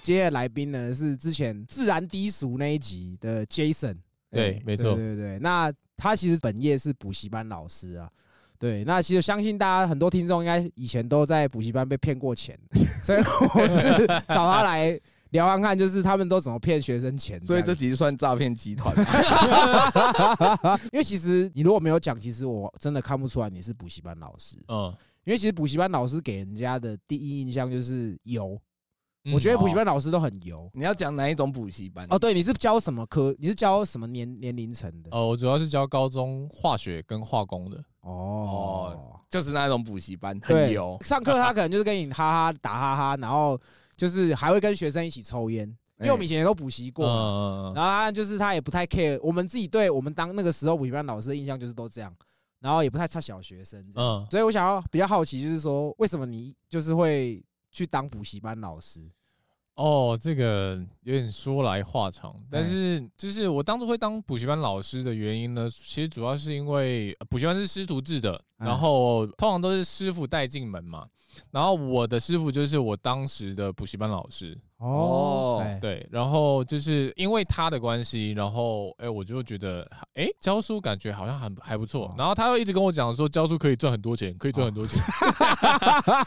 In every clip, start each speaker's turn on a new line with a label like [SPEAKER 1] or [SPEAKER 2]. [SPEAKER 1] 今天的来宾呢是之前自然低俗那一集的 Jason，
[SPEAKER 2] 对
[SPEAKER 1] 哎
[SPEAKER 2] 没错
[SPEAKER 1] 对对对。那他其实本业是补习班老师啊，对。那其实相信大家很多听众应该以前都在补习班被骗过钱， 所以我是找他来聊看看，就是他们都怎么骗学生钱样。
[SPEAKER 3] 所以这集算诈骗集团。
[SPEAKER 1] 因为其实你如果没有讲，其实我真的看不出来你是补习班老师，
[SPEAKER 2] 嗯，
[SPEAKER 1] 因为其实补习班老师给人家的第一印象就是油，
[SPEAKER 2] 嗯
[SPEAKER 1] 我觉得补习
[SPEAKER 3] 哦
[SPEAKER 1] 班老师都很油。
[SPEAKER 3] 你要讲哪一种补习班？
[SPEAKER 1] 哦，对，你是教什么科？你是教什么年年龄层的？
[SPEAKER 2] 哦，我主要是教高中化学跟化工的，
[SPEAKER 1] 哦，
[SPEAKER 3] 就是那种补习班，很
[SPEAKER 1] 对
[SPEAKER 3] 油，。
[SPEAKER 1] 上 课他可能就是跟你哈哈打哈哈，然后就是还会跟学生一起抽烟，因为我们以前也都补习过嘛。
[SPEAKER 2] 哎嗯，嗯嗯
[SPEAKER 1] 然后他就是他也不太 care，我们自己对我们当那个时候补习班老师的印象就是都这样，然后也不太差小学生这样。
[SPEAKER 2] 嗯，
[SPEAKER 1] 所以我想要比较好奇，就是说为什么你就是会去当补习班老师？
[SPEAKER 2] 哦，这个有点说来话长，但
[SPEAKER 1] 哎
[SPEAKER 2] 是就是我当初会当补习班老师的原因呢，其实主要是因为呃补习班是师徒制的，
[SPEAKER 1] 哎
[SPEAKER 3] 嗯
[SPEAKER 2] 然后通常都是师傅带进门嘛，然后我的师傅就是我当时的补习班老师，
[SPEAKER 3] 哦
[SPEAKER 1] 哎
[SPEAKER 2] 对，然后就是因为他的关系，然后哎、我就觉得哎、教书感觉好像很还不错
[SPEAKER 1] 哦，
[SPEAKER 2] 然后他又一直跟我讲说教书可以赚很多钱，可以赚很多钱，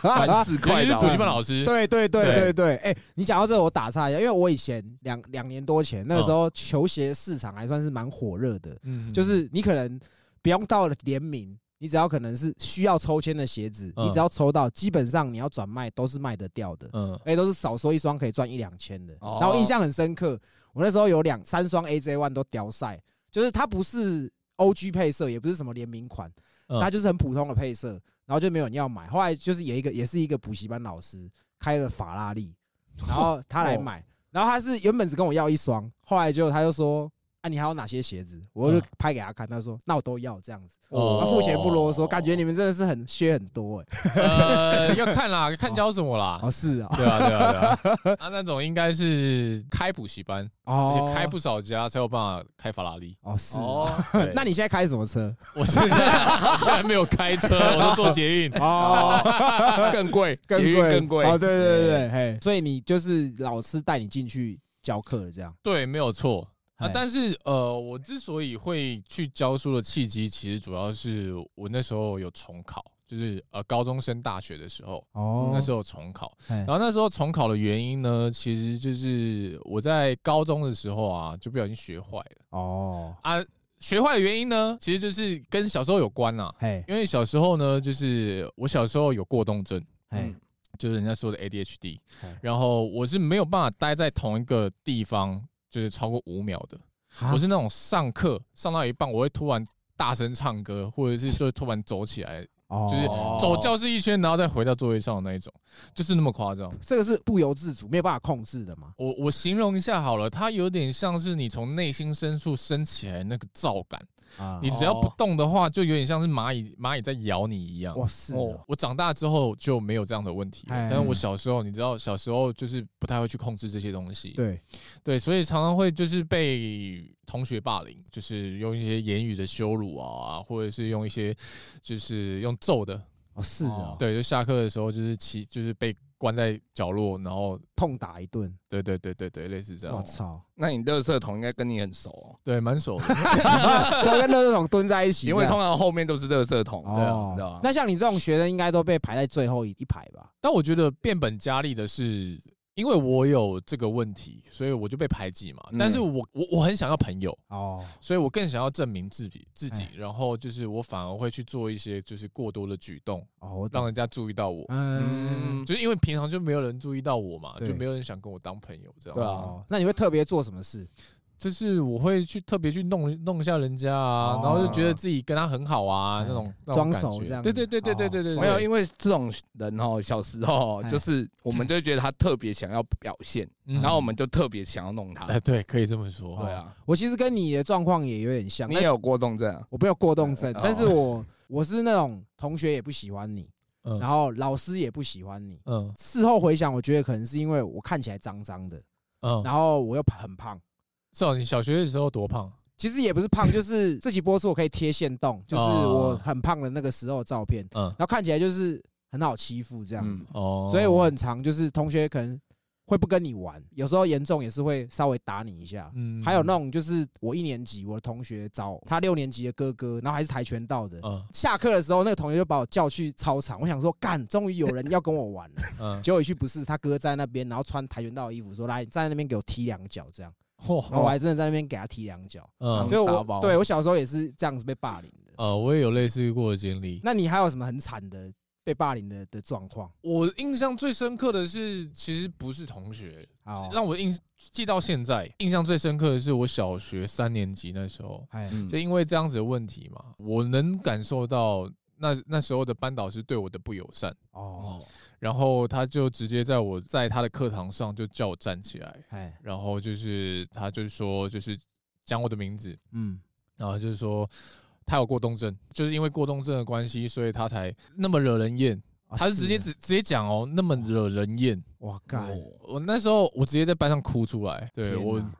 [SPEAKER 3] 蛮四 块
[SPEAKER 2] 对就
[SPEAKER 3] 的
[SPEAKER 2] 是
[SPEAKER 3] 哦，
[SPEAKER 2] 补习班老师，
[SPEAKER 1] 对对对对
[SPEAKER 2] 对
[SPEAKER 1] 对，哎、你讲到这个，我打岔一下，因为我以前两两年多前那个时候球鞋市场还算是蛮火热的，
[SPEAKER 2] 嗯
[SPEAKER 1] 就是你可能不用到联名，你只要可能是需要抽签的鞋子，
[SPEAKER 2] 嗯
[SPEAKER 1] 你只要抽到，基本上你要转卖都是卖得掉的。
[SPEAKER 2] 嗯
[SPEAKER 1] 哎，都是少说一双可以赚一两千的，
[SPEAKER 3] 哦
[SPEAKER 1] 然后印象很深刻。我那时候有两三双 AJ One 都掉晒，就是它不是 OG 配色，也不是什么联名款，
[SPEAKER 2] 嗯
[SPEAKER 1] 它就是很普通的配色，然后就没有人要买。后来就是有一个也是一个补习班老师开了法拉利，然后他
[SPEAKER 2] 哦
[SPEAKER 1] 来买，然后他是原本只跟我要一双，后来就他就说。啊，你还有哪些鞋子？我就
[SPEAKER 2] 嗯
[SPEAKER 1] 拍给他看，他说：“那我都要这样子。”
[SPEAKER 2] 哦
[SPEAKER 1] 他付钱不啰嗦，感觉你们真的是很削很多哎、
[SPEAKER 2] 呃要看啦，看教什么啦，
[SPEAKER 1] 哦，是啊，
[SPEAKER 2] 对啊，对啊，对 啊，他那种应该是开补习班，而
[SPEAKER 1] 哦，
[SPEAKER 2] 且开不少家才有办法开法 拉利。
[SPEAKER 1] 哦是啊
[SPEAKER 3] 哦，
[SPEAKER 2] 对
[SPEAKER 1] 那你现在开什么车？
[SPEAKER 2] 我现在 还没有开车，我都坐捷运。
[SPEAKER 1] 哦，
[SPEAKER 3] 更 贵，
[SPEAKER 1] 更
[SPEAKER 3] 捷运
[SPEAKER 1] 贵，
[SPEAKER 3] 更贵。
[SPEAKER 1] 哦，对对对，嘿，所以你就是老师带你进去教课这样。
[SPEAKER 2] 对，没有错。啊
[SPEAKER 1] 哎，
[SPEAKER 2] 但是呃，我之所以会去教书的契机，其实主要是我那时候有重考，就是呃高中升大学的时候，
[SPEAKER 1] 哦
[SPEAKER 2] 那时候重考。
[SPEAKER 1] 嘿
[SPEAKER 2] 然后那时候重考的原因呢，其实就是我在高中的时候啊，就不小心学坏了
[SPEAKER 1] 哦，
[SPEAKER 2] 啊。学坏的原因呢，其实就是跟小时候有关啦、
[SPEAKER 1] 嘿，
[SPEAKER 2] 因为小时候呢，就是我小时候有过动症，
[SPEAKER 1] 嘿
[SPEAKER 3] 嗯，
[SPEAKER 2] 就是人家说的 ADHD，
[SPEAKER 1] 嗯
[SPEAKER 2] 然后我是没有办法待在同一个地方，就是超过五秒的。
[SPEAKER 1] 啊
[SPEAKER 2] 我是那种上课上到一半，我会突然大声唱歌，或 者是就突然走起来，
[SPEAKER 1] 哦
[SPEAKER 2] 就是
[SPEAKER 3] 哦
[SPEAKER 2] 走教室一圈，然后再回到座位上的那一种，就是那么夸张。
[SPEAKER 1] 这个是不由自主，没有办法控制的嘛。
[SPEAKER 2] 我我形容一下好了，它有点像是你从内心深处升起来的那个燥感，
[SPEAKER 1] 啊
[SPEAKER 2] 你只要不动的话，就有点像是蚂蚁蚂蚁在咬你一样。
[SPEAKER 1] 哇是哦
[SPEAKER 2] 我长大之后就没有这样的问题了，
[SPEAKER 1] 哎
[SPEAKER 2] 但是我小时候，你知道，小时候就是不太会去控制这些东西，
[SPEAKER 1] 对，
[SPEAKER 2] 对所以常常会就是被同学霸凌，就是用一些言语的羞辱啊，或者是用一些就是用揍的，
[SPEAKER 1] 哦是哦
[SPEAKER 3] 哦，
[SPEAKER 2] 对，就下课的时候就是骑，就是被关在角落，然后
[SPEAKER 1] 痛打一顿，
[SPEAKER 2] 对对对对对，类似这
[SPEAKER 1] 我
[SPEAKER 2] 样，哦
[SPEAKER 1] 操，
[SPEAKER 3] 那你乐色桶应该跟你很熟 哦，
[SPEAKER 2] 对，蛮熟的，
[SPEAKER 1] 都啊跟乐圾桶蹲在一起这样，
[SPEAKER 3] 因为通常后面都是乐色桶，对啊，你知道
[SPEAKER 1] 啊哦
[SPEAKER 3] 吗，？
[SPEAKER 1] 那像你这种学生应该都被排在最后一一排吧？
[SPEAKER 2] 但我觉得变本加厉的是，因为我有这个问题，所以我就被排挤嘛。
[SPEAKER 3] 嗯
[SPEAKER 2] 但是我我我很想要朋友，
[SPEAKER 1] 哦
[SPEAKER 2] 所以我更想要证明自己自己
[SPEAKER 1] 哎，
[SPEAKER 2] 然后就是我反而会去做一些就是过多的举动，
[SPEAKER 1] 哦，我
[SPEAKER 2] 让
[SPEAKER 1] 懂，
[SPEAKER 2] 人家注意到我。
[SPEAKER 1] 嗯，
[SPEAKER 3] 嗯，
[SPEAKER 2] 就是因为平常就没有人注意到我嘛，
[SPEAKER 1] 对
[SPEAKER 2] 就没有人想跟我当朋友这样。
[SPEAKER 3] 对啊
[SPEAKER 1] 哦，那你会特别做什么事？
[SPEAKER 2] 就是我会去特别去弄弄一下人家啊
[SPEAKER 1] 哦，
[SPEAKER 2] 然后就觉得自己跟他很好啊
[SPEAKER 1] 哎，
[SPEAKER 2] 那种那种
[SPEAKER 1] 装熟
[SPEAKER 2] 感觉
[SPEAKER 1] 这样哦
[SPEAKER 2] 对对对对对对对，对嗯
[SPEAKER 3] 没有，因为这种人哦，小时候
[SPEAKER 1] 哎
[SPEAKER 3] 就是我们就会觉得他特别想要表现，
[SPEAKER 2] 嗯
[SPEAKER 3] 然后我们就特别想要弄他。
[SPEAKER 2] 哎对，可以这么说。
[SPEAKER 1] 哦
[SPEAKER 3] 对啊，
[SPEAKER 1] 我其实跟你的状况也有点像，
[SPEAKER 3] 你
[SPEAKER 1] 但
[SPEAKER 3] 也有过动症啊？
[SPEAKER 1] 我没有过动症，
[SPEAKER 3] 哦
[SPEAKER 1] 但是我我是那种同学也不喜欢你，
[SPEAKER 3] 哦
[SPEAKER 2] 嗯
[SPEAKER 1] 然后老师也不喜欢你。
[SPEAKER 2] 嗯
[SPEAKER 1] 事后回想，我觉得可能是因为我看起来脏脏的，
[SPEAKER 2] 嗯，
[SPEAKER 3] 哦
[SPEAKER 1] 然后我又很胖。
[SPEAKER 2] 是哦，你小学的时候多胖？
[SPEAKER 1] 其实也不是 胖，就是这期播出我可以贴现
[SPEAKER 3] 哦
[SPEAKER 1] 动，就是我很胖的那个时候的照片，
[SPEAKER 2] 嗯
[SPEAKER 1] 然后看起来就是很好欺负这样子，
[SPEAKER 3] 嗯
[SPEAKER 2] 哦
[SPEAKER 1] 所以我很常就是同学可能会不跟你玩，有时候严重也是会稍微打你一下。
[SPEAKER 2] 嗯
[SPEAKER 1] 还有那种就是我一年级，我的同学找他六年级的哥哥，然后还是跆拳道的。
[SPEAKER 2] 嗯
[SPEAKER 1] 下课的时候，那个同学就把我叫去操场，我想说，干，终于有人要跟我玩了。
[SPEAKER 2] 嗯，
[SPEAKER 1] 结果一去不是，他哥在那边，然后穿跆拳道的衣服，说来，你站在那边给我踢两脚，这样。然后我
[SPEAKER 2] 嚯，
[SPEAKER 1] 还真的在那边给他踢两脚。
[SPEAKER 2] 哦嗯
[SPEAKER 1] 对
[SPEAKER 3] 沙
[SPEAKER 1] 我，
[SPEAKER 3] 包
[SPEAKER 1] 对我小时候也是这样子被霸凌的。
[SPEAKER 2] 呃，我也有类似过的经历。
[SPEAKER 1] 那你还有什么很惨的被霸凌的的状况？
[SPEAKER 2] 我印象最深刻的是，其实不是同学，
[SPEAKER 1] 好，
[SPEAKER 2] 让我印记到现在，印象最深刻的是我小学三年级那时候，
[SPEAKER 1] 哎，
[SPEAKER 3] 嗯
[SPEAKER 2] 就因为这样子的问题嘛，我能感受到那那时候的班导师对我的不友善，
[SPEAKER 1] 哦，
[SPEAKER 3] 哦，
[SPEAKER 2] 然后他就直接在我在他的课堂上就叫我站起来，
[SPEAKER 1] 哎，
[SPEAKER 2] 然后就是他就是说就是讲我的名字，
[SPEAKER 1] 嗯，
[SPEAKER 2] 然后就是说他有过动症，就是因为过动症的关系，所以他才那么惹人厌。
[SPEAKER 1] 啊
[SPEAKER 2] 他是直接哦直直接讲哦，那么惹人厌。
[SPEAKER 1] 哇干，
[SPEAKER 2] 我那时候我直接在班上哭出来。对
[SPEAKER 1] 哦天
[SPEAKER 2] 我，
[SPEAKER 1] 哪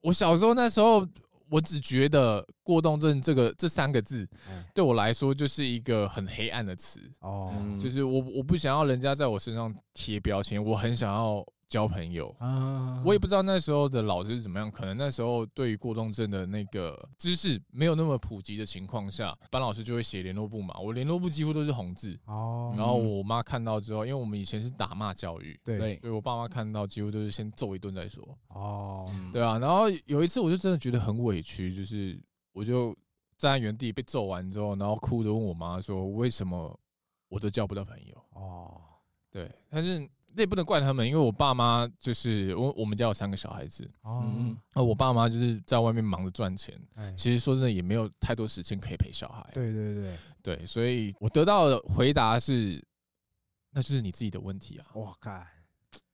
[SPEAKER 2] 我小时候那时候，我只觉得“过动症”这个这三个字
[SPEAKER 1] 哎
[SPEAKER 2] 对我来说就是一个很黑暗的词，
[SPEAKER 1] 哦，
[SPEAKER 3] 嗯
[SPEAKER 2] 就是我我不想要人家在我身上贴标签，我很想要交朋友。
[SPEAKER 1] 啊
[SPEAKER 2] 我也不知道那时候的老师是怎么样，可能那时候对于过动症的那个知识没有那么普及的情况下，班老师就会写联络簿嘛。我联络簿几乎都是红字，
[SPEAKER 1] 哦，
[SPEAKER 2] 然后我妈看到之后，因为我们以前是打骂教育，
[SPEAKER 1] 对，
[SPEAKER 3] 对，
[SPEAKER 2] 所以我爸妈看到几乎都是先揍一顿再说。
[SPEAKER 1] 哦，
[SPEAKER 3] 嗯
[SPEAKER 2] 对啊，然后有一次我就真的觉得很委屈，就是我就站在原地被揍完之后，然后哭着问我妈说：“为什么我都交不到朋友
[SPEAKER 1] 哦，？”
[SPEAKER 2] 对，但是那也不能怪他们，因为我爸妈就是我我们家有三个小孩子，
[SPEAKER 1] 哦
[SPEAKER 3] 嗯，
[SPEAKER 2] 啊，我爸妈就是在外面忙着赚钱，
[SPEAKER 1] 哎，
[SPEAKER 2] 其实说真的也没有太多时间可以陪小孩。
[SPEAKER 1] 对对对，
[SPEAKER 2] 对，所以我得到的回答是，那就是你自己的问题啊。
[SPEAKER 1] 哇干。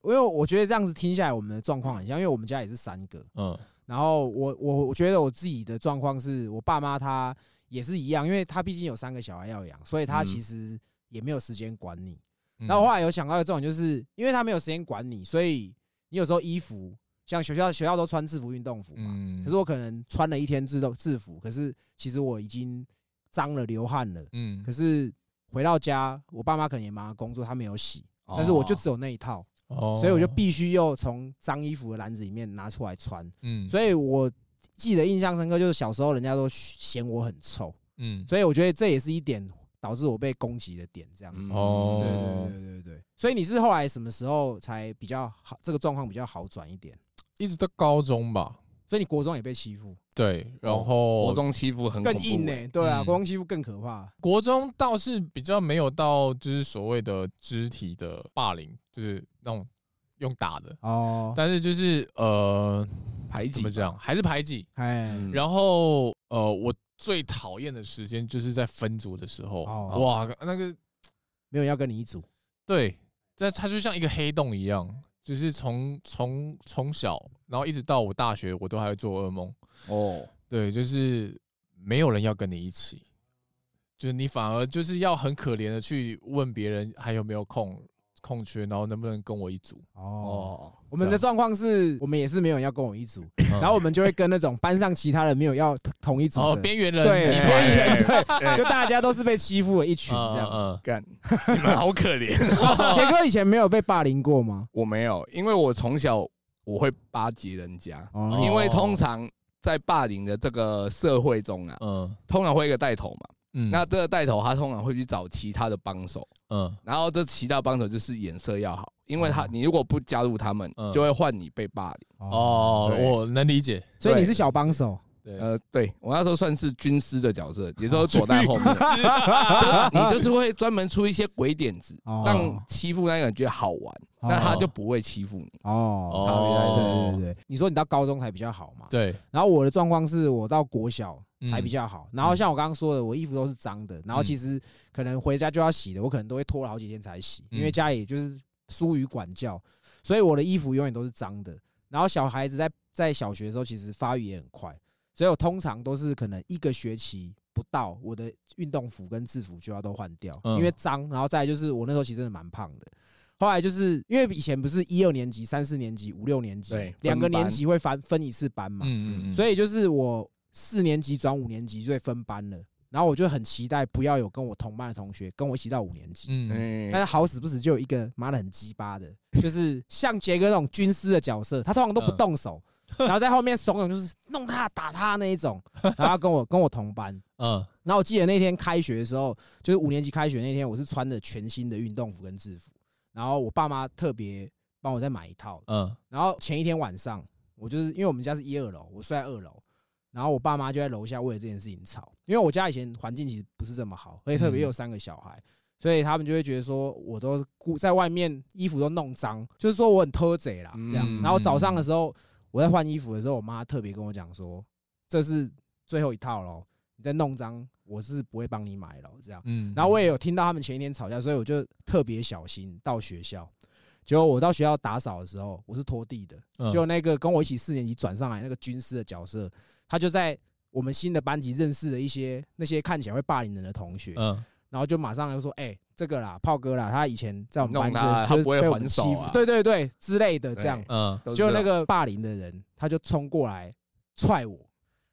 [SPEAKER 1] 因为我觉得这样子听下来，我们的状况很像，因为我们家也是三个。
[SPEAKER 2] 嗯
[SPEAKER 1] 然后我我我觉得我自己的状况是我爸妈他也是一样，因为他毕竟有三个小孩要养，所以他
[SPEAKER 3] 嗯
[SPEAKER 1] 其实也没有时间管你。
[SPEAKER 2] 嗯，
[SPEAKER 1] 然后我后来有想到一个重点，就是因为他没有时间管你，所以你有时候衣服像学校学校都穿制服运动服嘛，
[SPEAKER 2] 嗯
[SPEAKER 1] 可是我可能穿了一天制动制服，可是其实我已经脏了流汗了，
[SPEAKER 2] 嗯
[SPEAKER 1] 可是回到家我爸妈可能也忙着工作，他没有洗，
[SPEAKER 3] 哦
[SPEAKER 1] 但是我就只有那一套，
[SPEAKER 2] 哦
[SPEAKER 1] 所以我就必须又从脏衣服的篮子里面拿出来穿，
[SPEAKER 2] 嗯，以
[SPEAKER 1] 所以我。记得印象深刻，就是小时候人家都嫌我很臭，
[SPEAKER 2] 嗯
[SPEAKER 1] 所以我觉得这也是一点导致我被攻击的点，这样子。
[SPEAKER 2] 哦
[SPEAKER 1] 对对对对对，所以你是后来什么时候才比较好？这个状况比较好转一点，
[SPEAKER 2] 一直到高中吧。
[SPEAKER 1] 所以你国中也被欺负，
[SPEAKER 2] 对，然
[SPEAKER 3] 哦
[SPEAKER 2] 后
[SPEAKER 3] 国中欺负很
[SPEAKER 1] 更
[SPEAKER 3] 恐怖
[SPEAKER 1] 硬呢、
[SPEAKER 3] 欸
[SPEAKER 1] 对啊，
[SPEAKER 2] 嗯
[SPEAKER 1] 国中欺负更可怕。
[SPEAKER 2] 国中倒是比较没有到就是所谓的肢体的霸凌，就是那种用打的，
[SPEAKER 1] 哦，
[SPEAKER 2] 但是就是呃
[SPEAKER 3] 排
[SPEAKER 2] 怎
[SPEAKER 3] 挤
[SPEAKER 2] 么
[SPEAKER 3] 吧，
[SPEAKER 2] 讲，还是排挤。
[SPEAKER 1] 哎，
[SPEAKER 3] 嗯
[SPEAKER 2] 然后呃，我最讨厌的时间就是在分组的时候，
[SPEAKER 1] 哦
[SPEAKER 2] 哇，那个
[SPEAKER 1] 没有人要跟你一组。
[SPEAKER 2] 对，但它就像一个黑洞一样，就是从从从小，然后一直到我大学，我都还会做噩梦。
[SPEAKER 3] 哦，
[SPEAKER 2] 对，就是没有人要跟你一起，就是你反而就是要很可怜的去问别人还有没有空空缺，然后能不能跟我一 组。
[SPEAKER 1] 哦，
[SPEAKER 3] 哦，
[SPEAKER 1] 我们的状况是我们也是没有人要跟我一组，
[SPEAKER 2] 嗯
[SPEAKER 1] 然后我们就会跟那种班上其他人没有要同一组
[SPEAKER 2] 哦，
[SPEAKER 1] 的，
[SPEAKER 2] 边缘人
[SPEAKER 1] 对，
[SPEAKER 2] 集
[SPEAKER 1] 边
[SPEAKER 2] 团
[SPEAKER 1] 缘人，
[SPEAKER 2] 哎
[SPEAKER 1] 对， 就大家都是被欺负的一 群这样子。
[SPEAKER 2] 嗯
[SPEAKER 3] 干， 你们好可 怜。
[SPEAKER 1] 杰哥以前没有被霸凌过吗？
[SPEAKER 3] 我没有，因为我从小我会巴结人家，
[SPEAKER 1] 哦，
[SPEAKER 3] 因为通常在霸凌的这个社会中啊，
[SPEAKER 1] 哦
[SPEAKER 2] 嗯
[SPEAKER 3] 通常会有一个带头嘛，
[SPEAKER 2] 嗯，
[SPEAKER 3] 那这个带头他通常会去找其他的帮手，
[SPEAKER 2] 嗯
[SPEAKER 3] 然后这其他帮手就是眼色要好，因为他
[SPEAKER 2] 哦
[SPEAKER 3] 你如果不加入他们
[SPEAKER 2] 嗯，
[SPEAKER 3] 就会换你被霸凌。
[SPEAKER 2] 哦，
[SPEAKER 3] 对
[SPEAKER 2] 我能理解。
[SPEAKER 1] 所以你是小帮手。
[SPEAKER 2] 对，
[SPEAKER 3] 呃，对我那时候算是军师的角色，也就是躲在后面，你就是会专门出一些鬼点子，
[SPEAKER 1] 哦
[SPEAKER 3] 让欺负那个人觉得好玩，那他就不会欺负你。
[SPEAKER 1] 哦，
[SPEAKER 2] 哦
[SPEAKER 1] 对对对，你说你到高中才比较好嘛？
[SPEAKER 2] 对，
[SPEAKER 1] 然后我的状况是我到国小才
[SPEAKER 2] 嗯
[SPEAKER 1] 比较好，然后像我刚刚说的，我衣服都是脏的，然后
[SPEAKER 2] 嗯
[SPEAKER 1] 其实可能回家就要洗的，我可能都会拖了好几天才洗，因为
[SPEAKER 2] 嗯
[SPEAKER 1] 家里就是疏于管教，所以我的衣服永远都是脏的。然后小孩子在在小学的时候其实发育也很快，所以我通常都是可能一个学期不到，我的运动服跟制服就要都换掉，
[SPEAKER 2] 嗯
[SPEAKER 1] 因为脏。然后再来就是我那时候其实真的蛮胖的。后来就是因为以前不是一二年级、三四年级、五六年级
[SPEAKER 3] 对
[SPEAKER 1] 两个
[SPEAKER 3] 分班
[SPEAKER 1] 年级会分分一次班嘛，
[SPEAKER 2] 嗯嗯嗯，
[SPEAKER 1] 所
[SPEAKER 2] 以
[SPEAKER 1] 以就是我四年级转五年级，所以分班了。然后我就很期待不要有跟我同班的同学跟我一起到五年级，
[SPEAKER 2] 嗯，
[SPEAKER 1] 但是
[SPEAKER 3] 嗯
[SPEAKER 1] 好死不死就有一个妈的很鸡巴的，就是像杰哥那种军师的角色，他通常都不动手，然后在后面怂恿就是弄他打他那一种，然后跟我跟我同班。
[SPEAKER 2] 嗯，
[SPEAKER 1] 然后我记得那天开学的时候，就是五年级开学那天，我是穿着全新的运动服跟制服，然后我爸妈特别帮我再买一套。
[SPEAKER 2] 嗯，
[SPEAKER 1] 然后前一天晚上，我就是因为我们家是一二楼，我睡在二楼，然后我爸妈就在楼下为了这件事情吵，因为我家以前环境其实不是这么好，而且
[SPEAKER 3] 嗯
[SPEAKER 1] 特别有三个小孩，所以他们就会觉得说我都顾在外面衣服都弄脏，就是说我很偷贼啦这样
[SPEAKER 3] 嗯。
[SPEAKER 1] 然后早上的时候我在换衣服的时候，我妈特别跟我讲说这是最后一套喽，你再弄脏我是不会帮你买了这样。
[SPEAKER 2] 嗯，
[SPEAKER 1] 然后我也有听到他们前一天吵架，所以我就特别小心到学校。结果我到学校打扫的时候，我是拖地的，
[SPEAKER 2] 嗯
[SPEAKER 1] 就那个跟我一起四年级转上来那个军师的角色，他就在我们新的班级认识了一些那些看起来会霸凌人的同学，
[SPEAKER 2] 嗯
[SPEAKER 1] 然后就马上就说：“哎，这个啦，炮哥啦，他以前在我们
[SPEAKER 3] 弄他啊
[SPEAKER 1] 班
[SPEAKER 3] 他
[SPEAKER 1] 就
[SPEAKER 3] 不会
[SPEAKER 1] 就被我
[SPEAKER 3] 还
[SPEAKER 1] 们
[SPEAKER 3] 手
[SPEAKER 1] 欺负
[SPEAKER 3] 啊
[SPEAKER 1] 对对对之类的这样。”
[SPEAKER 2] 嗯，
[SPEAKER 3] 都是啊
[SPEAKER 1] 就那
[SPEAKER 3] 这样
[SPEAKER 1] 个霸凌的人，他就冲过来踹我，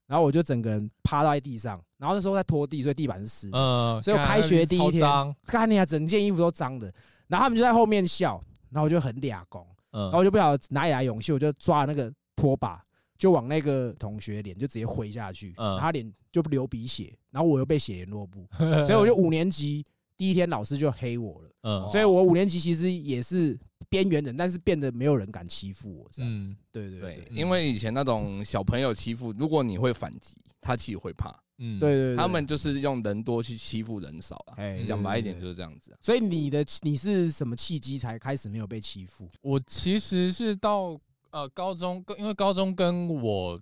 [SPEAKER 1] 然后我就整个人趴到在地上，然后那时候在拖地，所以地板是湿的。
[SPEAKER 2] 嗯，
[SPEAKER 1] 所以我开学第一天
[SPEAKER 2] 干超脏
[SPEAKER 1] 看你啊，整件衣服都脏的。然后他们就在后面笑，然后我就很俩拱，
[SPEAKER 2] 嗯
[SPEAKER 1] 然后我就不晓得哪里来勇气，我就抓那个拖把，就往那个同学脸就直接挥下去，
[SPEAKER 2] 嗯
[SPEAKER 1] 然后他脸就流鼻血，然后我又被血联络部， 所以我就五年级第一天老师就黑我了，
[SPEAKER 3] 哦
[SPEAKER 2] 嗯
[SPEAKER 1] 所以我五年级其实也是边缘人，但是变得没有人敢欺负我这样子
[SPEAKER 2] 嗯。
[SPEAKER 1] 对对
[SPEAKER 3] 对
[SPEAKER 1] 对，
[SPEAKER 3] 因为以前那种小朋友欺负，如果你会反击，他其实会怕。
[SPEAKER 2] 嗯，
[SPEAKER 1] 对对，
[SPEAKER 3] 他们就是用人多去欺负人少啊。
[SPEAKER 1] 哎
[SPEAKER 3] 讲白一点
[SPEAKER 1] 是。
[SPEAKER 3] 就是这样子啊。
[SPEAKER 1] 所以你的你是什么契机才开始没有被欺负？
[SPEAKER 2] 我其实是到呃高中，跟因为高中跟我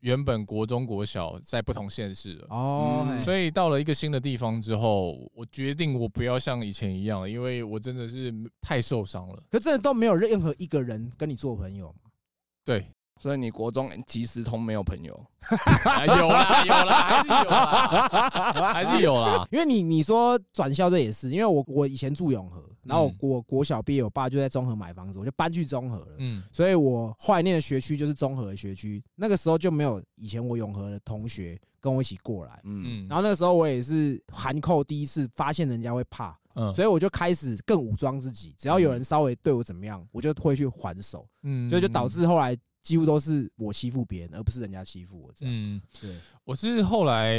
[SPEAKER 2] 原本国中国小在不同县市了。
[SPEAKER 1] 哦，
[SPEAKER 3] 嗯
[SPEAKER 1] 嘿
[SPEAKER 2] 所以到了一个新的地方之后，我决定我不要像以前一样了，因为我真的是太受伤了。
[SPEAKER 1] 可真的都没有任何一个人跟你做朋友嘛？
[SPEAKER 2] 对，
[SPEAKER 3] 所以你国中即时通没有朋友，
[SPEAKER 2] 啊有啦有啦， 还是有啦，
[SPEAKER 1] 因为你你说转校这也是，因为我我以前住永和，然后我
[SPEAKER 2] 嗯
[SPEAKER 1] 我国小毕业，我爸就在中和买房子，我就搬去中和了。
[SPEAKER 2] 嗯
[SPEAKER 1] 所以我怀念的学区就是中和的学区，那个时候就没有以前我永和的同学跟我一起过来。
[SPEAKER 3] 嗯，
[SPEAKER 2] 嗯，
[SPEAKER 1] 然后那个时候我也是韩扣第一次发现人家会怕，
[SPEAKER 2] 嗯
[SPEAKER 1] 所以我就开始更武装自己，只要有人稍微对我怎么样，我就会去还手，
[SPEAKER 2] 嗯
[SPEAKER 1] 所以就导致后来几乎都是我欺负别人，而不是人家欺负我这样。
[SPEAKER 2] 嗯，
[SPEAKER 1] 对，
[SPEAKER 2] 我是后来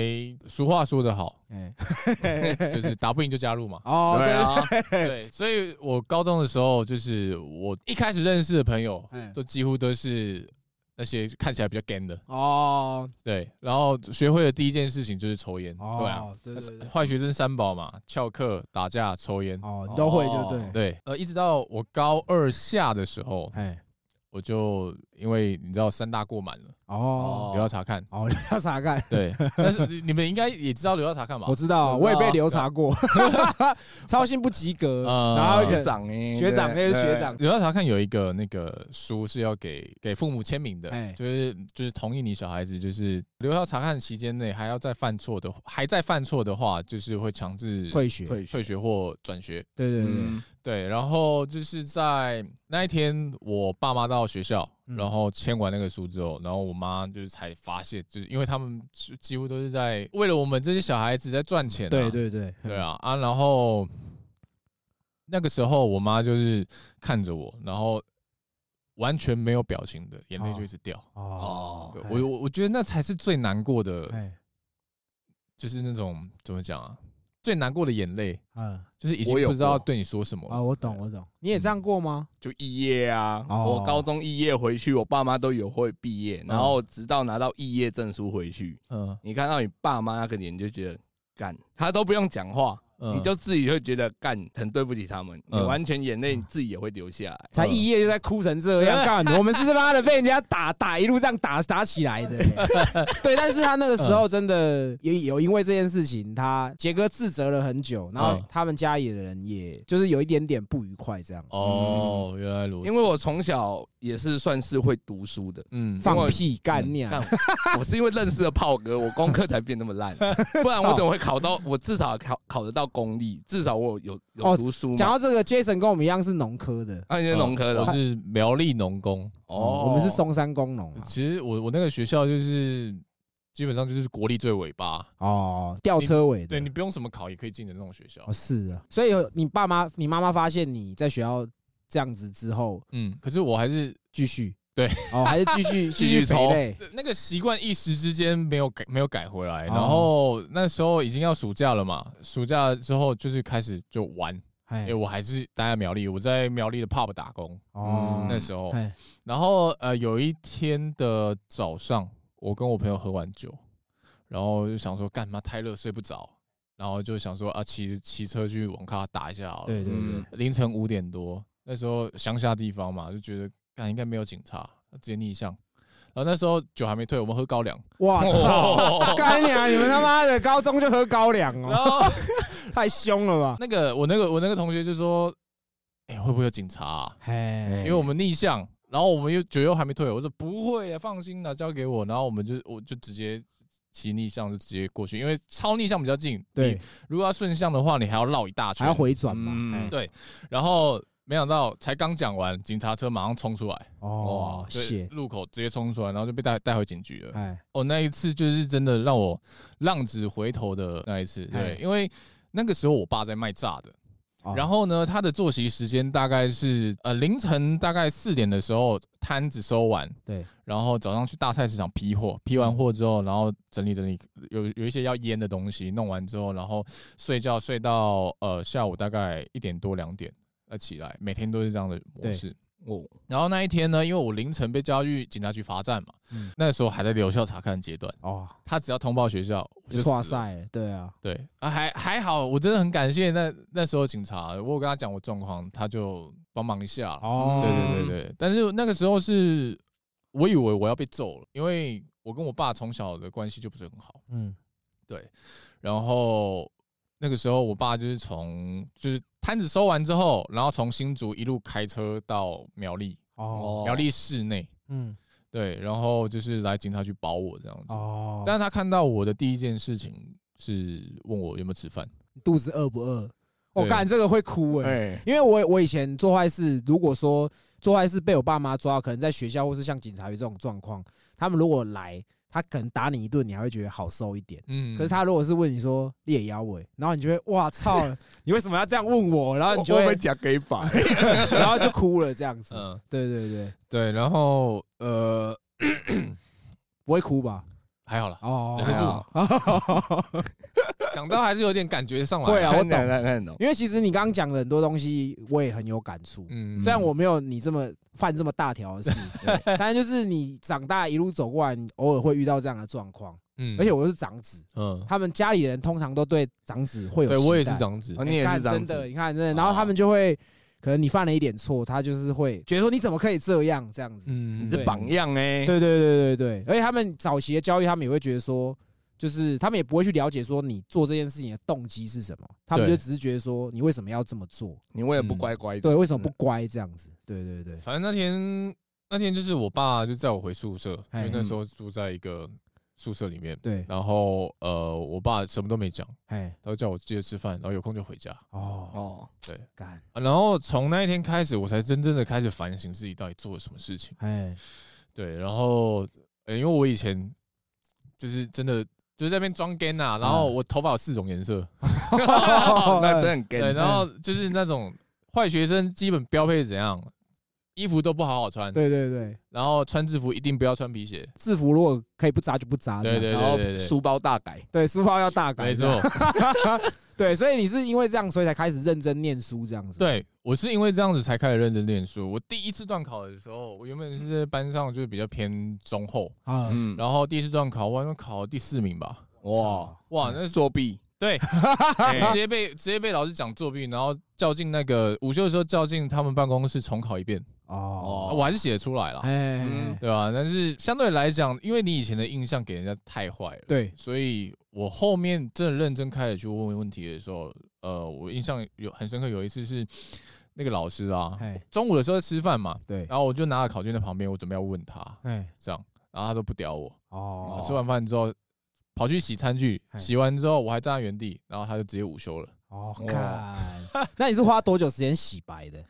[SPEAKER 2] 俗话说得好，
[SPEAKER 1] 哎，。
[SPEAKER 2] 就是打不赢就加入嘛
[SPEAKER 1] 哦，
[SPEAKER 3] 对
[SPEAKER 1] 对，
[SPEAKER 3] 啊，
[SPEAKER 2] 对，所以我高中的时候，就是我一开始认识的朋友
[SPEAKER 1] 嗯，
[SPEAKER 2] 都几乎都是那些看起来比较 gay 的。
[SPEAKER 1] 哦，
[SPEAKER 2] 对，然后学会的第一件事情就是抽烟。对啊，
[SPEAKER 1] 哦，对对 对，
[SPEAKER 2] 坏学生三宝嘛，翘课、打架、抽烟。
[SPEAKER 1] 哦，你都会就对，
[SPEAKER 2] 对，呃，一直到我高二下的时候，
[SPEAKER 1] 哎，
[SPEAKER 2] 我就因为你知道三大过满了，
[SPEAKER 1] 哦，
[SPEAKER 2] 留校查看。
[SPEAKER 1] 哦，留下查看，
[SPEAKER 2] 对，但是你你们应该也知道留校查看吧
[SPEAKER 1] 我？知道，我也被留查过，操心不及格，
[SPEAKER 2] 呃
[SPEAKER 1] 然后一
[SPEAKER 3] 学
[SPEAKER 1] 个
[SPEAKER 3] 长哎，
[SPEAKER 1] 啊学长，那
[SPEAKER 3] 对
[SPEAKER 1] 是学，长，
[SPEAKER 2] 留校查看有一个那个书是要给给父母签名的
[SPEAKER 1] 哎，
[SPEAKER 2] 就是就是同意你小孩子，就是留校查看期间内还要再犯错的，还在犯错的话，就是会强制
[SPEAKER 1] 退学，
[SPEAKER 3] 退
[SPEAKER 2] 退学或转学。
[SPEAKER 1] 对对对，
[SPEAKER 3] 嗯
[SPEAKER 2] 对，然后就是在那一天，我爸妈到学校，
[SPEAKER 1] 嗯
[SPEAKER 2] 然后签完那个书之后，然后我妈就是才发现，就是因为他们是几乎都是在为了我们这些小孩子在赚钱、啊，
[SPEAKER 1] 对对对，
[SPEAKER 2] 对，啊
[SPEAKER 3] 嗯
[SPEAKER 2] 啊，然后那个时候我妈就是看着我，然后完全没有表情的，眼泪就一直掉。
[SPEAKER 1] 哦，
[SPEAKER 3] 哦
[SPEAKER 2] 对
[SPEAKER 1] 哎
[SPEAKER 2] 我我我觉得那才是最难过的，
[SPEAKER 1] 哎，
[SPEAKER 2] 就是那种怎么讲啊，最难过的眼泪，
[SPEAKER 1] 嗯，
[SPEAKER 2] 就是已
[SPEAKER 3] 我
[SPEAKER 2] 经
[SPEAKER 3] 有
[SPEAKER 2] 不知道
[SPEAKER 3] 过
[SPEAKER 2] 对你说什么了
[SPEAKER 1] 哦，我懂，我懂，你也这样过吗？
[SPEAKER 3] 就肄业啊，
[SPEAKER 1] 哦嗯
[SPEAKER 3] 我高中肄业回去，我爸妈都有会毕业，然后直到拿到肄业证书回去，
[SPEAKER 2] 嗯，
[SPEAKER 3] 你看到你爸妈那个脸，你就觉得干，他都不用讲话，
[SPEAKER 2] 嗯
[SPEAKER 3] 你就自己会觉得干，很对不起他们，你
[SPEAKER 2] 嗯
[SPEAKER 3] 完全眼泪你自己也会流下来。嗯
[SPEAKER 1] 才一夜就在哭成这样，干！我们是他妈的被人家打打一路这样打打起来的，对。但是他那个时候真的也有因为这件事情，他杰哥自责了很久，然后
[SPEAKER 2] 嗯
[SPEAKER 1] 他们家里的人也就是有一点点不愉快，这样
[SPEAKER 2] 哦，原来如此。
[SPEAKER 3] 因为我从小也是算是会读书的，
[SPEAKER 2] 嗯
[SPEAKER 1] 放屁干你
[SPEAKER 3] 但
[SPEAKER 1] 啊！
[SPEAKER 3] 我是因为认识了炮哥，我功课才变那么烂，不然我怎么会考到？我至少考考得到公立，至少我有
[SPEAKER 1] 哦
[SPEAKER 3] 有读书
[SPEAKER 1] 讲
[SPEAKER 3] 嘛。
[SPEAKER 1] 到这个，Jason 跟我们一样是农科的，
[SPEAKER 3] 啊，你是农科的
[SPEAKER 2] 我
[SPEAKER 3] 哦
[SPEAKER 2] 是苗栗农工。哦嗯
[SPEAKER 1] 哦，我们是松山工农啊，
[SPEAKER 2] 其实我我那个学校就是基本上就是国力最尾巴，
[SPEAKER 1] 哦，吊车尾的，
[SPEAKER 2] 对你不用什么考也可以进的那种学校
[SPEAKER 1] 哦，。是啊。所以你爸妈、你妈妈发现你在学校这样子之后，
[SPEAKER 2] 嗯，可是我还是
[SPEAKER 1] 继续
[SPEAKER 2] 对，
[SPEAKER 1] 哦，还是继续
[SPEAKER 2] 继
[SPEAKER 1] 续陪
[SPEAKER 2] 续抽
[SPEAKER 1] 累，
[SPEAKER 2] 那个习惯一时之间没有改，没有改回来。
[SPEAKER 1] 哦
[SPEAKER 2] 然后那时候已经要暑假了嘛，暑假之后就是开始就玩。
[SPEAKER 1] 哎
[SPEAKER 2] 哎，，我还是待在苗栗，我在苗栗的 pub 打工。
[SPEAKER 1] 哦，
[SPEAKER 2] 那时候，
[SPEAKER 1] 哎，
[SPEAKER 2] 然后呃，有一天的早上，我跟我朋友喝完酒，然后就想说，干嘛太热睡不着，然后就想说啊，骑骑车去网咖打一下好了。
[SPEAKER 1] 对对对
[SPEAKER 3] 嗯，
[SPEAKER 2] 凌晨五点多，那时候乡下地方嘛，就觉得干应该没有警察，直接逆向。然后那时候酒还没退，我们喝高粱，
[SPEAKER 1] 哇
[SPEAKER 2] 哦
[SPEAKER 1] 操！干娘，你们他妈的高中就喝高粱
[SPEAKER 2] 然
[SPEAKER 1] 哦，
[SPEAKER 2] 后
[SPEAKER 1] 太凶了吧？
[SPEAKER 2] 那个我那个我那个同学就说，哎、会不会有警察、啊？
[SPEAKER 1] 哎，
[SPEAKER 2] 因为我们逆向，然后我们又酒又还没退，我说不会啊，放心啦，交给我。然后我们就我就直接骑逆向就直接过去，因为超逆向比较近，
[SPEAKER 1] 对
[SPEAKER 2] 你，如果要顺向的话，你还要绕一大圈，
[SPEAKER 1] 还要回转嘛？
[SPEAKER 3] 嗯
[SPEAKER 1] 哎
[SPEAKER 2] 对，然后。没想到，才刚讲完，警察车马上冲出来，
[SPEAKER 1] 哦，
[SPEAKER 2] 对
[SPEAKER 1] 谢，
[SPEAKER 2] 路口直接冲出来，然后就被带带回警局了。
[SPEAKER 1] 哎，
[SPEAKER 2] 哦，那一次就是真的让我浪子回头的那一次，
[SPEAKER 1] 哎
[SPEAKER 2] 对，因为那个时候我爸在卖炸的，
[SPEAKER 1] 哦
[SPEAKER 2] 然后呢，他的作息时间大概是呃凌晨大概四点的时候摊子收完，
[SPEAKER 1] 对，
[SPEAKER 2] 然后早上去大菜市场批货，批完货之后，然后整理整理，有有一些要腌的东西弄完之后，然后睡觉睡到呃下午大概一点多两点呃起来，每天都是这样的模
[SPEAKER 1] 对
[SPEAKER 2] 式。
[SPEAKER 3] 我
[SPEAKER 2] 然后那一天呢，因为我凌晨被叫去警察局罚站嘛，
[SPEAKER 1] 嗯
[SPEAKER 2] 那时候还在留校查看阶段。
[SPEAKER 1] 哦，
[SPEAKER 2] 他只要通报学校，我就
[SPEAKER 1] 就
[SPEAKER 2] 死
[SPEAKER 1] 哇
[SPEAKER 2] 了。
[SPEAKER 1] 塞，对啊，
[SPEAKER 2] 对啊，还还好，我真的很感谢那那时候警察，我有跟他讲我状况，他就帮忙一下。
[SPEAKER 1] 哦，
[SPEAKER 2] 嗯对对对对，但是那个时候是我以为我要被揍了，因为我跟我爸从小的关系就不是很好。
[SPEAKER 1] 嗯，
[SPEAKER 2] 对，然后那个时候我爸就是从就是摊子收完之后，然后从新竹一路开车到苗栗，
[SPEAKER 1] 哦，
[SPEAKER 2] 苗栗市内。
[SPEAKER 1] 嗯，
[SPEAKER 2] 对，然后就是来警察局保我这样子。
[SPEAKER 1] 哦，
[SPEAKER 2] 但是他看到我的第一件事情是问我有没有吃饭。
[SPEAKER 1] 肚子饿不饿？我
[SPEAKER 2] 对
[SPEAKER 1] 干这个会哭哎，
[SPEAKER 3] 哎
[SPEAKER 1] 因为我我以前做坏事，如果说做坏事被我爸妈抓，可能在学校或是像警察局这种状况，他们如果来，他可能打你一顿，你还会觉得好受一点。
[SPEAKER 2] 嗯
[SPEAKER 1] 可是他如果是问你说你也腰尾，然后你就会哇操，你为什么要这样问我？然后你就
[SPEAKER 3] 我
[SPEAKER 1] 会
[SPEAKER 3] 们，讲给法，
[SPEAKER 1] 然后就哭了这样子。
[SPEAKER 2] 嗯，
[SPEAKER 1] 对对对，
[SPEAKER 2] 对，然后呃，
[SPEAKER 1] 不会哭吧？
[SPEAKER 2] 还好了，
[SPEAKER 1] 哦，
[SPEAKER 2] 忍得住
[SPEAKER 1] 住。
[SPEAKER 2] 想到还是有点感觉上来。
[SPEAKER 1] 会啊我懂
[SPEAKER 3] 看看看懂，
[SPEAKER 1] 因为其实你刚刚讲的很多东西，我也很有感触。
[SPEAKER 2] 嗯
[SPEAKER 1] 虽然我没有你这么犯这么大条的事，但是就是你长大一路走过来，你偶尔会遇到这样的状况。
[SPEAKER 2] 嗯
[SPEAKER 1] 而且我是长子，
[SPEAKER 2] 嗯，
[SPEAKER 1] 他们家里人通常都对长子会有
[SPEAKER 2] 对
[SPEAKER 1] 期
[SPEAKER 2] 我也是
[SPEAKER 1] 待
[SPEAKER 2] 长子
[SPEAKER 3] 哦，
[SPEAKER 1] 哎
[SPEAKER 3] 你也
[SPEAKER 1] 看
[SPEAKER 3] 是这样
[SPEAKER 1] 真的，
[SPEAKER 3] 子，
[SPEAKER 1] 你看真的，然后他们就会，可能你犯了一点错，他就是会觉得说你怎么可以这样这样子。
[SPEAKER 2] 嗯
[SPEAKER 3] 你
[SPEAKER 1] 这
[SPEAKER 3] 是
[SPEAKER 1] 对
[SPEAKER 3] 榜样哎，
[SPEAKER 1] 对对对对对，而且他们早期的教育，他们也会觉得说，就是他们也不会去了解说你做这件事情的动机是什么，他们就
[SPEAKER 2] 对
[SPEAKER 1] 只是觉得说你为什么要这么做，
[SPEAKER 3] 你为了不乖乖的，
[SPEAKER 1] 对，为什么不乖这样子？对对对，
[SPEAKER 2] 反正那天那天就是我爸就载我回宿舍，因
[SPEAKER 1] 哎
[SPEAKER 2] 为那时候住在一个宿舍里面。
[SPEAKER 1] 对，
[SPEAKER 2] 然后呃，我爸什么都没讲，
[SPEAKER 1] 哎，
[SPEAKER 2] 他就叫我接着吃饭，然后有空就回家。
[SPEAKER 1] 哦，
[SPEAKER 3] 哦，
[SPEAKER 1] 干，
[SPEAKER 2] 啊然后从那一天开始，我才真正的开始反省自己到底做了什么事情。
[SPEAKER 1] 哎，
[SPEAKER 2] 对，然后、呃因为我以前就是真的就是在那边装 gay 呐，然后
[SPEAKER 1] 嗯
[SPEAKER 2] 我头发有四种颜色，
[SPEAKER 3] 那真的很
[SPEAKER 2] 对，
[SPEAKER 3] 跟
[SPEAKER 2] 然后
[SPEAKER 1] 嗯
[SPEAKER 2] 就是那种坏学生基本标配是怎样，衣服都不好好穿，
[SPEAKER 1] 对对对，
[SPEAKER 2] 然后穿制服一定不要穿皮鞋，
[SPEAKER 1] 制服如果可以不扎就不扎这样，
[SPEAKER 2] 对
[SPEAKER 3] 然后书包大改，
[SPEAKER 1] 对，书包要大改，
[SPEAKER 2] 没错，，
[SPEAKER 1] 对，所以你是因为这样，所以才开始认真念书这样子，
[SPEAKER 2] 对我是因为这样子才开始认真念书。我第一次段考的时候，我原本是在班上就是比较偏中后，
[SPEAKER 1] 啊，
[SPEAKER 3] 嗯，
[SPEAKER 2] 然后第一次段考我好像考了第四名吧，
[SPEAKER 3] 哇，
[SPEAKER 2] 哇，
[SPEAKER 1] 嗯
[SPEAKER 2] 那
[SPEAKER 3] 作弊，哎
[SPEAKER 2] 对，
[SPEAKER 1] 哎
[SPEAKER 2] 直 接被直接被老师讲作弊，然后叫进那个午休的时候叫进他们办公室重考一遍，
[SPEAKER 1] 哦，
[SPEAKER 2] 啊我还是写得出来了，
[SPEAKER 1] 哎，
[SPEAKER 3] 嗯
[SPEAKER 2] 对吧、但是相对来讲，因为你以前的印象给人家太坏了，
[SPEAKER 1] 对，
[SPEAKER 2] 所以我后面真的认真开始去问问题的时候，呃，我印象有很深刻，有一次是那个老师啊，
[SPEAKER 1] 哎，
[SPEAKER 2] 中午的时候在吃饭嘛，
[SPEAKER 1] 对，
[SPEAKER 2] 然后我就拿着考卷在旁边，我准备要问他
[SPEAKER 1] 哎，
[SPEAKER 2] 这样，然后他都不屌我，
[SPEAKER 1] 哦，哎
[SPEAKER 2] 吃完饭之后跑去洗餐具，
[SPEAKER 1] 嘿
[SPEAKER 2] 洗完之后我还站在原地，然后他就直接午休了。
[SPEAKER 1] 哦，
[SPEAKER 3] 哦
[SPEAKER 1] 看，那你是花多久时间洗白的？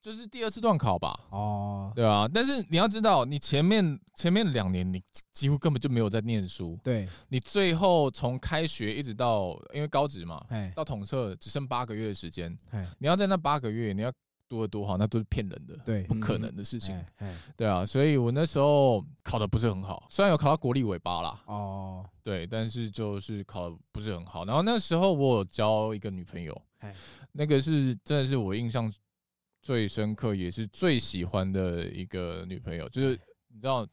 [SPEAKER 2] 就是第二次段考吧。
[SPEAKER 1] 哦，
[SPEAKER 2] 对啊，但是你要知道，你前面前面两年你几几乎根本就没有在念书，
[SPEAKER 1] 对，
[SPEAKER 2] 你最后从开学一直到因为高职嘛，
[SPEAKER 1] 哎
[SPEAKER 2] 到统测只剩八个月的时间
[SPEAKER 1] 哎，
[SPEAKER 2] 你要在那八个月你要读的多好，那都是骗人的，
[SPEAKER 1] 对嗯
[SPEAKER 2] 不可能的事情。
[SPEAKER 1] 哎哎
[SPEAKER 2] 对啊，所以我那时候考的不是很好，虽然有考到国立尾巴啦，
[SPEAKER 1] 哦，
[SPEAKER 2] 对，但是就是考的不是很好。然后那时候我有交一个女朋友
[SPEAKER 1] 哎，
[SPEAKER 2] 那个是真的是我印象最深刻，也是最喜欢的一个女朋友，就是你知道，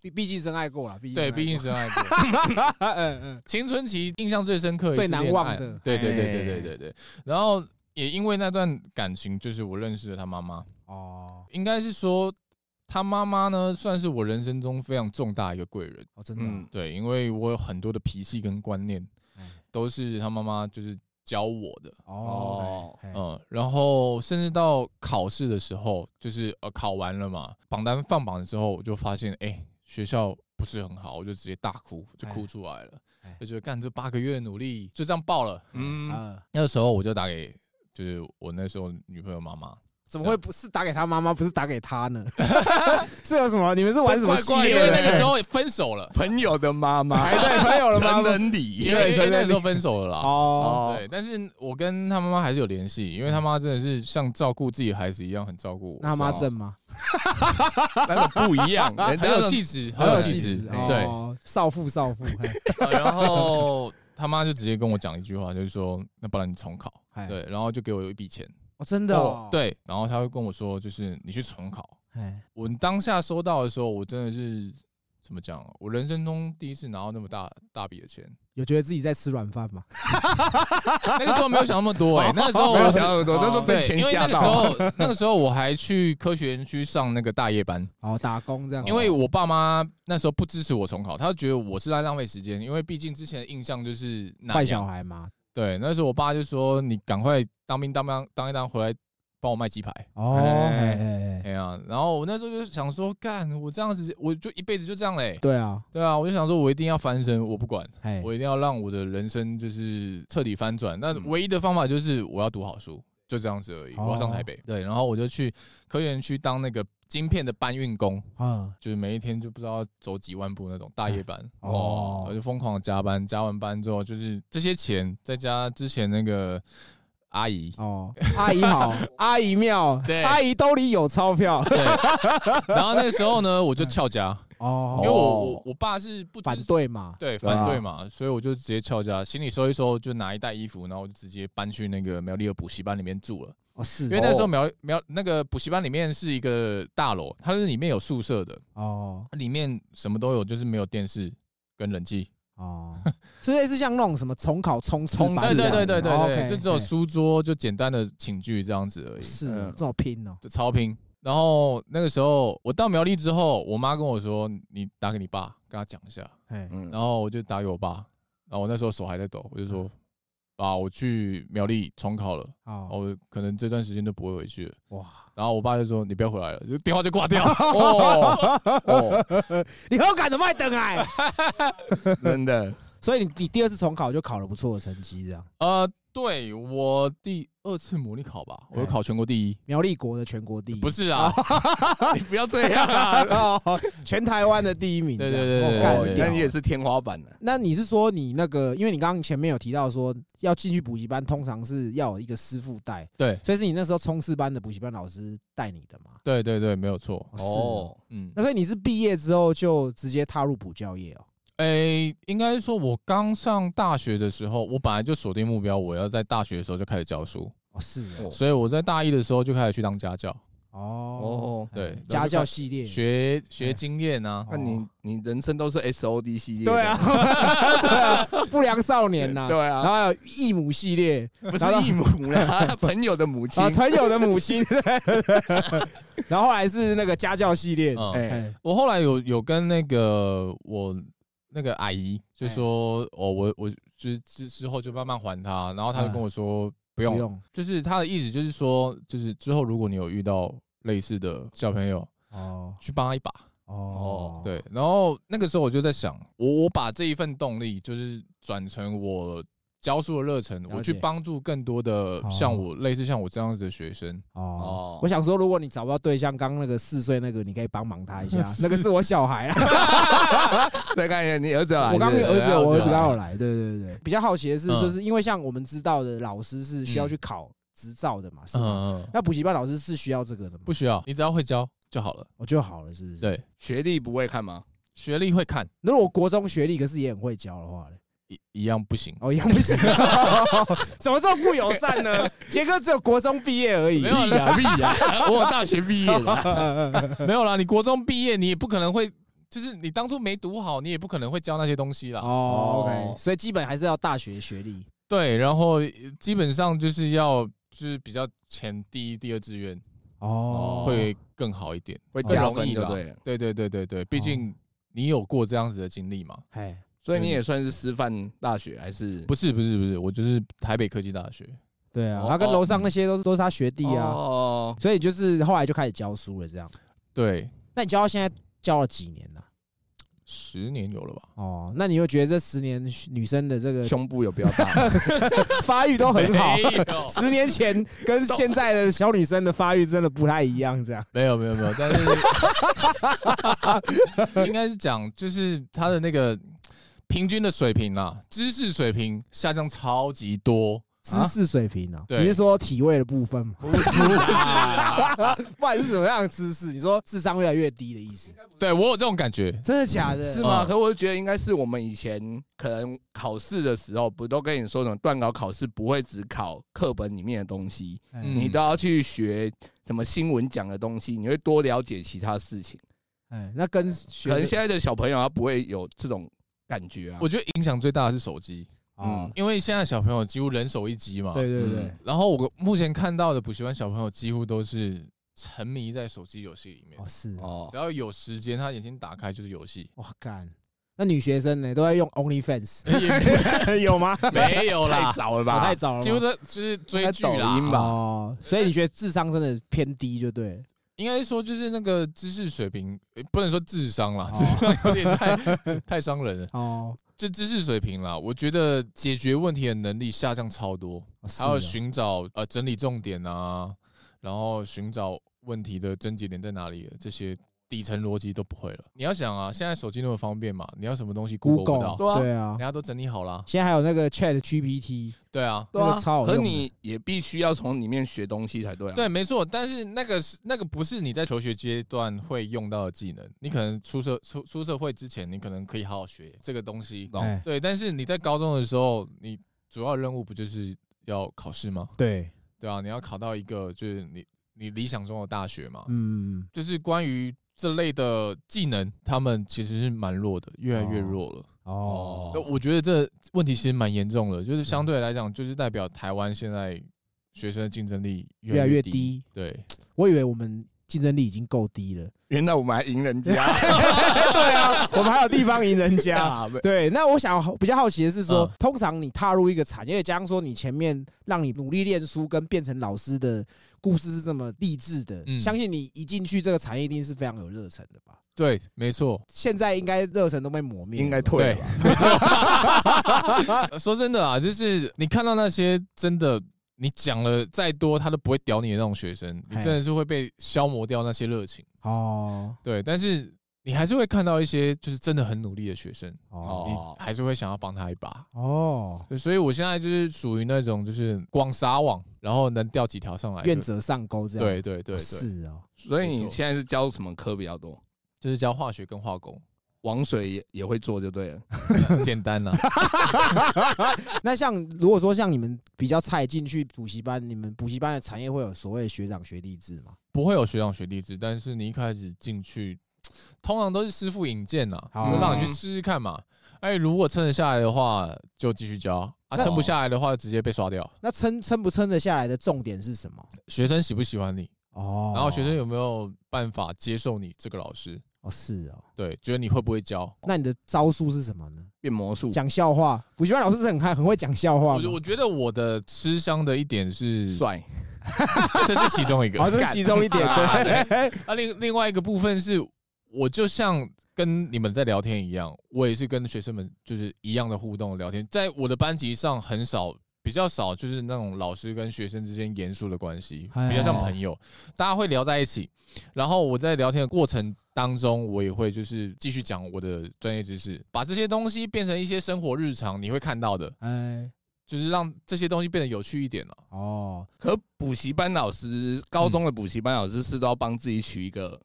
[SPEAKER 1] 毕毕竟深爱过了，毕竟
[SPEAKER 2] 对，
[SPEAKER 1] 深爱
[SPEAKER 2] 毕竟
[SPEAKER 1] 过
[SPEAKER 2] 是爱过，
[SPEAKER 1] 嗯嗯，
[SPEAKER 2] 青春期印象最深刻、
[SPEAKER 1] 最
[SPEAKER 2] 也是
[SPEAKER 1] 难
[SPEAKER 2] 恋
[SPEAKER 1] 忘
[SPEAKER 2] 爱
[SPEAKER 1] 的
[SPEAKER 2] 对对对对
[SPEAKER 1] 哎
[SPEAKER 2] 对对对。然后也因为那段感情，就是我认识了她妈妈，
[SPEAKER 1] 哦
[SPEAKER 2] 应该是说她妈妈呢，算是我人生中非常重大一个贵人。
[SPEAKER 1] 哦，真的
[SPEAKER 3] 嗯
[SPEAKER 1] 啊，
[SPEAKER 2] 对，因为我有很多的脾气跟观念
[SPEAKER 1] 哎，
[SPEAKER 2] 都是她妈妈就是教我的。
[SPEAKER 1] 哦，哎哎
[SPEAKER 2] 嗯，然后甚至到考试的时候，就是呃考完了嘛，榜单放榜之后，我就发现哎、学校不是很好，我就直接大哭，就哭出来了
[SPEAKER 1] 哎，
[SPEAKER 2] 就觉得干这八个月的努力就这样爆了。嗯，
[SPEAKER 1] 呃，
[SPEAKER 2] 那时候我就打给就是我那时候女朋友妈妈，
[SPEAKER 1] 怎
[SPEAKER 2] 啊
[SPEAKER 1] 么会不是打给他妈妈，不是打给他呢？ 是有什么？你们是玩什么系
[SPEAKER 3] 怪
[SPEAKER 2] 因
[SPEAKER 1] 列
[SPEAKER 3] 怪
[SPEAKER 2] 为
[SPEAKER 1] 的？
[SPEAKER 2] 那个时 候分手 了，
[SPEAKER 3] 朋友的妈妈，
[SPEAKER 1] 哎，对，朋友了
[SPEAKER 3] 陈
[SPEAKER 1] 吗？
[SPEAKER 3] 能理
[SPEAKER 2] 因为因为那时候分手了啦。
[SPEAKER 1] 哦，
[SPEAKER 3] 哦
[SPEAKER 2] 对，但是我跟他妈妈还是有联系，因为他妈真的是像照顾自己孩子一样，很照顾我。
[SPEAKER 1] 那他妈
[SPEAKER 2] 这
[SPEAKER 1] 正吗？
[SPEAKER 3] 那个哎不一样，人
[SPEAKER 2] 很
[SPEAKER 3] 家
[SPEAKER 2] 有
[SPEAKER 3] 的
[SPEAKER 2] 气质，很
[SPEAKER 1] 很有
[SPEAKER 2] 气
[SPEAKER 1] 质，
[SPEAKER 2] 对，
[SPEAKER 1] 哦，少妇少妇，嘿
[SPEAKER 2] 呃然后 他妈就直接跟我讲一句话，就是说，那不然你重考，
[SPEAKER 1] 哎，
[SPEAKER 2] 对，然后就给我一笔钱，
[SPEAKER 1] 哦，真的哦，，
[SPEAKER 2] 对，然后他会跟我说，就是你去重考。
[SPEAKER 1] 哎，
[SPEAKER 2] 我当下收到的时候，我真的是怎么讲啊？我人生中第一次拿到那么大大笔的 钱，
[SPEAKER 1] 有觉得自己在吃软饭吗？
[SPEAKER 2] 那个时候没有想那么多哎、那个时候
[SPEAKER 3] 没有
[SPEAKER 2] 我哦
[SPEAKER 3] 想那么多，那时候被
[SPEAKER 2] 对，
[SPEAKER 3] 钱
[SPEAKER 2] 因为
[SPEAKER 3] 吓
[SPEAKER 2] 那个时
[SPEAKER 3] 到。
[SPEAKER 2] 候那个时候我还去科学园区上那个大夜班，
[SPEAKER 1] 哦，打工这样，
[SPEAKER 2] 因为我爸妈那时候不支持我重考，他就觉得我是在浪费时间，因为毕竟之前的印象就是那
[SPEAKER 1] 坏
[SPEAKER 2] 样
[SPEAKER 1] 小孩嘛，
[SPEAKER 2] 对，那时候我爸就说：“你赶快当兵当当当一当回来，帮我卖鸡排。
[SPEAKER 1] 哦，
[SPEAKER 2] 哎
[SPEAKER 1] 哎哎，哎
[SPEAKER 2] 哎呀，然后我那时候就想说，干，我这样子我就一辈子就这样嘞、
[SPEAKER 1] 对啊，
[SPEAKER 2] 对啊，我就想说，我一定要翻身，我不管，
[SPEAKER 1] 哎，
[SPEAKER 2] 我一定要让我的人生就是彻底翻转。那
[SPEAKER 3] 嗯
[SPEAKER 2] 唯一的方法就是我要读好书，就这样子而已。我要上
[SPEAKER 1] 哦
[SPEAKER 2] 台北，对，然后我就去科研区当那个晶片的搬运工，
[SPEAKER 1] 嗯，
[SPEAKER 2] 就是每一天就不知道要走几万步那种大夜班
[SPEAKER 1] 哦，
[SPEAKER 2] 哦，我就疯狂地加班，加完班之后就是这些钱再加之前那个阿姨
[SPEAKER 1] 哦，阿姨 好，阿姨妙，
[SPEAKER 2] 对
[SPEAKER 1] 阿姨兜里有钞票，
[SPEAKER 2] 对，然后那个时候呢我就翘家，因为
[SPEAKER 1] 哦，
[SPEAKER 2] 我我我爸是不支
[SPEAKER 1] 反对嘛，
[SPEAKER 2] 对
[SPEAKER 3] 对啊
[SPEAKER 2] 反对嘛，所以我就直接翘家，行李收一收，就拿一袋衣服，然后我就直接搬去那个苗栗的补习班里面住了。
[SPEAKER 1] 哦是
[SPEAKER 2] 因，为那时候
[SPEAKER 3] 哦
[SPEAKER 2] 苗苗那个补习班里面是一个大楼，它是里面有宿舍的，
[SPEAKER 1] 哦
[SPEAKER 2] 里面什么都有，就是没有电视跟冷气。
[SPEAKER 1] 哦，是类似像那种什么重考冲刺
[SPEAKER 2] 对
[SPEAKER 1] 班这
[SPEAKER 2] 对
[SPEAKER 1] 样的，
[SPEAKER 2] 对对对
[SPEAKER 1] 哦
[SPEAKER 2] 对，
[SPEAKER 1] ，OK，
[SPEAKER 2] 就只有
[SPEAKER 1] 哎
[SPEAKER 2] 书桌就简单的寝具这样子而已，
[SPEAKER 1] 是
[SPEAKER 3] 嗯
[SPEAKER 1] 这么拼哦，
[SPEAKER 2] 就超拼。然后那个时候我到苗栗之后，我妈跟我说：“你打给你爸，跟他讲一下。
[SPEAKER 1] 哎，
[SPEAKER 3] 嗯”
[SPEAKER 2] 然后我就打给我爸，然后我那时候手还在抖，我就说：“爸，我去苗栗重考了，
[SPEAKER 1] 哦，
[SPEAKER 2] 我可能这段时间都不会回去了。”
[SPEAKER 1] 哇，
[SPEAKER 2] 然后我爸就说：“你不要回来了。”就电话就 挂掉。哦，
[SPEAKER 3] 哦，
[SPEAKER 1] 你好赶的麦等哎，
[SPEAKER 3] 真的，
[SPEAKER 1] 所以你你第二次重考就考了不错的成绩，这样
[SPEAKER 2] 呃，对我第二次模拟考吧，我
[SPEAKER 1] 哎
[SPEAKER 2] 又考全国第一。
[SPEAKER 1] 苗栗国的全国第一，
[SPEAKER 2] 不是啊，
[SPEAKER 3] 你不要这样啊！
[SPEAKER 1] 哦，全台湾的第一名，
[SPEAKER 2] 对
[SPEAKER 1] 这样
[SPEAKER 2] 对对对
[SPEAKER 1] 哦干
[SPEAKER 3] 哦
[SPEAKER 2] 对，
[SPEAKER 1] 屌
[SPEAKER 3] 但你也是天花板啊的，
[SPEAKER 1] 那你是说你那个，因为你刚刚前面有提到说要进去补习班，通常是要有一个师傅带，
[SPEAKER 2] 对
[SPEAKER 1] 所以是你那时候冲刺班的补习班老师带你的嘛？
[SPEAKER 2] 对对对，没有错。
[SPEAKER 1] 是哦，
[SPEAKER 2] 嗯，
[SPEAKER 1] 那所以你是毕业之后就直接踏入补教业哦？
[SPEAKER 2] 诶、应该说，我刚上大学的时候，我本来就锁定目标，我要在大学的时候就开始教书，
[SPEAKER 1] 哦，是哦
[SPEAKER 3] 哦
[SPEAKER 2] 所以我在大一的时候就开始去当家教，
[SPEAKER 1] 哦
[SPEAKER 3] 哦，
[SPEAKER 1] 哎
[SPEAKER 2] 对
[SPEAKER 1] 家教系列，
[SPEAKER 2] 学
[SPEAKER 1] 哎
[SPEAKER 2] 学经验啊。
[SPEAKER 3] 那你你人生都是 S O D 系列，
[SPEAKER 1] 哦对啊，， 对啊不良少年呐，
[SPEAKER 3] 对
[SPEAKER 1] 然
[SPEAKER 3] 啊，
[SPEAKER 1] 后还有义母系列，
[SPEAKER 3] 不
[SPEAKER 1] 然后
[SPEAKER 3] 是义母啦，朋友的母亲
[SPEAKER 1] 啊，，朋友的母亲， 然后后来是那个家教系列，
[SPEAKER 2] 嗯，
[SPEAKER 3] 哎，
[SPEAKER 1] 哎，
[SPEAKER 2] 我后来有有跟那个我那个阿姨就
[SPEAKER 1] 哎
[SPEAKER 2] 说，哦，我我就是之之后就慢慢还她，然后她就跟我说不
[SPEAKER 1] 嗯不
[SPEAKER 2] 用，
[SPEAKER 1] 用
[SPEAKER 2] 就是她的意思就是说，就是之后如果你有遇到类似的小朋友，
[SPEAKER 1] 哦
[SPEAKER 2] 去帮他一把。
[SPEAKER 1] 哦，
[SPEAKER 2] 对，然后那个时候我就在想，我我把这一份动力就是转成我教书的热忱，
[SPEAKER 1] 了解
[SPEAKER 2] 我去帮助更多的像我类似像我这样子的学生。
[SPEAKER 1] 哦。
[SPEAKER 3] 哦
[SPEAKER 1] 我，想说，如果你找不到对象，刚刚那个四岁那个，你可以帮忙他一下。那个是我小孩啊，
[SPEAKER 3] 再看一下你儿子来，
[SPEAKER 1] 我刚跟
[SPEAKER 3] 对
[SPEAKER 1] 儿
[SPEAKER 3] 不啊对
[SPEAKER 1] 子有，我儿子刚
[SPEAKER 3] 来
[SPEAKER 1] 好来。对对对，比较好奇的是，
[SPEAKER 2] 嗯
[SPEAKER 1] 就是因为像我们知道的，老师是需要
[SPEAKER 2] 嗯
[SPEAKER 1] 去考执照的嘛，是
[SPEAKER 2] 嗯
[SPEAKER 1] 吗？
[SPEAKER 2] 嗯，嗯
[SPEAKER 1] 那补习班老师是需要这个的吗？
[SPEAKER 2] 不需要，你只要会教就好了。
[SPEAKER 1] 我哦就好了，是不是？
[SPEAKER 2] 对，
[SPEAKER 3] 学历不会看吗？
[SPEAKER 2] 学历会看
[SPEAKER 1] 那如果国中学历可是也很会教的话呢？
[SPEAKER 2] 一一样不行。
[SPEAKER 1] 哦，一样不行， 怎么这么不友善呢？杰哥只有国中毕业而已
[SPEAKER 2] 没。有
[SPEAKER 3] 屁呀屁 呀，我大学毕业的，
[SPEAKER 2] 没有啦，你国中毕业，你也不可能会，就是你当初没读好，你也不可能会教那些东西啦。
[SPEAKER 1] 哦
[SPEAKER 3] 哦
[SPEAKER 1] ，OK，所以基本还是要大学学历。
[SPEAKER 2] 对，然后呃基本上就是要就是比较前第一、第二志愿
[SPEAKER 1] 哦
[SPEAKER 2] 会更好一点。
[SPEAKER 3] 会
[SPEAKER 1] 更
[SPEAKER 3] 加
[SPEAKER 2] 容
[SPEAKER 3] 分
[SPEAKER 2] 易
[SPEAKER 3] 就
[SPEAKER 2] 啦
[SPEAKER 3] 对了。
[SPEAKER 2] 对对哦对对对，毕竟你有过这样子的经历嘛？
[SPEAKER 1] 哎，
[SPEAKER 3] 所以你也算是师范大学还是？
[SPEAKER 2] 不是不是不是，我就是台北科技大学。
[SPEAKER 1] 对啊
[SPEAKER 3] 哦，
[SPEAKER 1] 他跟楼上那些都是都是他学弟啊，
[SPEAKER 3] 哦，
[SPEAKER 1] 所以就是后来就开始教书了，这样。
[SPEAKER 2] 对，
[SPEAKER 1] 那你教到现在教了几年了？啊
[SPEAKER 2] 十年有了吧？
[SPEAKER 1] 哦，那你会觉得这十年女生的这个
[SPEAKER 3] 胸部有比较 大，
[SPEAKER 1] 发育都很好
[SPEAKER 2] 没？有
[SPEAKER 1] 十年前跟现在的小女生的发育真的不太一样，这样。
[SPEAKER 2] 没有没有没有，但是应该是 讲就是他的那个平均的水平啦，知识水平下降超级多。
[SPEAKER 1] 知识水平呢、
[SPEAKER 2] 对
[SPEAKER 1] 你是说体位的部分吗？
[SPEAKER 2] 不是，
[SPEAKER 1] 不管是什么样的姿势，你说智商越来越低的意思，
[SPEAKER 2] 对我有这种感觉。
[SPEAKER 1] 真的假的？
[SPEAKER 3] 是吗？
[SPEAKER 2] 嗯
[SPEAKER 3] 可我就觉得应该是我们以前可能考试的时候，不都跟你说什么断考考试不会只考课本里面的东西，
[SPEAKER 1] 哎
[SPEAKER 2] 嗯
[SPEAKER 3] 你都要去学什么新闻讲的东西，你会多了解其他事情。
[SPEAKER 1] 哎，那跟
[SPEAKER 3] 可能
[SPEAKER 1] 学
[SPEAKER 3] 现在的小朋友他不会有这种感觉啊。
[SPEAKER 2] 我觉得影响最大的是手机，
[SPEAKER 1] 哦，
[SPEAKER 2] 因为现在小朋友几乎人手一机嘛。
[SPEAKER 1] 对对对
[SPEAKER 3] 嗯，
[SPEAKER 2] 然后我目前看到的补习班小朋友几乎都是沉迷在手机游戏里面
[SPEAKER 1] 哦，是，。
[SPEAKER 3] 哦
[SPEAKER 2] 只，要有时间，他眼睛打开就是游戏
[SPEAKER 1] 哇干，那女学生呢都在用 OnlyFans，
[SPEAKER 2] 也
[SPEAKER 1] 有吗？
[SPEAKER 2] 没有
[SPEAKER 3] 太
[SPEAKER 2] 啦，
[SPEAKER 3] 早了
[SPEAKER 1] 我
[SPEAKER 3] 吧
[SPEAKER 1] 太？早了
[SPEAKER 2] 几
[SPEAKER 1] 吗，
[SPEAKER 2] 乎都就是追剧
[SPEAKER 3] 哦应该抖音
[SPEAKER 2] 啦
[SPEAKER 3] 吧。
[SPEAKER 1] 哦，所以你觉得智商真的偏低就对了，
[SPEAKER 2] 应该说就是那个知识水平，呃不能说智商啦，
[SPEAKER 1] 哦
[SPEAKER 2] 智商有点太 太伤人了。
[SPEAKER 1] 哦，
[SPEAKER 2] 就知识水平啦，我觉得解决问题的能力下降超多，还有
[SPEAKER 1] 哦是啊
[SPEAKER 2] 寻找呃整理重点啊，然后寻找问题的症结点在哪里，这些底层逻辑都不会了。你要想啊，现在手机那么方便嘛，你要什么东西 Google 不到，
[SPEAKER 3] 对啊
[SPEAKER 1] ，Google，对啊
[SPEAKER 2] 人，家都整理好啦。
[SPEAKER 1] 现在还有那个 Chat GPT，
[SPEAKER 2] 对啊，
[SPEAKER 3] 对
[SPEAKER 1] 那
[SPEAKER 3] 啊
[SPEAKER 1] 个超，好
[SPEAKER 3] 可
[SPEAKER 1] 用的
[SPEAKER 3] 你也必须要从里面学东西才对啊。
[SPEAKER 2] 对，没啊错，但是那个是那个不是你在求学阶段会用到的技能，你可能出社出出社会之前，你可能可以好好学这个东西。
[SPEAKER 3] 懂
[SPEAKER 1] 哎
[SPEAKER 2] 对，但是你在高中的时候，你主要任务不就是要考试吗？
[SPEAKER 1] 对，
[SPEAKER 2] 对啊，你要考到一个就是你你理想中的大学嘛。
[SPEAKER 1] 嗯，
[SPEAKER 2] 就是关于这类的技能，他们其实是蛮弱的，越来越
[SPEAKER 1] 哦
[SPEAKER 2] 弱了。
[SPEAKER 1] 哦
[SPEAKER 2] 那，我觉得这问题其实蛮严重的，就是相对来讲，就是代表台湾现在学生的竞争力
[SPEAKER 1] 越来
[SPEAKER 2] 越
[SPEAKER 1] 越。低，
[SPEAKER 2] 对，
[SPEAKER 1] 我以为我们竞争力已经够低了，
[SPEAKER 3] 原来我们还赢人家
[SPEAKER 1] 对啊，我们还有地方赢人家。
[SPEAKER 3] 啊，不
[SPEAKER 1] 对，那我想比较好奇的是说，
[SPEAKER 2] 嗯
[SPEAKER 1] 通常你踏入一个产业，加上说你前面让你努力念书跟变成老师的故事是这么励志的，
[SPEAKER 2] 嗯
[SPEAKER 1] 相信你一进去这个产业一定是非常有热忱的吧？
[SPEAKER 2] 对，没错。
[SPEAKER 1] 现在应该热忱都被磨灭了，
[SPEAKER 3] 应该退了吧。
[SPEAKER 2] 呃说真的啊，就是你看到那些真的，你讲了再多，他都不会屌你的那种学生，你
[SPEAKER 1] 嘿
[SPEAKER 2] 真的是会被消磨掉那些热情。
[SPEAKER 1] 哦
[SPEAKER 2] 对，但是你还是会看到一些就是真的很努力的学生，
[SPEAKER 1] 哦
[SPEAKER 2] 你
[SPEAKER 3] 哦
[SPEAKER 2] 还是会想要帮他一把。
[SPEAKER 1] 哦，
[SPEAKER 2] 对所以我现在就是属于那种就是光撒网，然后能钓几条上来就。
[SPEAKER 1] 愿者上钩这样，
[SPEAKER 2] 哎对对对对，
[SPEAKER 1] 是哦，
[SPEAKER 3] 所以
[SPEAKER 2] 没
[SPEAKER 3] 你
[SPEAKER 2] 错
[SPEAKER 3] 现在是教什么科比较多？
[SPEAKER 2] 就是教化学跟化 工，
[SPEAKER 3] 王水也也会做就对了。
[SPEAKER 2] 简单啊啦。
[SPEAKER 1] 那像如果说像你们比较菜进去补习班，你们补习班的产业会有所谓的学长学弟制吗？
[SPEAKER 2] 不会有学长学弟制，但是你一开始进去，通常都是师傅引荐啦，
[SPEAKER 1] 好
[SPEAKER 2] 就让你去试试看嘛。哎，如果撑得下来的话，就继续教啊；
[SPEAKER 1] 那
[SPEAKER 2] 撑不下来的话，直接被刷掉。
[SPEAKER 1] 那撑撑不撑得下来的重点是什么？
[SPEAKER 2] 学生喜不喜欢你，
[SPEAKER 1] 哦，
[SPEAKER 2] 然后学生有没有办法接受你这个老师？
[SPEAKER 1] 哦是哦，
[SPEAKER 2] 对，觉得你会不会教？
[SPEAKER 1] 那你的招数是什么呢？
[SPEAKER 3] 变魔术，
[SPEAKER 1] 讲笑话，补习班老师是很害很会讲笑话
[SPEAKER 2] 我
[SPEAKER 1] 吗
[SPEAKER 2] 觉，我觉得我的吃香的一点是，
[SPEAKER 3] 帅，
[SPEAKER 2] 这是其中一个。 啊
[SPEAKER 1] 哦，这是其中一点，对，
[SPEAKER 2] 啊，另另外一个部分是，我就像跟你们在聊天一样，我也是跟学生们就是一样的互动聊天。在我的班级上很少，比较少，就是那种老师跟学生之间严肃的关系，
[SPEAKER 1] 哎
[SPEAKER 2] 比较像朋友，大家会聊在一起。然后我在聊天的过程当中，我也会就是继续讲我的专业知识，把这些东西变成一些生活日常你会看到的，
[SPEAKER 1] 哎，
[SPEAKER 2] 就是让这些东西变得有趣一点啊了。
[SPEAKER 1] 哦，
[SPEAKER 3] 可补习班老师，高中的补习班老师是都要帮自己取一个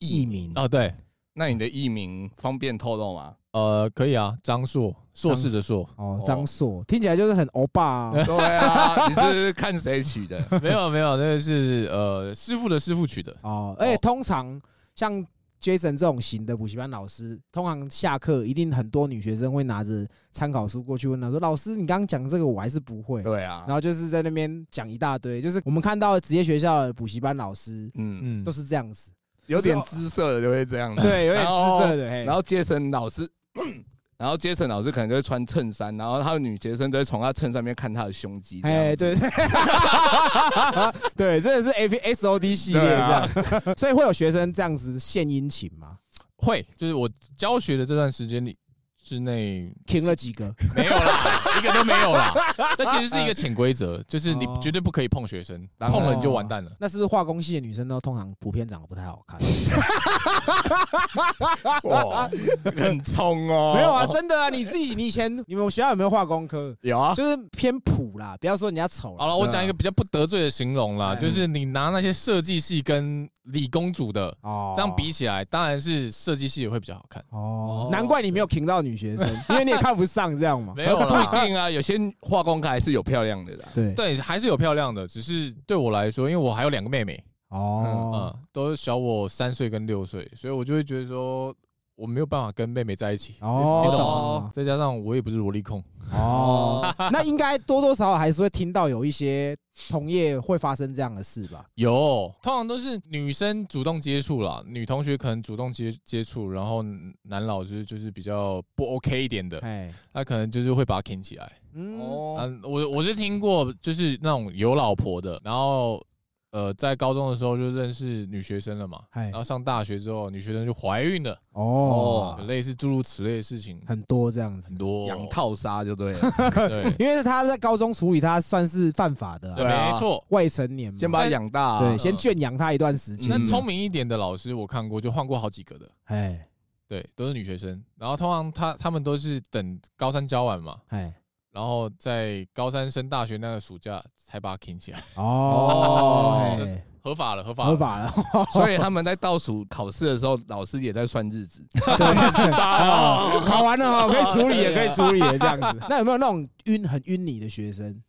[SPEAKER 3] 艺
[SPEAKER 1] 艺
[SPEAKER 3] 名，
[SPEAKER 1] 名，
[SPEAKER 2] 哦，对，
[SPEAKER 3] 那你的艺名方便透露吗？
[SPEAKER 2] 呃，可以啊，张硕，硕士的硕，
[SPEAKER 1] 哦，张硕听起来就是很欧巴啊。
[SPEAKER 2] 哎
[SPEAKER 3] 对啊，你是看谁取的？
[SPEAKER 2] 没有没有，那个是呃师傅的师傅取的。
[SPEAKER 1] 哦，而且通常像 Jason 这种型的补习班老师，通常下课一定很多女学生会拿着参考书过去问他说：“老师，你刚刚讲这个我还是不会。”
[SPEAKER 3] 对啊
[SPEAKER 1] 然，后就是在那边讲一大堆，就是我们看到职业学校的补习班老师
[SPEAKER 3] 嗯，
[SPEAKER 2] 嗯
[SPEAKER 1] 都，是这样子，
[SPEAKER 3] 有点姿色的就会这样子。
[SPEAKER 1] 对，有点
[SPEAKER 3] 然后
[SPEAKER 1] 姿色的。嘿
[SPEAKER 3] 然后杰森老师， 然后杰森老师可能就会穿衬衫，然后他的女学生都会从他衬衫里面看他的胸肌。
[SPEAKER 1] 哎，
[SPEAKER 3] 哎，
[SPEAKER 1] 对，对， 真的是 A P S O D 系列
[SPEAKER 3] 对
[SPEAKER 1] 这
[SPEAKER 3] 啊
[SPEAKER 1] 样， 所以会有学生这样子献殷勤嘛？
[SPEAKER 2] 会，就是我教学的这段时间里之内
[SPEAKER 1] 停了几个，
[SPEAKER 2] 没有啦，一个都没有啦。那其实是一个潜规则，就是你
[SPEAKER 1] 哦
[SPEAKER 2] 绝对不可以碰学生，
[SPEAKER 3] 当然
[SPEAKER 2] 碰了你就完蛋了。
[SPEAKER 1] 那是不是化工系的女生都通常普遍长得不太好看？
[SPEAKER 3] 哇，很冲哦。
[SPEAKER 1] 没有啊，真的啊，你自己你以前你们学校有没有化工科？
[SPEAKER 3] 有啊，
[SPEAKER 1] 就是偏普啦，不要说人家丑
[SPEAKER 2] 好
[SPEAKER 1] 啦。
[SPEAKER 2] 了，我讲一个比较不得罪的形容啦，
[SPEAKER 1] 嗯
[SPEAKER 2] 就是你拿那些设计系跟理工组的
[SPEAKER 1] 哦
[SPEAKER 2] 这样比起来，当然是设计系也会比较好看。
[SPEAKER 1] 哦，难怪你没有停到女学生，因为你也看不上这样嘛。
[SPEAKER 2] 没有
[SPEAKER 3] 不
[SPEAKER 2] 啦，
[SPEAKER 3] 一定啊，有些化工科还是有漂亮的啦。
[SPEAKER 1] 对
[SPEAKER 2] 对，还是有漂亮的，只是对我来说，因为我还有两个妹妹，
[SPEAKER 1] 哦，
[SPEAKER 2] 嗯，都小我三岁跟六岁，所以我就会觉得说我没有办法跟妹妹在一起。
[SPEAKER 1] 哦
[SPEAKER 2] 你懂
[SPEAKER 1] 懂
[SPEAKER 2] 再加上我也不是萝莉控，
[SPEAKER 1] 哦，那应该多多少少还是会听到有一些同业会发生这样的事吧？
[SPEAKER 2] 有通常都是女生主动接触啦，女同学可能主动接接触，然后男老师就是比较不 OK 一点的，
[SPEAKER 1] 哎，
[SPEAKER 2] 他可能就是会把他挺起来。
[SPEAKER 1] 嗯，
[SPEAKER 3] 哦，
[SPEAKER 2] 嗯，我我是听过，就是那种有老婆的，然后呃，在高中的时候就认识女学生了嘛，
[SPEAKER 1] 哎
[SPEAKER 2] 然，后上大学之后，女学生就怀孕了，
[SPEAKER 1] 哦，
[SPEAKER 2] 有类似诸如此类的事情
[SPEAKER 1] 很多这样子
[SPEAKER 2] 很，多，
[SPEAKER 3] 养套杀就对了，
[SPEAKER 2] 对
[SPEAKER 1] 因为他在高中处理他算是犯法的
[SPEAKER 2] 对，
[SPEAKER 1] 啊，
[SPEAKER 3] 对啊
[SPEAKER 2] 没错。
[SPEAKER 1] 未成年嘛，
[SPEAKER 3] 先把它养大啊。
[SPEAKER 1] 对，先圈养他一段时间
[SPEAKER 2] 那
[SPEAKER 3] 嗯。
[SPEAKER 2] 聪明一点的老师，我看过，就换过好几个的，
[SPEAKER 1] 哎
[SPEAKER 2] 对，都是女学生。然后通常她她们都是等高三教完嘛，
[SPEAKER 1] 哎，
[SPEAKER 2] 然后在高三升大学那个暑假才把它停 起来，
[SPEAKER 1] 哦，
[SPEAKER 3] 哦
[SPEAKER 1] 哎
[SPEAKER 2] 合法了，合法了，
[SPEAKER 1] 合法了，
[SPEAKER 3] 所以他们在倒数考试的时候，老师也在算日子。
[SPEAKER 1] 哦考完了哈，可以处理了，可
[SPEAKER 3] 对
[SPEAKER 1] 以处理了，这样子。那有没有那种晕很晕你的学生？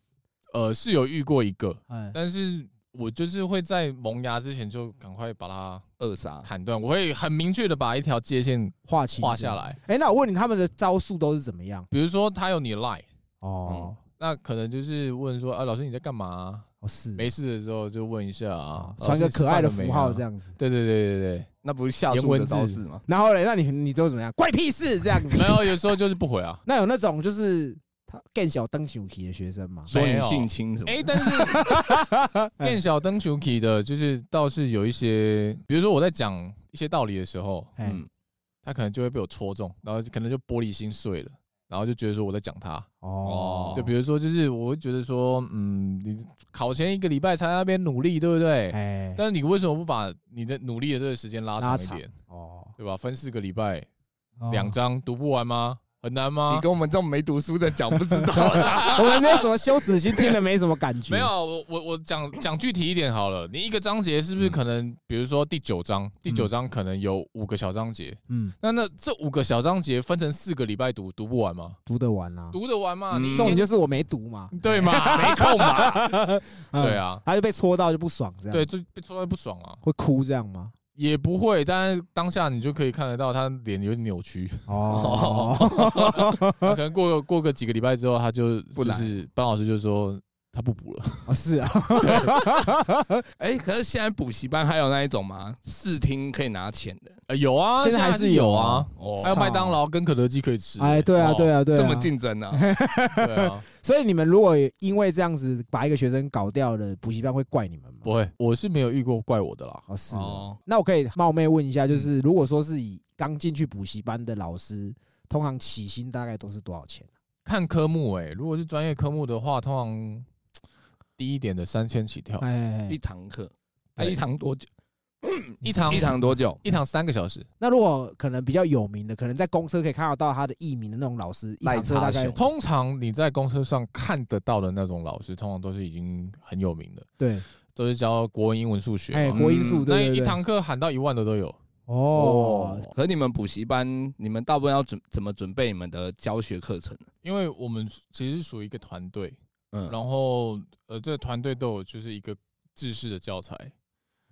[SPEAKER 2] 呃，是有遇过一个，
[SPEAKER 1] 哎，
[SPEAKER 2] 但是我就是会在呃萌芽之前就赶快把它
[SPEAKER 3] 扼杀，
[SPEAKER 2] 砍断，我会很明确的把一条界限
[SPEAKER 1] 画起
[SPEAKER 2] 画下。来。
[SPEAKER 1] 哎，那我问你，他们的招数都是怎么样？
[SPEAKER 2] 比如说他有你的 line，
[SPEAKER 1] 哦，
[SPEAKER 2] 那可能就是问说啊，老师你在干嘛啊、
[SPEAKER 1] 哦是，
[SPEAKER 2] 没事的时候就问一下啊
[SPEAKER 1] 哦，传个可爱的符号这
[SPEAKER 2] 样。
[SPEAKER 1] 样子。
[SPEAKER 2] 对对对对对。
[SPEAKER 3] 那不是下
[SPEAKER 2] 言
[SPEAKER 3] 树
[SPEAKER 2] 文
[SPEAKER 3] 的
[SPEAKER 2] 字
[SPEAKER 3] 招式吗？
[SPEAKER 1] 然后嘞，那你你都怎么样？怪屁事这样子。。
[SPEAKER 2] 没有，有时候就是不回 啊
[SPEAKER 1] 那有那种就是他更小登小皮的学生吗？
[SPEAKER 3] 说
[SPEAKER 2] 没
[SPEAKER 3] 你
[SPEAKER 2] 有
[SPEAKER 3] 性侵什么？
[SPEAKER 2] 哎、但 是更小灯球 key 的，就是倒是有一些，比如说我在讲一些道理的时候，
[SPEAKER 1] 哎，
[SPEAKER 3] 嗯，
[SPEAKER 2] 他可能就会被我戳中，然后可能就玻璃心碎了，然后就觉得说我在讲他。
[SPEAKER 1] 哦，
[SPEAKER 2] 就比如说，就是我会觉得说，嗯，你考前一个礼拜才在那边努力，对不对？
[SPEAKER 1] 哎，
[SPEAKER 2] 但是你为什么不把你的努力的这个时间拉长
[SPEAKER 1] 拉
[SPEAKER 2] 一
[SPEAKER 1] 长
[SPEAKER 2] 点，
[SPEAKER 1] 哦，
[SPEAKER 2] 对吧？分四个礼拜，
[SPEAKER 1] 哦
[SPEAKER 2] 两张读不完吗？很难吗？
[SPEAKER 3] 你跟我们这种没读书的讲不知 道啦。
[SPEAKER 1] 我们没有什么羞耻心，听了没什么感觉。
[SPEAKER 2] 没有，我我我讲讲具体一点好了。你一个章节是不是可能，比如说第九章，第九章可能有五个小章节，
[SPEAKER 1] 嗯，
[SPEAKER 2] 那那这五个小章节分成四个礼拜读，读不完吗？
[SPEAKER 1] 读得完啊。
[SPEAKER 2] 读得完吗？
[SPEAKER 3] 嗯
[SPEAKER 2] 你一
[SPEAKER 1] 重点
[SPEAKER 2] 天
[SPEAKER 1] 就是我没读嘛，
[SPEAKER 2] 对嘛，没空嘛，
[SPEAKER 1] 嗯
[SPEAKER 2] 对，啊，
[SPEAKER 1] 他就被戳到就不爽这样，
[SPEAKER 2] 对，，就被戳到不爽啊，
[SPEAKER 1] 会哭这样吗？
[SPEAKER 2] 也不会，但是当下你就可以看得到他脸有点扭曲，
[SPEAKER 1] 哦，
[SPEAKER 2] 他可能过个过个几个礼拜之后，他就
[SPEAKER 3] 不
[SPEAKER 2] 就
[SPEAKER 3] 来
[SPEAKER 2] 是班老师就说他不补了。
[SPEAKER 1] 哦，是啊，
[SPEAKER 3] 哎，可是现在补习班还有那一种吗？试听可以拿钱的，
[SPEAKER 2] 呃有啊，
[SPEAKER 1] 现
[SPEAKER 2] 现
[SPEAKER 1] 在还
[SPEAKER 2] 还
[SPEAKER 1] 是有
[SPEAKER 2] 有
[SPEAKER 1] 啊，
[SPEAKER 3] 哦
[SPEAKER 2] 还有麦当劳跟肯德基可以吃。
[SPEAKER 1] 哎，对啊，
[SPEAKER 3] 哦
[SPEAKER 1] 对啊，对啊，
[SPEAKER 3] 这么竞争呢？
[SPEAKER 2] 对啊，
[SPEAKER 1] 所以你们如果因为这样子把一个学生搞掉了，补习班会怪你们吗？
[SPEAKER 2] 不会，我是没有遇过怪我的啦。
[SPEAKER 1] 哦， 是哦。
[SPEAKER 3] 哦，
[SPEAKER 1] 那我可以冒昧问一下，就是如果说是以刚进去补习班的老师，通常起薪大概都是多少钱？
[SPEAKER 2] 看科目诶、如果是专业科目的话，通常低一点的三千起跳，
[SPEAKER 1] 哎
[SPEAKER 3] 一，堂课，哎，
[SPEAKER 2] 对
[SPEAKER 3] 一堂多久？
[SPEAKER 2] 一堂
[SPEAKER 3] 一堂多久？
[SPEAKER 2] 一堂三个小时。
[SPEAKER 1] 那如果可能比较有名的，可能在公车可以看得到他的艺名的那种老师，一堂车大概
[SPEAKER 3] 赖茶熊
[SPEAKER 2] 通常你在公车上看得到的那种老师，通常都是已经很有名的，
[SPEAKER 1] 对，
[SPEAKER 2] 都是教国文、英文、数学
[SPEAKER 1] 哎，
[SPEAKER 2] 嘛。
[SPEAKER 3] 嗯
[SPEAKER 1] 国英数
[SPEAKER 2] 嗯那
[SPEAKER 1] 对
[SPEAKER 2] 一
[SPEAKER 1] 对对，
[SPEAKER 2] 堂课喊到一万的都有。
[SPEAKER 1] 哦，
[SPEAKER 3] 可你们补习班，你们大部分要准怎么准备你们的教学课程呢？
[SPEAKER 2] 因为我们其实是属于一个团队，
[SPEAKER 3] 嗯，
[SPEAKER 2] 然后呃，这个团队都有就是一个制式的教材，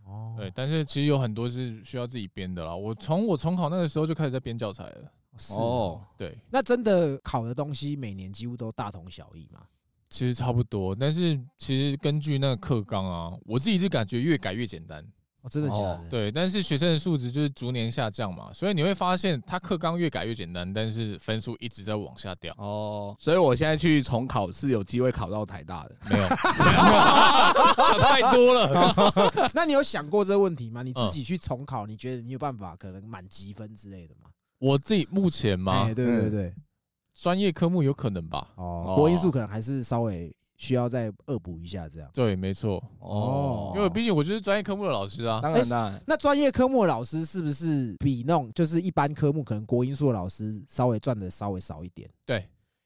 [SPEAKER 1] 哦
[SPEAKER 2] 对，，但是其实有很多是需要自己编的啦。我从我重考那个时候就开始在编教材了，
[SPEAKER 1] 是哦。
[SPEAKER 3] 哦，
[SPEAKER 2] 对，
[SPEAKER 1] 那真的考的东西每年几乎都大同小异嘛？
[SPEAKER 2] 其实差不多。但是其实根据那个课纲啊，我自己是感觉越改越简单，
[SPEAKER 1] 哦，真的假
[SPEAKER 3] 哦
[SPEAKER 1] 的？
[SPEAKER 2] 对。但是学生的素质就是逐年下降嘛，所以你会发现他课纲越改越简单，但是分数一直在往下掉。
[SPEAKER 3] 哦，所以我现在去重考是有机会考到台大的。
[SPEAKER 2] 没有， 太多了。
[SPEAKER 1] 那你有想过这个问题吗？你
[SPEAKER 2] 嗯
[SPEAKER 1] 自己去重考，你觉得你有办法可能满积分之类的吗？
[SPEAKER 2] 我自己目前嘛
[SPEAKER 1] 哎，，对对对，
[SPEAKER 2] 专业科目有可能吧？
[SPEAKER 1] 哦
[SPEAKER 3] 哦，
[SPEAKER 1] 国因素可能还是稍微需要再恶补一下这样。
[SPEAKER 2] 对，没错，
[SPEAKER 1] 哦哎
[SPEAKER 2] 因为毕竟我就是专业科目的老师啊。
[SPEAKER 3] 当然啦，
[SPEAKER 1] 那专业科目的老师是不是比那种就是一般科目可能国因素的老师稍微赚的稍微少一点？
[SPEAKER 2] 对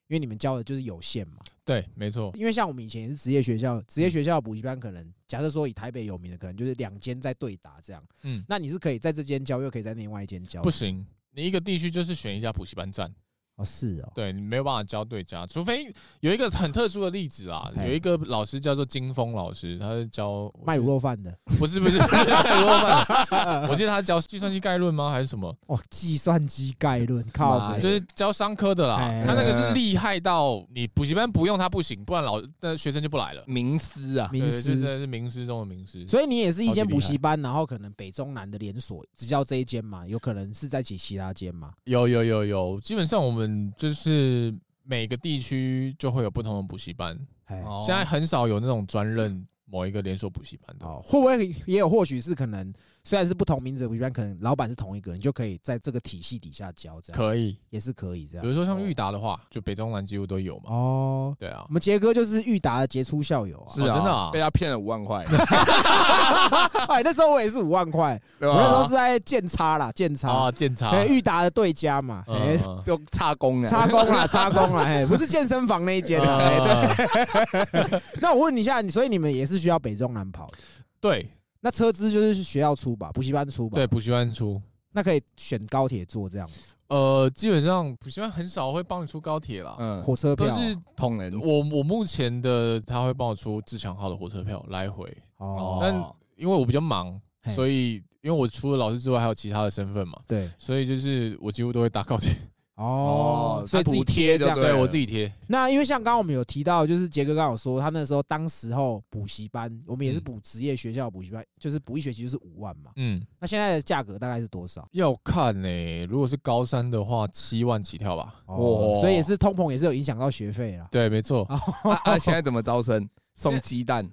[SPEAKER 1] 因为你们教的就是有限嘛。
[SPEAKER 2] 对，没错，
[SPEAKER 1] 因为像我们以前也是职业学校，职业学校的补习班可能假设说以台北有名的，可能就是两间在对打这样。
[SPEAKER 2] 嗯，
[SPEAKER 1] 那你是可以在这间教，又可以在另外一间教的。
[SPEAKER 2] 不行，你一个地区就是选一家补习班站，
[SPEAKER 1] 哦，是哦，
[SPEAKER 2] 对你没有办法教对家，除非有一个很特殊的例子啊，
[SPEAKER 1] 哎
[SPEAKER 2] 有一个老师叫做金峰老师，他是教
[SPEAKER 1] 卖卤，肉饭的。
[SPEAKER 2] 不是不 是不是卖卤肉饭，我记得他教计算机概论吗还是什么，
[SPEAKER 1] 哦，计算机概论，靠
[SPEAKER 3] 妈哎
[SPEAKER 1] 北！
[SPEAKER 3] 呀
[SPEAKER 2] 就是教商科的啦
[SPEAKER 1] 哎，
[SPEAKER 2] 他那个是厉害到你补习班不用他不行，不然老那学生就不来了，
[SPEAKER 3] 名师啊，
[SPEAKER 1] 名
[SPEAKER 2] 对，这真
[SPEAKER 1] 师。
[SPEAKER 2] 的是名师中的名师。
[SPEAKER 1] 所以你也是一间
[SPEAKER 2] 超级厉害
[SPEAKER 1] 补习班，然后可能北中南的连锁只教这一间嘛，有可能是在其其他间嘛。
[SPEAKER 2] 有有有有，基本上我们就是每个地区就会有不同的补习班，
[SPEAKER 1] 哎，
[SPEAKER 3] 哦
[SPEAKER 2] 现在很少有那种专任某一个连锁补习班的。
[SPEAKER 1] 哦，会不会也有或许是可能虽然是不同名字的补习班，可能老板是同一个人，就可以在这个体系底下教，这样
[SPEAKER 2] 可以，
[SPEAKER 1] 也是可以这样。
[SPEAKER 2] 比如说像裕达的话，就北中南几乎都有嘛。
[SPEAKER 1] 哦，
[SPEAKER 2] 对啊
[SPEAKER 1] 我，们杰哥就是裕达的杰出校友啊
[SPEAKER 2] 是。啊真的啊
[SPEAKER 3] 被他骗了五 万块，
[SPEAKER 1] 哎， 那时候我也是五万块，
[SPEAKER 3] 对
[SPEAKER 1] 我那时候
[SPEAKER 3] 吧？
[SPEAKER 1] 是在建差啦，建差，
[SPEAKER 2] 啊，建差，
[SPEAKER 1] 哎，裕达的对家嘛，
[SPEAKER 2] 嗯
[SPEAKER 1] 哎，
[SPEAKER 2] 嗯
[SPEAKER 3] 就差工呢，
[SPEAKER 1] 插工啦，插工啦，哎，不是健身房那一间啦，哎，对。
[SPEAKER 2] 嗯
[SPEAKER 1] 那我问你一下，你所以你们也是需要北中南跑的？
[SPEAKER 2] 对
[SPEAKER 1] 那车资就是学校出吧，补习班出吧？
[SPEAKER 2] 对，，补习班出。
[SPEAKER 1] 那可以选高铁坐这样吗，
[SPEAKER 2] 呃，基本上补习班很少会帮你出高铁啦，
[SPEAKER 3] 嗯，
[SPEAKER 1] 火车票
[SPEAKER 2] 都
[SPEAKER 1] 啊
[SPEAKER 2] 是
[SPEAKER 3] 捅人
[SPEAKER 2] 我我目前的他会帮我出自强号的火车票来回，
[SPEAKER 1] 哦，
[SPEAKER 2] 但因为我比较忙，
[SPEAKER 1] 嘿
[SPEAKER 2] 所以因为我除了老师之外还有其他的身份嘛，
[SPEAKER 1] 对
[SPEAKER 2] 所以就是我几乎都会搭高铁，
[SPEAKER 1] 哦，所以
[SPEAKER 3] 他
[SPEAKER 1] 自己
[SPEAKER 3] 补贴
[SPEAKER 1] 这
[SPEAKER 3] 就
[SPEAKER 1] 样
[SPEAKER 3] 对
[SPEAKER 2] 对
[SPEAKER 3] 了
[SPEAKER 2] 我自己贴。
[SPEAKER 1] 那因为像刚刚我们有提到，就是杰哥刚好说，他那时候当时候补习班，我们也是
[SPEAKER 2] 嗯
[SPEAKER 1] 补职业学校的补习班，就是补一学期就是五万嘛。
[SPEAKER 2] 嗯，
[SPEAKER 1] 那现在的价格大概是多少？
[SPEAKER 2] 要看呢、如果是高三的话，七万起跳吧。
[SPEAKER 1] 哦，
[SPEAKER 3] 哇
[SPEAKER 1] 所以也是通膨也是有影响到学费啦。
[SPEAKER 2] 对，没错。
[SPEAKER 3] 啊啊现在怎么招生？送鸡蛋，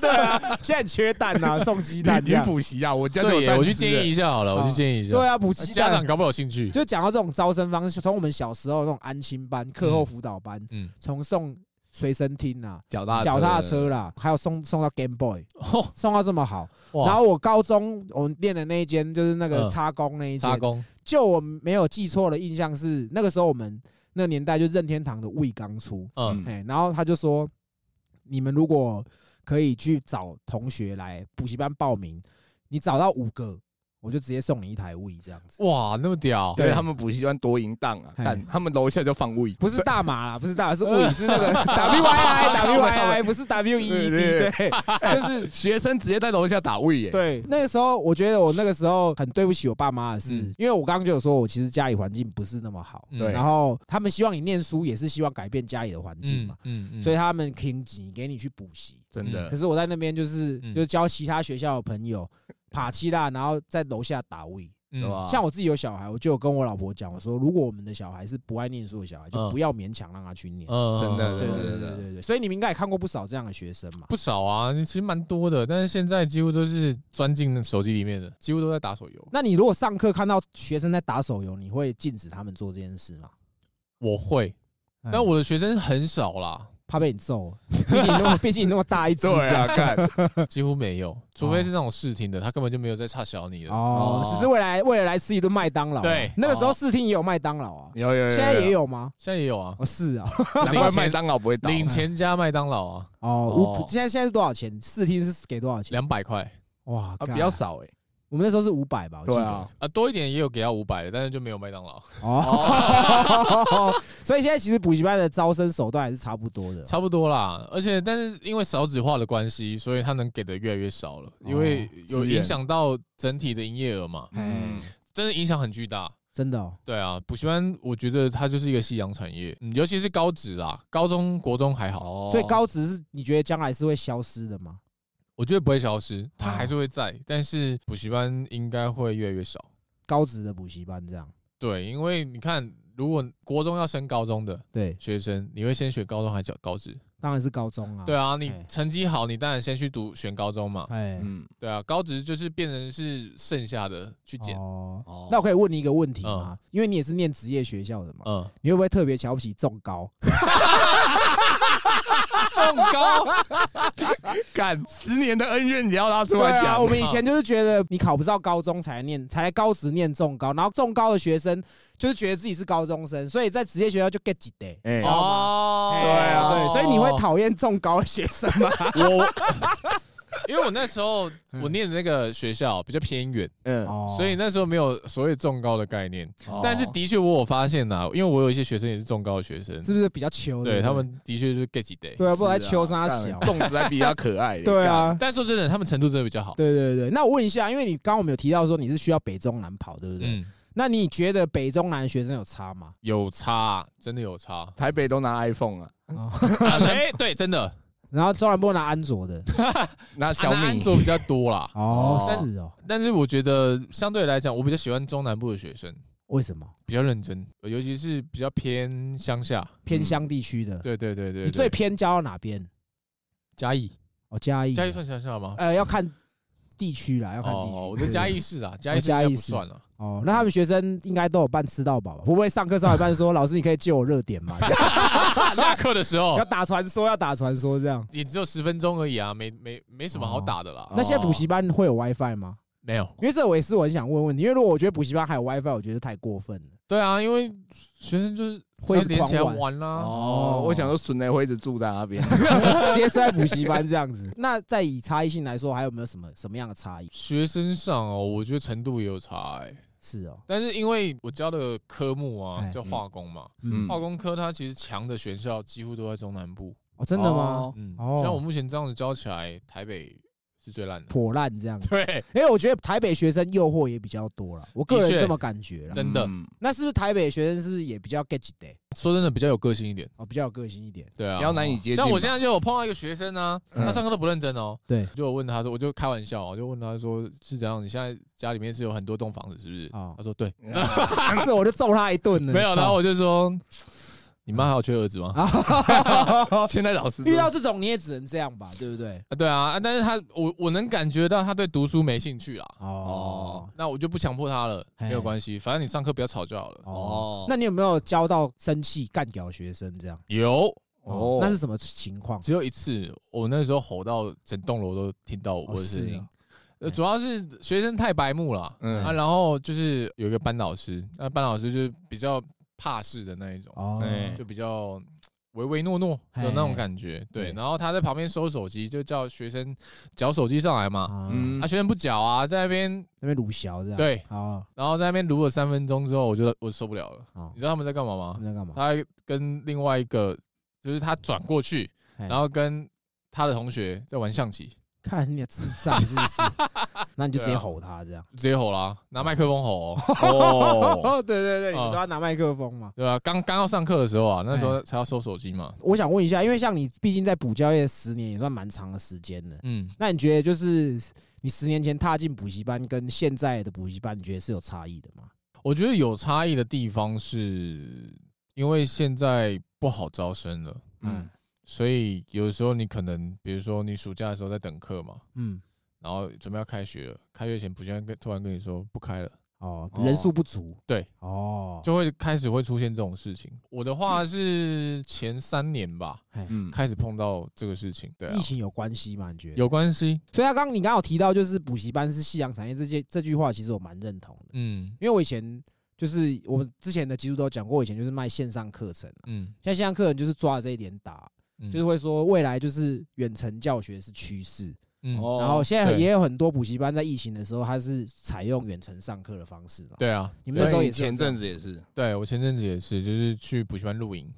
[SPEAKER 1] 对啊，现在很缺蛋啊，送鸡蛋这
[SPEAKER 3] 你
[SPEAKER 1] 样。
[SPEAKER 3] 补习啊？我家都
[SPEAKER 2] 对
[SPEAKER 3] 有
[SPEAKER 2] 耶，
[SPEAKER 3] 蛋
[SPEAKER 2] 我去
[SPEAKER 3] 吃
[SPEAKER 2] 建议一下好了，
[SPEAKER 1] 啊
[SPEAKER 2] 我去建议一下。
[SPEAKER 1] 对啊，补鸡
[SPEAKER 2] 家
[SPEAKER 1] 蛋
[SPEAKER 2] 长搞不好有兴趣。
[SPEAKER 1] 就讲到这种招生方式，从我们小时候那种安亲班、课后辅导班，
[SPEAKER 2] 嗯
[SPEAKER 1] 从送随身听啊、
[SPEAKER 3] 脚踏
[SPEAKER 1] 脚踏车啦，还有送送到 Game Boy，
[SPEAKER 2] 哦，
[SPEAKER 1] 送到这么好。然
[SPEAKER 2] 哇，
[SPEAKER 1] 后我高中我们练的那一间就是那个
[SPEAKER 2] 嗯
[SPEAKER 1] 插工那一
[SPEAKER 2] 插
[SPEAKER 1] 间，
[SPEAKER 2] 工
[SPEAKER 1] 就我没有记错的印象是那个时候我们那个年代就任天堂的 We 刚出，
[SPEAKER 2] 嗯，
[SPEAKER 1] 哎，然后他就说，你们如果可以去找同学来补习班报名，你找到五个，我就直接送你一台 w 这样子。
[SPEAKER 2] 哇，那么屌！
[SPEAKER 1] 对
[SPEAKER 3] 对他们补习班多淫荡啊，
[SPEAKER 1] 嘿
[SPEAKER 3] 但他们楼下就放位，
[SPEAKER 1] 不是大麻啦，不是 大麻，是 w 是那个 W I I W I I，不是 W E E D，
[SPEAKER 3] 对
[SPEAKER 1] 对， 就是
[SPEAKER 3] 学生直接在楼下打位耶。
[SPEAKER 1] 对。那个时候，我觉得我那个时候很对不起我爸妈的是，
[SPEAKER 2] 嗯
[SPEAKER 1] 因为我刚刚就有说，我其实家里环境不是那么好，
[SPEAKER 2] 嗯
[SPEAKER 3] 对
[SPEAKER 1] 然后他们希望你念书，也是希望改变家里的环境
[SPEAKER 2] 嗯
[SPEAKER 1] 嘛，
[SPEAKER 2] 嗯嗯，
[SPEAKER 1] 所以
[SPEAKER 2] 以
[SPEAKER 1] 他们挺紧给你去补习。
[SPEAKER 3] 真的
[SPEAKER 1] 可，是我在那边就是
[SPEAKER 2] 嗯
[SPEAKER 1] 就是交其他学校的朋 友爬七啦，然后在楼下打 w
[SPEAKER 2] 嗯
[SPEAKER 3] 对
[SPEAKER 2] 啊
[SPEAKER 3] 吧？
[SPEAKER 1] 像我自己有小孩，我就有跟我老婆讲，我说如果我们的小孩是不爱念书的小孩，就
[SPEAKER 2] 嗯
[SPEAKER 1] 不要勉强让他去念。
[SPEAKER 2] 嗯
[SPEAKER 3] 真的
[SPEAKER 1] 对对
[SPEAKER 3] 对对
[SPEAKER 1] 对
[SPEAKER 3] 对
[SPEAKER 1] 对对对，所以你们应该也看过不少这样的学生嘛。
[SPEAKER 2] 不少啊，其实蛮多的，但是现在几乎都是钻进手机里面的，几乎都在打手游。
[SPEAKER 1] 那你如果上课看到学生在打手游，你会禁止他们做这件事吗？
[SPEAKER 2] 我会，
[SPEAKER 1] 嗯
[SPEAKER 2] 但我的学生很少啦，
[SPEAKER 1] 怕被你揍，毕竟你那么毕竟你那么大一只，
[SPEAKER 3] 对啊，看
[SPEAKER 2] 几乎 没有，除非是那种试听的，他根本就没有在差小你的。
[SPEAKER 1] 哦
[SPEAKER 3] 哦，
[SPEAKER 1] 只是为来为了来吃一顿麦当劳啊。
[SPEAKER 2] 对
[SPEAKER 1] 那个时候试听也有麦当劳啊，
[SPEAKER 3] 有有有，
[SPEAKER 1] 现在也，有吗？
[SPEAKER 2] 现在也有啊，
[SPEAKER 1] 哦，是啊，
[SPEAKER 3] 难怪
[SPEAKER 2] 领钱
[SPEAKER 3] 麦当劳不会倒。
[SPEAKER 2] 领钱加麦当劳啊，
[SPEAKER 1] 哦
[SPEAKER 2] 哦，啊
[SPEAKER 1] 五现在现在是多少钱？试听是给多少钱？
[SPEAKER 2] 两百块
[SPEAKER 1] 哇，
[SPEAKER 3] 啊，
[SPEAKER 1] 干
[SPEAKER 3] 比较。少哎。
[SPEAKER 1] 我们那时候是五百吧，我记
[SPEAKER 3] 对
[SPEAKER 1] 得。
[SPEAKER 3] 啊，
[SPEAKER 2] 啊，多一点也有给到五百的，但是就没有麦当劳，
[SPEAKER 1] 哦， 所以现在其实补习班的招生手段还是差不多的。
[SPEAKER 2] 差不多啦。而且，但是因为少子化的关系，所以他能给的越来越少了，因为有
[SPEAKER 3] 资源
[SPEAKER 2] 影响到整体的营业额嘛，
[SPEAKER 1] 嗯
[SPEAKER 3] 嗯，
[SPEAKER 2] 真的影响很巨大。
[SPEAKER 1] 真的、哦，
[SPEAKER 2] 对啊，补习班我觉得它就是一个夕阳产业，嗯，尤其是高职啦，高中、国中还好，
[SPEAKER 3] 哦
[SPEAKER 1] 所以高职是你觉得将来是会消失的吗？
[SPEAKER 2] 我觉得不会消失，它
[SPEAKER 1] 哦
[SPEAKER 2] 还是会在，但是补习班应该会越来越少。
[SPEAKER 1] 高职的补习班这样，
[SPEAKER 2] 对，因为你看，如果国中要升高中的
[SPEAKER 1] 对，
[SPEAKER 2] 学生，你会先选高中还是高职？
[SPEAKER 1] 当然是高中啊。
[SPEAKER 2] 对，啊，你
[SPEAKER 1] 哎
[SPEAKER 2] 成绩好，你当然先去读选高中嘛。
[SPEAKER 1] 哎，
[SPEAKER 3] 嗯，
[SPEAKER 2] 对啊，高职就是变成是剩下的去捡。
[SPEAKER 1] 哦
[SPEAKER 3] 哦。
[SPEAKER 1] 那我可以问你一个问题吗？因为你也是念职业学校的嘛，
[SPEAKER 2] 嗯，
[SPEAKER 1] 你会不会特别瞧不起重高？
[SPEAKER 2] 重高，
[SPEAKER 3] 干十年的恩怨也要拉出
[SPEAKER 1] 对
[SPEAKER 3] 来
[SPEAKER 1] 啊，
[SPEAKER 3] 讲
[SPEAKER 1] 我。们以前就是觉得你考不到高中才来念，才来高职念重高，然后重高的学生就是觉得自己是高中生，所以在职业学校就 get 几 day，
[SPEAKER 3] 哎
[SPEAKER 1] 知道吗？
[SPEAKER 2] 哦，
[SPEAKER 3] 对啊
[SPEAKER 1] 对，所以你会讨厌重高的学生吗？
[SPEAKER 2] 我，因 为我那时候我念的那个学校比较偏远，
[SPEAKER 1] 哦
[SPEAKER 3] 嗯，
[SPEAKER 2] 所以那时候没有所谓重高的概念。但是
[SPEAKER 3] 哦
[SPEAKER 2] 的确，我有发现呐、因为我有一些学生也是重高的学生，
[SPEAKER 1] 是不是比较秋？
[SPEAKER 2] 对
[SPEAKER 1] 不
[SPEAKER 2] 他们的确就是 get 几 day。
[SPEAKER 1] 对啊，不然
[SPEAKER 3] 是啊
[SPEAKER 1] 秋沙
[SPEAKER 3] 干
[SPEAKER 1] 小。
[SPEAKER 3] 粽子还比较可爱。。
[SPEAKER 1] 对啊，
[SPEAKER 2] 但说真的，他们程度真的比较好。
[SPEAKER 1] 对对对。那我问一下，因为你刚刚我们有提到说你是需要北中南跑，对不对？
[SPEAKER 2] 嗯，
[SPEAKER 1] 那你觉得北中南学生有差吗？
[SPEAKER 2] 有差、啊真的有差
[SPEAKER 3] 台北都拿 iPhone 啊，
[SPEAKER 2] 啊哎、对，真的，
[SPEAKER 1] 然后中南部拿安卓的，
[SPEAKER 3] 拿小
[SPEAKER 2] 啊那安
[SPEAKER 3] 米。
[SPEAKER 2] 卓比较多啦。
[SPEAKER 1] 哦，
[SPEAKER 3] 哦
[SPEAKER 1] 是哦，
[SPEAKER 2] 但是我觉得相对来讲，我比较喜欢中南部的学生，
[SPEAKER 1] 为什么
[SPEAKER 2] 比较认真，尤其是比较偏乡下。
[SPEAKER 1] 偏乡地区的？
[SPEAKER 2] 嗯对对对对
[SPEAKER 1] 你最
[SPEAKER 2] 对
[SPEAKER 1] 偏教到哪边？
[SPEAKER 2] 嘉义，
[SPEAKER 1] 哦，嘉义，
[SPEAKER 2] 嘉义算乡下吗？
[SPEAKER 1] 呃，要看地区啦，要看地区。
[SPEAKER 2] 哦，我觉得
[SPEAKER 1] 对
[SPEAKER 2] 嘉义市啊，嘉
[SPEAKER 1] 哦
[SPEAKER 2] 义市应
[SPEAKER 1] 嘉
[SPEAKER 2] 该
[SPEAKER 1] 义
[SPEAKER 2] 不
[SPEAKER 1] 市
[SPEAKER 2] 算了。
[SPEAKER 1] 哦，那他们学生应该都有办吃到饱吧？会不会上课上一半说老师，你可以借我热点吗？ 这样
[SPEAKER 2] 下课的时候
[SPEAKER 1] 要打传说，要打传说这样。
[SPEAKER 2] 也只有十分钟而已啊，没没没什么好打的啦。
[SPEAKER 1] 哦那现在补习班会有 WiFi 吗？
[SPEAKER 2] 没有，
[SPEAKER 1] 因为这我也是我很想问问题，因为如果我觉得补习班还有 WiFi，我觉得太过分了。
[SPEAKER 2] 对啊，因为学生就是
[SPEAKER 1] 会一直
[SPEAKER 2] 连起来
[SPEAKER 1] 狂玩
[SPEAKER 2] 玩啦、
[SPEAKER 3] 哦，我想说孙雷会一直住在那 边。
[SPEAKER 1] 直接睡在补习班这样子。 那再以差异性来说，还有没有什么什么样的差异？
[SPEAKER 2] 学生上哦，我觉得程度也有差哎、
[SPEAKER 1] 是哦，
[SPEAKER 2] 但是因为我教的科目啊
[SPEAKER 1] 哎
[SPEAKER 2] 叫化工嘛，
[SPEAKER 1] 嗯
[SPEAKER 3] 嗯，
[SPEAKER 2] 化工科它其实强的学校几乎都在中南部。
[SPEAKER 1] 哦，真的吗？
[SPEAKER 3] 哦？
[SPEAKER 2] 嗯，
[SPEAKER 1] 哦
[SPEAKER 2] 像我目前这样子教起来，台北是最烂的。
[SPEAKER 1] 破烂这样子，
[SPEAKER 2] 对，
[SPEAKER 1] 因为我觉得台北学生诱惑也比较多了，我个人
[SPEAKER 2] 的确
[SPEAKER 1] 这么感觉了。
[SPEAKER 2] 真的
[SPEAKER 3] 嗯
[SPEAKER 1] 那是不是台北学生是也比较 get 的
[SPEAKER 2] 说真的比较有个性一点。
[SPEAKER 1] 哦，比较有个性一点？
[SPEAKER 2] 对啊，
[SPEAKER 3] 比较难以接近嘛。
[SPEAKER 2] 像我现在就有碰到一个学生啊，
[SPEAKER 3] 嗯
[SPEAKER 2] 他上课都不认真哦。
[SPEAKER 1] 对
[SPEAKER 2] 就我问他说，我就开玩笑，啊我就问他说是怎样？你现在家里面是有很多栋房子是不是？
[SPEAKER 1] 哦
[SPEAKER 2] 他说对，
[SPEAKER 3] 嗯
[SPEAKER 1] 是我就揍他一顿了。
[SPEAKER 2] 没有。
[SPEAKER 1] 操
[SPEAKER 2] 然后我就说，你妈还有缺儿子吗？啊，
[SPEAKER 3] 现在老师
[SPEAKER 1] 遇到这种你也只能这样吧，对不对？
[SPEAKER 2] 对啊，啊但是他我我能感觉到他对读书没兴趣啦。
[SPEAKER 1] 哦
[SPEAKER 2] 哦，那我就不强迫他了，
[SPEAKER 1] 嘿
[SPEAKER 2] 没有关系，反正你上课不要吵就好了。
[SPEAKER 1] 哦，那你有没有教到生气干掉学生这样？
[SPEAKER 2] 有，
[SPEAKER 3] 哦，
[SPEAKER 1] 那是什么情况？
[SPEAKER 2] 只有一次，我那时候吼到整栋楼都听到我的声
[SPEAKER 1] 是
[SPEAKER 2] 音
[SPEAKER 1] 啊。
[SPEAKER 2] 呃，主要是学生太白目了，
[SPEAKER 3] 嗯
[SPEAKER 2] 啊，然后就是有一个班老师，那班老师就是比较怕事的那一种，
[SPEAKER 1] 哦，
[SPEAKER 3] 哎
[SPEAKER 2] 就比较唯唯诺诺的那种
[SPEAKER 1] 嘿
[SPEAKER 2] 感觉。对，
[SPEAKER 1] 对
[SPEAKER 2] 然后他在旁边收手机，就叫学生缴手机上来嘛。
[SPEAKER 1] 嗯，
[SPEAKER 3] 嗯
[SPEAKER 2] 啊，，学生不缴啊，在那边，
[SPEAKER 1] 那边鲁小这样，
[SPEAKER 2] 对
[SPEAKER 1] 好啊，
[SPEAKER 2] 然后在那边撸了三分钟之后，我觉得我受不了了。
[SPEAKER 1] 好
[SPEAKER 2] 你，知道他们在干嘛
[SPEAKER 1] 他
[SPEAKER 2] 吗？
[SPEAKER 1] 们在干嘛？
[SPEAKER 2] 他跟另外一个，就是他转过去，
[SPEAKER 1] 嘿
[SPEAKER 2] 然后跟他的同学在玩象棋，
[SPEAKER 1] 看你的智障是不 是？那你就直
[SPEAKER 2] 啊
[SPEAKER 1] 接吼他这样。
[SPEAKER 2] 直接吼啦，拿麦克风吼哦哦，
[SPEAKER 1] 哦，对对对，你
[SPEAKER 2] 哦
[SPEAKER 1] 们都要拿麦克风嘛。
[SPEAKER 2] 对吧？刚刚要上课的时候啊，那时候才要收手机嘛。
[SPEAKER 1] 我想问一下，因为像你毕竟在补教业十年也算蛮长的时间了，
[SPEAKER 2] 嗯，
[SPEAKER 1] 那你觉得就是你十年前踏进补习班跟现在的补习班，你觉得是有差异的吗？
[SPEAKER 2] 我觉得有差异的地方是，因为现在不好招生了，嗯
[SPEAKER 1] 嗯，
[SPEAKER 2] 所以有时候你可能，比如说你暑假的时候在等课嘛，
[SPEAKER 1] 嗯，
[SPEAKER 2] 然后准备要开学了，开学前补习班跟突然跟你说不开了，
[SPEAKER 1] 哦，
[SPEAKER 3] 哦
[SPEAKER 1] 人数不足，
[SPEAKER 2] 对，
[SPEAKER 1] 哦，
[SPEAKER 2] 就会开始会出现这种事情。我的话是前三年吧，
[SPEAKER 1] 嘿
[SPEAKER 3] 嗯，
[SPEAKER 2] 开始碰到这个事情，对啊
[SPEAKER 1] 疫，情有关系吗？你觉得？
[SPEAKER 2] 有关系，
[SPEAKER 1] 所以他刚刚你刚好提到就是补习班是夕阳产业这些这句话，其实我蛮认同的，
[SPEAKER 2] 嗯
[SPEAKER 1] 因为我以前就是我们之前的集数都有讲过，我以前就是卖线上课程啊，
[SPEAKER 2] 嗯
[SPEAKER 1] 现在线上课程就是抓着这一点打，
[SPEAKER 2] 嗯，
[SPEAKER 1] 就是会说未来就是远程教学是趋势，
[SPEAKER 2] 嗯
[SPEAKER 3] 哦
[SPEAKER 1] 然后现在
[SPEAKER 2] 对
[SPEAKER 1] 也有很多补习班在疫情的时候，它是采用远程上课的方式嘛。
[SPEAKER 2] 对啊，
[SPEAKER 1] 你们那时候
[SPEAKER 3] 所以
[SPEAKER 1] 也是有
[SPEAKER 3] 前
[SPEAKER 1] 这样
[SPEAKER 3] 阵子也是，
[SPEAKER 2] 对我前阵子也是，就是去补习班露营，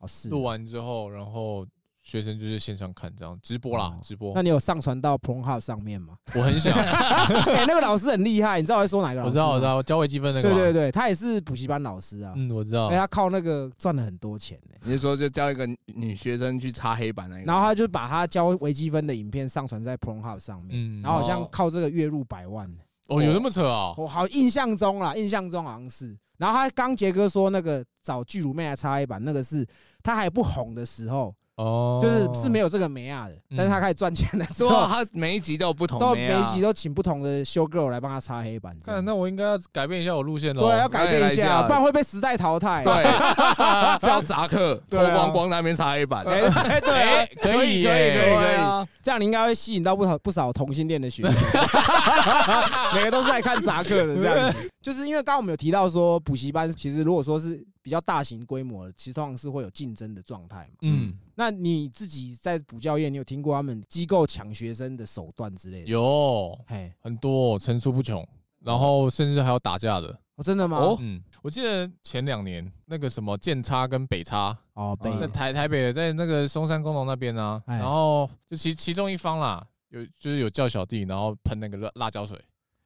[SPEAKER 1] 哦是
[SPEAKER 2] 录完之后，然后学生就是线上看这样直播啦
[SPEAKER 1] 哦，
[SPEAKER 2] 直播
[SPEAKER 1] 那。你有上传到 p r o n h u b 上面吗？
[SPEAKER 2] 我很想，
[SPEAKER 1] 哎，那个老师很厉害，你知道我在说哪个老
[SPEAKER 2] 我
[SPEAKER 1] 师？
[SPEAKER 2] 知道，我知。道，教微积分那个
[SPEAKER 1] 啊对对
[SPEAKER 2] 嘛。
[SPEAKER 1] 对，他也是补习班老师啊，
[SPEAKER 2] 嗯，我知道
[SPEAKER 1] 哎，。他靠那个赚了很多钱呢。
[SPEAKER 3] 你是说就叫一个女女学生去擦黑板那个，
[SPEAKER 1] 然后他就把他教微积分的影片上传在 p r o n h u b 上面，
[SPEAKER 2] 嗯，
[SPEAKER 1] 然后好像
[SPEAKER 3] 哦
[SPEAKER 1] 靠这个月入百万呢。
[SPEAKER 2] 哦，有那么扯啊？
[SPEAKER 1] 我好印象中啦，印象中好像是。然后他刚杰哥说那个找巨乳妹来插一版，那个是他还不红的时候，
[SPEAKER 2] 哦，
[SPEAKER 1] 就是是没有这个梅亚的，但是他开始赚钱的时
[SPEAKER 3] 对
[SPEAKER 1] 候，
[SPEAKER 3] 啊，他每一集都有不同
[SPEAKER 1] 都
[SPEAKER 3] 的
[SPEAKER 1] 每
[SPEAKER 3] 呀
[SPEAKER 1] 一集都请不同的修 girl 来帮他擦黑板这
[SPEAKER 2] 看，
[SPEAKER 1] 样。
[SPEAKER 2] 那我应该要改变一下我路线喽。
[SPEAKER 1] 对，要啊改变一
[SPEAKER 3] 来一
[SPEAKER 1] 下，
[SPEAKER 3] 下
[SPEAKER 1] 不然会被时代淘汰。啊
[SPEAKER 3] 对，叫杂客脱
[SPEAKER 1] 对啊
[SPEAKER 3] 光光那边擦黑板，
[SPEAKER 1] 哎，哎对啊，
[SPEAKER 2] 哎可
[SPEAKER 1] 可以，
[SPEAKER 2] 以
[SPEAKER 1] 可啊以，
[SPEAKER 2] 耶
[SPEAKER 1] 可以。这样你应该会吸引到不少不少同性恋的学生，每个都是来看杂课的这样子。就是因为刚刚我们有提到说，补习班其实如果说是比较大型规模的，其实通常是会有竞争的状态嘛。
[SPEAKER 2] 嗯，
[SPEAKER 1] 那你自己在补教业，你有听过他们机构抢学生的手段之类的？，
[SPEAKER 2] 有
[SPEAKER 1] 嘿，
[SPEAKER 2] 很多层出不穷，然后甚至还有打架的。
[SPEAKER 1] 哦，真的吗？
[SPEAKER 2] 哦，嗯，我记得前两年那个什么建差跟北差，
[SPEAKER 1] 哦，北
[SPEAKER 3] 嗯
[SPEAKER 2] 在台台北的，在那个松山公农那边呢，
[SPEAKER 1] 哎
[SPEAKER 2] 然后就其其中一方啦，有就是有叫小弟，然后喷那个辣辣椒水。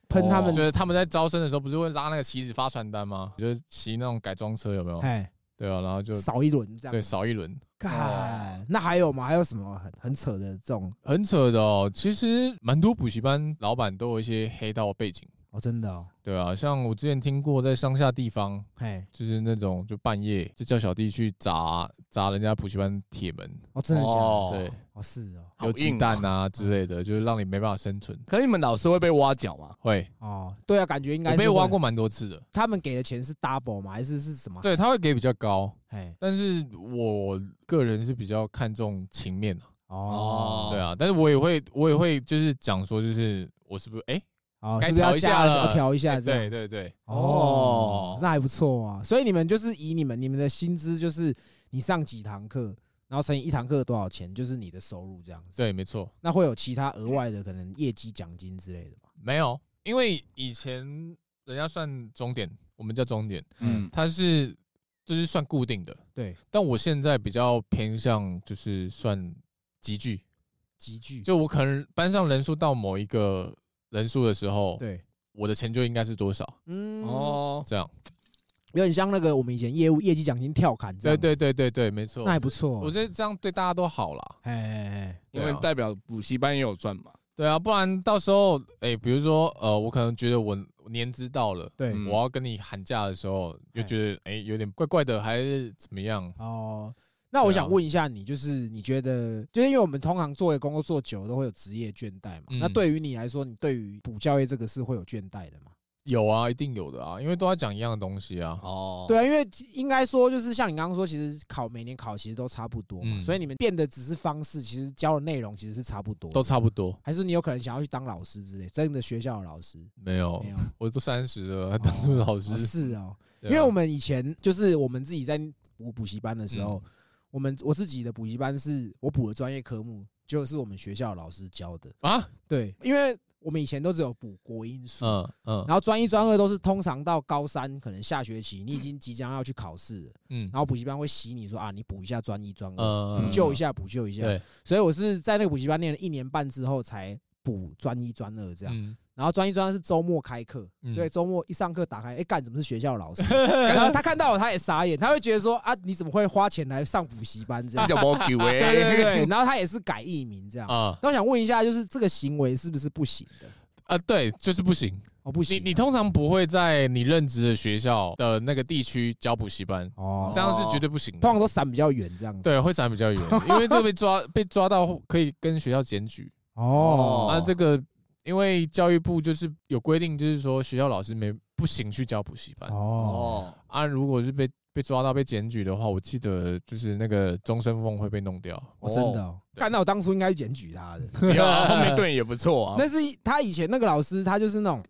[SPEAKER 1] 喷他
[SPEAKER 3] 哦
[SPEAKER 1] 们
[SPEAKER 2] 就，是他们在招生的时候，不是会拉那个旗子发传单吗？就是骑那种改装车，有没有？
[SPEAKER 1] 哎，
[SPEAKER 2] 对啊，然哦后就
[SPEAKER 1] 扫一轮这样。
[SPEAKER 2] 对扫一轮，
[SPEAKER 1] 干，那还有吗？还有什么很很扯的这种？
[SPEAKER 2] 很扯的哦。其实蛮多补习班老板都有一些黑道背景，
[SPEAKER 1] 哦，真的哦，
[SPEAKER 2] 对啊，像我之前听过，在乡下地方，
[SPEAKER 1] 嘿，
[SPEAKER 2] 就是那种就半夜就叫小弟去砸砸人家补习班铁门，
[SPEAKER 1] 哦，真的假的？
[SPEAKER 3] 哦
[SPEAKER 2] 对，
[SPEAKER 1] 哦，是哦，嗯
[SPEAKER 3] 好
[SPEAKER 2] 有鸡
[SPEAKER 3] 硬哦
[SPEAKER 2] 蛋啊之类的，就是让你没办法生存。
[SPEAKER 3] 可是你们老师会被挖角吗？
[SPEAKER 2] 会，
[SPEAKER 1] 哦，对啊，感觉应该
[SPEAKER 2] 我
[SPEAKER 1] 是
[SPEAKER 2] 被
[SPEAKER 1] 会
[SPEAKER 2] 挖过。蛮多次的。
[SPEAKER 1] 他们给的钱是 double 吗？还是是什么？，
[SPEAKER 2] 对，他会给比较高，
[SPEAKER 1] 哎，
[SPEAKER 2] 但是我个人是比较看重情面的。
[SPEAKER 1] 哦，
[SPEAKER 2] 对啊，但是我也会，我也会就是讲说，就是我是不是哎、
[SPEAKER 1] 哦，
[SPEAKER 2] 该
[SPEAKER 1] 是不是要
[SPEAKER 2] 调一下
[SPEAKER 1] 加
[SPEAKER 2] 了
[SPEAKER 1] 要调一下
[SPEAKER 2] 哎
[SPEAKER 1] 这样？
[SPEAKER 2] 对对对，
[SPEAKER 1] 哦
[SPEAKER 3] 哦，
[SPEAKER 1] 那还不错啊。所以你们就是以你们你们的薪资就是你上几堂课，然后乘以一堂课多少钱，就是你的收入这样子。
[SPEAKER 2] 对，没错，
[SPEAKER 1] 那会有其他额外的可能业绩奖金之类的吗？
[SPEAKER 2] 没有，因为以前人家算钟点，我们叫钟点，
[SPEAKER 3] 嗯，
[SPEAKER 2] 它是就是算固定的，
[SPEAKER 1] 对，
[SPEAKER 2] 但我现在比较偏向就是算集聚，
[SPEAKER 1] 集聚
[SPEAKER 2] 就我可能班上人数到某一个人数的时候，
[SPEAKER 1] 对，
[SPEAKER 2] 我的钱就应该是多少
[SPEAKER 1] 嗯，哦，
[SPEAKER 3] 哦，
[SPEAKER 2] 这样。
[SPEAKER 1] 有点像那个我们以前业务业绩奖金跳坎这
[SPEAKER 2] 对
[SPEAKER 1] 样，
[SPEAKER 2] 对对对对，没错
[SPEAKER 1] 那，还不错。
[SPEAKER 2] 我觉得这样对大家都好啦。
[SPEAKER 1] 哎哎
[SPEAKER 3] 因
[SPEAKER 2] 对啊
[SPEAKER 3] 为代表补习班也有赚嘛，
[SPEAKER 2] 对啊，不然到时候，哎、比如说，呃，我可能觉得我年资到了，
[SPEAKER 1] 对
[SPEAKER 2] 我要跟你喊价的时候，
[SPEAKER 1] 嗯
[SPEAKER 2] 就
[SPEAKER 1] 哎
[SPEAKER 2] 觉得哎、有点怪怪的，还是怎么样？
[SPEAKER 1] 哎，哦。那我
[SPEAKER 2] 对啊
[SPEAKER 1] 想问一下你，就是你觉得，就是因为我们通常作为工作做久了都会有职业倦怠嘛？
[SPEAKER 2] 嗯
[SPEAKER 1] 那对于你来说，你对于补教业这个是会有倦怠的吗？
[SPEAKER 2] 有啊，一定有的啊，因为都要讲一样的东西啊。
[SPEAKER 3] 哦，
[SPEAKER 1] 对啊，因为应该说就是像你刚刚说，其实考每年考其实都差不多嘛，
[SPEAKER 2] 嗯
[SPEAKER 1] 所以你们变的只是方式，其实教的内容其实是差不多的。
[SPEAKER 2] 都差不多，
[SPEAKER 1] 还是你有可能想要去当老师之类，真的学校的老师
[SPEAKER 2] 没有
[SPEAKER 1] 没，有？
[SPEAKER 2] 我都三十了，还哦 当什么老师
[SPEAKER 1] 哦？是哦，
[SPEAKER 2] 对
[SPEAKER 1] 因
[SPEAKER 2] 啊嗯
[SPEAKER 1] 为我们以前就是我们自己在补补习班的时候，我们我自己的补习班是我补的专业科目，就是我们学校老师教的。
[SPEAKER 2] 啊，
[SPEAKER 1] 对，因为我们以前都只有补国英数，
[SPEAKER 2] 嗯嗯
[SPEAKER 1] 然后专一、专二都是通常到高三，可能下学期你已经即将要去考试了，
[SPEAKER 2] 嗯
[SPEAKER 1] 然后补习班会洗你说啊，你补一下专一、专二，
[SPEAKER 2] 呃
[SPEAKER 1] 补救一下，补救一下。
[SPEAKER 2] 对，
[SPEAKER 1] 所以我是在那个补习班念了一年半之后才补专一、专二这样。
[SPEAKER 2] 嗯，
[SPEAKER 1] 然后专一、专二是周末开课
[SPEAKER 2] 嗯，
[SPEAKER 1] 所以周末一上课打开，哎，干怎么是学校老 师？然后他看到我，他也傻眼，他会觉得说啊，你怎么会花钱来上补习班这样？
[SPEAKER 3] 你就没 救
[SPEAKER 1] 对对 对，然后他也是改艺名这样。
[SPEAKER 2] 啊
[SPEAKER 1] 那我想问一下，就是这个行为是不是不行的？
[SPEAKER 2] 啊，对，就是不行。
[SPEAKER 1] 哦，不
[SPEAKER 2] 你
[SPEAKER 1] 行啊，
[SPEAKER 2] 你通常不会在你任职的学校的那个地区教补习班，
[SPEAKER 1] 哦
[SPEAKER 2] 这，样是绝对不行
[SPEAKER 1] 通
[SPEAKER 2] 的
[SPEAKER 1] 常。都闪比较远这样子。
[SPEAKER 2] 对，会闪比较远，因为这被抓被抓到可以跟学校检举。
[SPEAKER 1] 哦，
[SPEAKER 2] 啊，这个因为教育部就是有规定，就是说学校老师没不行去教补习班
[SPEAKER 1] 哦，
[SPEAKER 3] 哦，
[SPEAKER 2] 啊。如果是被被抓到被检举的话，我记得就是那个终身俸会被弄掉。
[SPEAKER 1] 我真的哦
[SPEAKER 2] 对
[SPEAKER 1] 干到我当初应该去检举他的。
[SPEAKER 3] 没 有 啊，后面盾也不错
[SPEAKER 2] 哦
[SPEAKER 3] 啊，
[SPEAKER 1] 那是他以前那个老师，他就是那种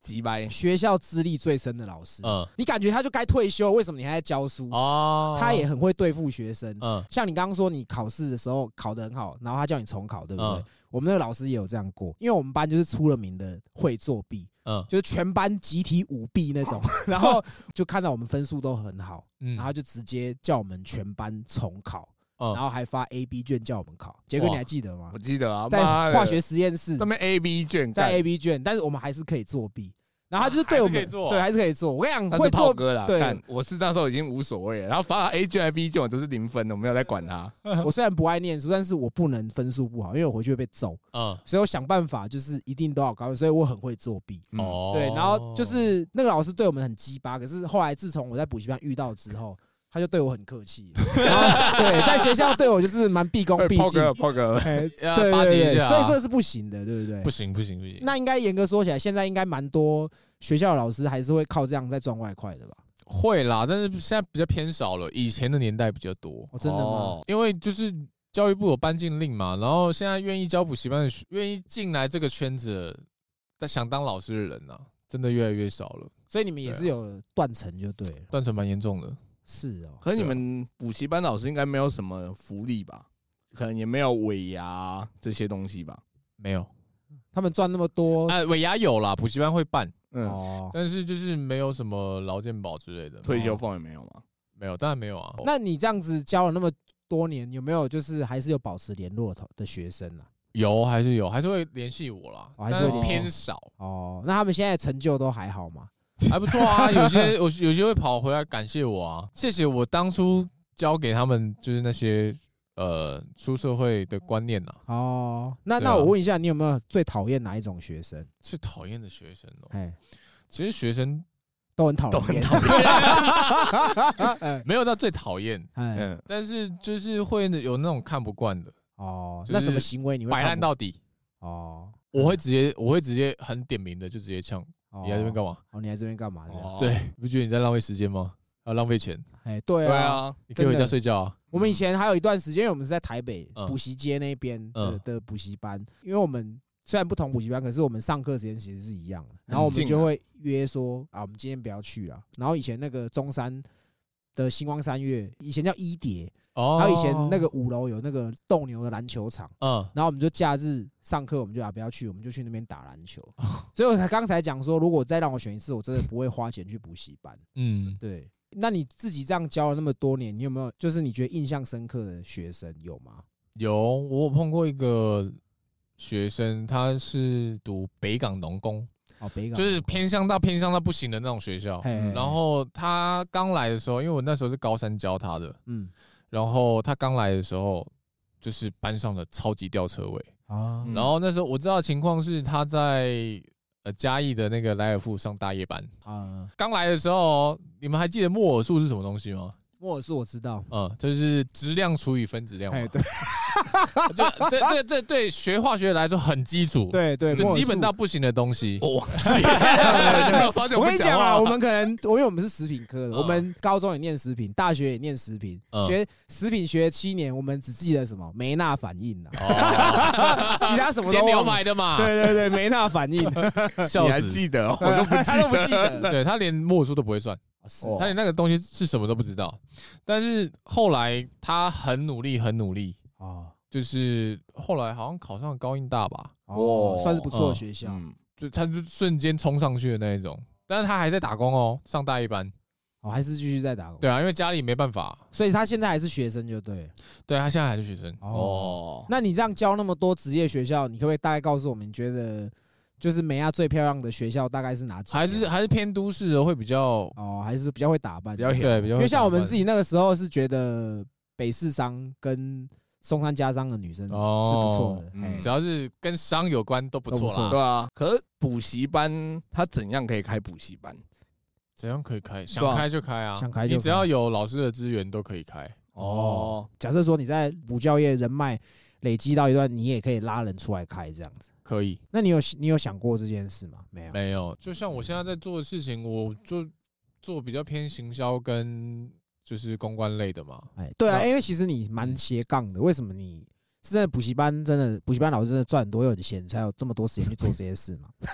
[SPEAKER 3] 几百
[SPEAKER 1] 学校资历最深的老师，
[SPEAKER 2] 嗯
[SPEAKER 1] 你感觉他就该退休，为什么你还在教书？
[SPEAKER 2] 哦，
[SPEAKER 1] 他也很会对付学生。
[SPEAKER 2] 嗯
[SPEAKER 1] 像你刚刚说，你考试的时候考得很好，然后他叫你重考，对不对
[SPEAKER 2] 嗯？
[SPEAKER 1] 我们那个老师也有这样过，因为我们班就是出了名的会作弊，
[SPEAKER 2] 嗯
[SPEAKER 1] 就是全班集体舞弊那 种，然后就看到我们分数都很好，
[SPEAKER 2] 嗯
[SPEAKER 1] 然后就直接叫我们全班重考，
[SPEAKER 2] 嗯
[SPEAKER 1] 然后还发 A、B 卷叫我们考。结果你还记得吗
[SPEAKER 3] 我？记得啊，
[SPEAKER 1] 在
[SPEAKER 3] 妈的
[SPEAKER 1] 化学实验室
[SPEAKER 3] 那，边 A B 卷，
[SPEAKER 1] 在
[SPEAKER 3] 干
[SPEAKER 1] A、B 卷，但是我们还是可以作弊。然后他就是对
[SPEAKER 2] 啊还是
[SPEAKER 1] 我
[SPEAKER 2] 可以
[SPEAKER 1] 们，
[SPEAKER 2] 做
[SPEAKER 1] 对，还是可以做。我跟你
[SPEAKER 3] 那
[SPEAKER 1] 讲，
[SPEAKER 3] 是
[SPEAKER 1] 会
[SPEAKER 3] 炮
[SPEAKER 1] 作
[SPEAKER 3] 哥啦，
[SPEAKER 1] 对
[SPEAKER 3] 干我是那时候已经无所谓了，然后反而 A 卷、B 卷我都是零分的，我没有在管他。
[SPEAKER 1] 我虽然不爱念书，但是我不能分数不好，因为我回去会被揍，
[SPEAKER 2] 嗯
[SPEAKER 1] 所以我想办法就是一定都要高，所以我很会作弊。
[SPEAKER 3] 嗯
[SPEAKER 2] 哦，
[SPEAKER 1] 对，然后就是那个老师对我们很鸡巴，可是后来自从我在补习班遇到之后，他就对我很客 气，然后对，在学校对我就是蛮毕恭
[SPEAKER 3] 哎
[SPEAKER 1] 毕
[SPEAKER 3] 炮
[SPEAKER 1] 敬
[SPEAKER 3] 哥，，炮哥，
[SPEAKER 1] 哎
[SPEAKER 2] 要
[SPEAKER 1] 对
[SPEAKER 2] 呃巴
[SPEAKER 1] 对
[SPEAKER 2] 结
[SPEAKER 1] 对，
[SPEAKER 2] 一
[SPEAKER 1] 对
[SPEAKER 2] 下
[SPEAKER 1] 所以
[SPEAKER 2] 啊，
[SPEAKER 1] 这是不行的，对不对
[SPEAKER 2] 不？行不行不行，
[SPEAKER 1] 那应该严格说起来，现在应该蛮多学校的老师还是会靠这样在赚外快的吧？
[SPEAKER 2] 会啦，但是现在比较偏少了，以前的年代比较多。
[SPEAKER 1] 哦，真的吗？
[SPEAKER 3] 哦？
[SPEAKER 2] 因为就是教育部有颁禁令嘛，然后现在愿意教补习班的学，愿意进来这个圈子的，但想当老师的人啊，真的越来越少了，
[SPEAKER 1] 所以你们也是
[SPEAKER 2] 啊
[SPEAKER 1] 有断层就对了，
[SPEAKER 2] 断层蛮严重的。
[SPEAKER 1] 是哦。
[SPEAKER 3] 可是你们
[SPEAKER 2] 啊
[SPEAKER 3] 补习班老师应该没有什么福利吧？可能也没有尾牙这些东西吧？
[SPEAKER 2] 没有，
[SPEAKER 1] 他们赚那么多，
[SPEAKER 2] 哎、尾牙有啦，补习班会办，
[SPEAKER 3] 嗯，
[SPEAKER 1] 哦，
[SPEAKER 2] 但是就是没有什么劳健保之类的。
[SPEAKER 3] 退休
[SPEAKER 2] 哦
[SPEAKER 3] 俸也没有吗？
[SPEAKER 2] 没有，当然没有啊。
[SPEAKER 1] 那你这样子教了那么多年，有没有就是还是有保持联络的的学生啊呢、
[SPEAKER 2] 有还是有，还是会联系我啦，
[SPEAKER 1] 哦还
[SPEAKER 2] 但
[SPEAKER 1] 是
[SPEAKER 2] 是
[SPEAKER 1] 会
[SPEAKER 3] 联系
[SPEAKER 2] 偏少，
[SPEAKER 1] 哦，那他们现在成就都还好吗？
[SPEAKER 2] 还不错啊。有些 有有些会跑回来感谢我啊，谢谢我当初教给他们就是那些呃出社会的观念啊呐、
[SPEAKER 1] 哦，那
[SPEAKER 2] 对啊
[SPEAKER 1] 那我问一下，你有没有最讨厌哪一种学生？
[SPEAKER 2] 最讨厌的学生哦、
[SPEAKER 1] 哎，
[SPEAKER 2] 其实学生
[SPEAKER 1] 都很讨
[SPEAKER 3] 都很
[SPEAKER 1] 厌。
[SPEAKER 3] 讨厌。
[SPEAKER 1] 哎
[SPEAKER 2] 没有到最讨厌，
[SPEAKER 1] 哎，
[SPEAKER 3] 嗯，
[SPEAKER 2] 但是就是会有那种看不惯的，
[SPEAKER 1] 哦，
[SPEAKER 2] 就是
[SPEAKER 1] 那什么行为你会
[SPEAKER 2] 摆烂
[SPEAKER 1] 看不
[SPEAKER 2] 到底。
[SPEAKER 1] 哦？
[SPEAKER 2] 我会直接，我会直接很点名的，就直接呛
[SPEAKER 1] 哦
[SPEAKER 2] 你来这边干嘛？
[SPEAKER 1] 哦，你来这边干嘛这样？
[SPEAKER 3] 哦
[SPEAKER 2] 对，，你不觉得你在浪费时间吗？还有浪费钱，
[SPEAKER 1] 哎，对
[SPEAKER 3] 对
[SPEAKER 1] 啊，
[SPEAKER 3] 啊，
[SPEAKER 2] 你可以
[SPEAKER 1] 真
[SPEAKER 2] 回
[SPEAKER 1] 的
[SPEAKER 2] 家睡觉啊。
[SPEAKER 1] 我们以前还有一段时间，因为我们是在台北
[SPEAKER 2] 嗯
[SPEAKER 1] 补习街那边的
[SPEAKER 2] 嗯
[SPEAKER 1] 的补习班，因为我们虽然不同补习班，可是我们上课时间其实是一样的。然后我
[SPEAKER 3] 近
[SPEAKER 1] 们
[SPEAKER 3] 啊
[SPEAKER 1] 就会约说啊，我们今天不要去了。然后以前那个中山的星光三月，以前叫一蝶，
[SPEAKER 2] 哦，
[SPEAKER 1] 还有以前那，个五楼有那个斗牛的篮球场。
[SPEAKER 2] 嗯，
[SPEAKER 1] 然后我们就假日上课，我们就啊不要去，我们就去那边打篮球。
[SPEAKER 2] 哦
[SPEAKER 1] 所以我才刚才讲说，如果再让我选一次，我真的不会花钱去补习班。
[SPEAKER 2] 嗯，
[SPEAKER 1] 对，那你自己这样教了那么多年，你有没有就是你觉得印象深刻的学生有吗？
[SPEAKER 2] 有，我有碰过一个学生，他是读北港农工，
[SPEAKER 1] 哦，北港
[SPEAKER 2] 就是偏向到偏向到不行的那种学校。
[SPEAKER 1] 嘿嘿嘿
[SPEAKER 2] 然后他刚来的时候，因为我那时候是高三教他的，
[SPEAKER 1] 嗯
[SPEAKER 2] 然后他刚来的时候，就是班上的超级吊车尾。
[SPEAKER 1] 啊
[SPEAKER 3] 嗯
[SPEAKER 2] 然后那时候我知道的情况是他在呃嘉义的那个莱尔富上大夜班。
[SPEAKER 1] 啊，
[SPEAKER 2] 刚来的时候哦，你们还记得木偶数是什么东西吗？
[SPEAKER 1] 莫尔是我知道，
[SPEAKER 2] 嗯，就是质量除以分质量嘛
[SPEAKER 1] 哎。对
[SPEAKER 2] 这这这这对学化学来说很基础，
[SPEAKER 1] 对对，
[SPEAKER 2] 就
[SPEAKER 1] 莫尔
[SPEAKER 2] 基本
[SPEAKER 1] 素
[SPEAKER 2] 到不行的东西。
[SPEAKER 3] 我忘记了，没有发现
[SPEAKER 1] 我跟
[SPEAKER 3] 不
[SPEAKER 1] 你讲
[SPEAKER 3] 话
[SPEAKER 1] 啊，
[SPEAKER 3] 了
[SPEAKER 1] 我们可能我因为我们是食品科的，
[SPEAKER 2] 嗯
[SPEAKER 1] 我们高中也念食品，大学也念食品，
[SPEAKER 2] 嗯
[SPEAKER 1] 学食品学七年，我们只记得什么梅纳反应啊，
[SPEAKER 2] 哦，
[SPEAKER 1] 其他什么
[SPEAKER 2] 煎
[SPEAKER 1] 都
[SPEAKER 2] 牛啊
[SPEAKER 1] 忘了。
[SPEAKER 2] 买的嘛，
[SPEAKER 1] 对对对，梅纳反应，
[SPEAKER 2] 笑
[SPEAKER 3] 你还
[SPEAKER 2] 死。
[SPEAKER 3] 记得哦？
[SPEAKER 1] 啊 我都不记得，他都不记得。
[SPEAKER 2] 对他连默书都不会算，
[SPEAKER 1] 哦是
[SPEAKER 3] 哦
[SPEAKER 2] 他连那个东西是什么都不知道。但是后来他很努力，很努力，
[SPEAKER 1] 哦
[SPEAKER 2] 就是后来好像考上了高应大吧，
[SPEAKER 1] 哦，算是不错的
[SPEAKER 2] 嗯
[SPEAKER 1] 学校
[SPEAKER 3] 嗯，
[SPEAKER 2] 就他就瞬间冲上去的那一种。但是他还在打工哦，上大一班。
[SPEAKER 1] 哦，还是继续在打工。
[SPEAKER 2] 对啊，因为家里没办法。
[SPEAKER 1] 所以他现在还是学生就对了。
[SPEAKER 2] 对啊他现在还是学生。
[SPEAKER 1] 哦，
[SPEAKER 3] 哦，
[SPEAKER 1] 那你这样教那么多职业学校，你可不可以大概告诉我们，你觉得就是美亚最漂亮的学校大概是哪几间？
[SPEAKER 2] 还是还是偏都市的会比较
[SPEAKER 1] 哦，还是比较会打扮
[SPEAKER 3] 比
[SPEAKER 1] 的，
[SPEAKER 3] 较
[SPEAKER 2] 对，比较
[SPEAKER 1] 因
[SPEAKER 2] 会
[SPEAKER 1] 为像我们
[SPEAKER 2] 打扮
[SPEAKER 1] 自己那个时候是觉得北市商跟松山家商的女生是不错的，
[SPEAKER 3] 哦
[SPEAKER 1] 哎
[SPEAKER 3] 嗯
[SPEAKER 2] 只要是跟商有关都不
[SPEAKER 1] 都不
[SPEAKER 2] 错
[SPEAKER 1] 错
[SPEAKER 2] 啦。
[SPEAKER 3] 对啊。可是补习班他怎样可以开补习班？
[SPEAKER 2] 怎样可以开？
[SPEAKER 3] 对
[SPEAKER 2] 想
[SPEAKER 3] 啊
[SPEAKER 2] 开就开啊！
[SPEAKER 1] 想开就
[SPEAKER 2] 你只
[SPEAKER 1] 开
[SPEAKER 2] 要有老师的资源都可以开。
[SPEAKER 1] 哦
[SPEAKER 3] 哦，
[SPEAKER 1] 假设说你在补教业人脉累积到一段，你也可以拉人出来开这样子。
[SPEAKER 2] 可以，
[SPEAKER 1] 那你有你有想过这件事吗？没有。
[SPEAKER 2] 没有。就像我现在在做的事情，我就做比较偏行销跟就是公关类的嘛。
[SPEAKER 1] 哎，对啊，
[SPEAKER 2] 那嗯
[SPEAKER 1] 因为其实你蛮斜杠的，为什么你？是真的补习班，真的补习班老师真的赚很多又很闲，才有这么多时间去做这些事嘛？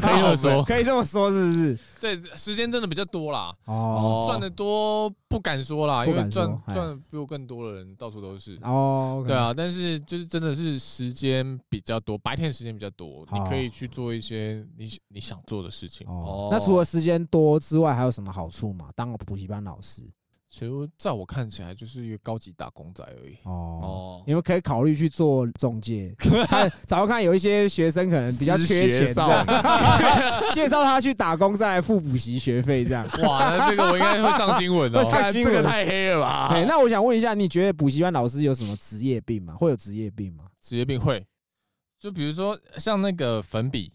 [SPEAKER 2] 可以这么说
[SPEAKER 1] 可以这么说，是不是？
[SPEAKER 2] 对，时间真的比较多啦，
[SPEAKER 1] 哦
[SPEAKER 2] 赚的多不敢说啦，
[SPEAKER 1] 不
[SPEAKER 2] 因为
[SPEAKER 1] 敢说
[SPEAKER 2] 赚
[SPEAKER 1] 哎
[SPEAKER 2] 赚得比我更多的人到处都是。
[SPEAKER 1] 哦，
[SPEAKER 2] 对，啊，但是就是真的是时间比较多，白天时间比较多，你可以去做一些你你想做的事情。
[SPEAKER 1] 哦
[SPEAKER 3] 哦，
[SPEAKER 1] 那除了时间多之外，还有什么好处吗？当补习班老师
[SPEAKER 2] 其实在我看起来就是一个高级打工仔而已。
[SPEAKER 1] 哦，
[SPEAKER 3] 哦，
[SPEAKER 1] 你们可以考虑去做中介， 看早看有一些学生可能比较缺
[SPEAKER 3] 私学
[SPEAKER 1] 钱，这
[SPEAKER 3] 少
[SPEAKER 1] 样
[SPEAKER 2] 啊
[SPEAKER 1] 介绍他去打工，再来付补习学费这样。
[SPEAKER 2] 哇，那这个我应该会上新闻
[SPEAKER 1] 会上
[SPEAKER 2] 哦。
[SPEAKER 1] 看新
[SPEAKER 3] 哎这
[SPEAKER 1] 闻
[SPEAKER 3] 个太黑了吧？
[SPEAKER 1] 哎，那我想问一下，你觉得补习班老师有什么职业病吗？会有职业病吗？
[SPEAKER 2] 职业病会，就比如说像那个粉笔，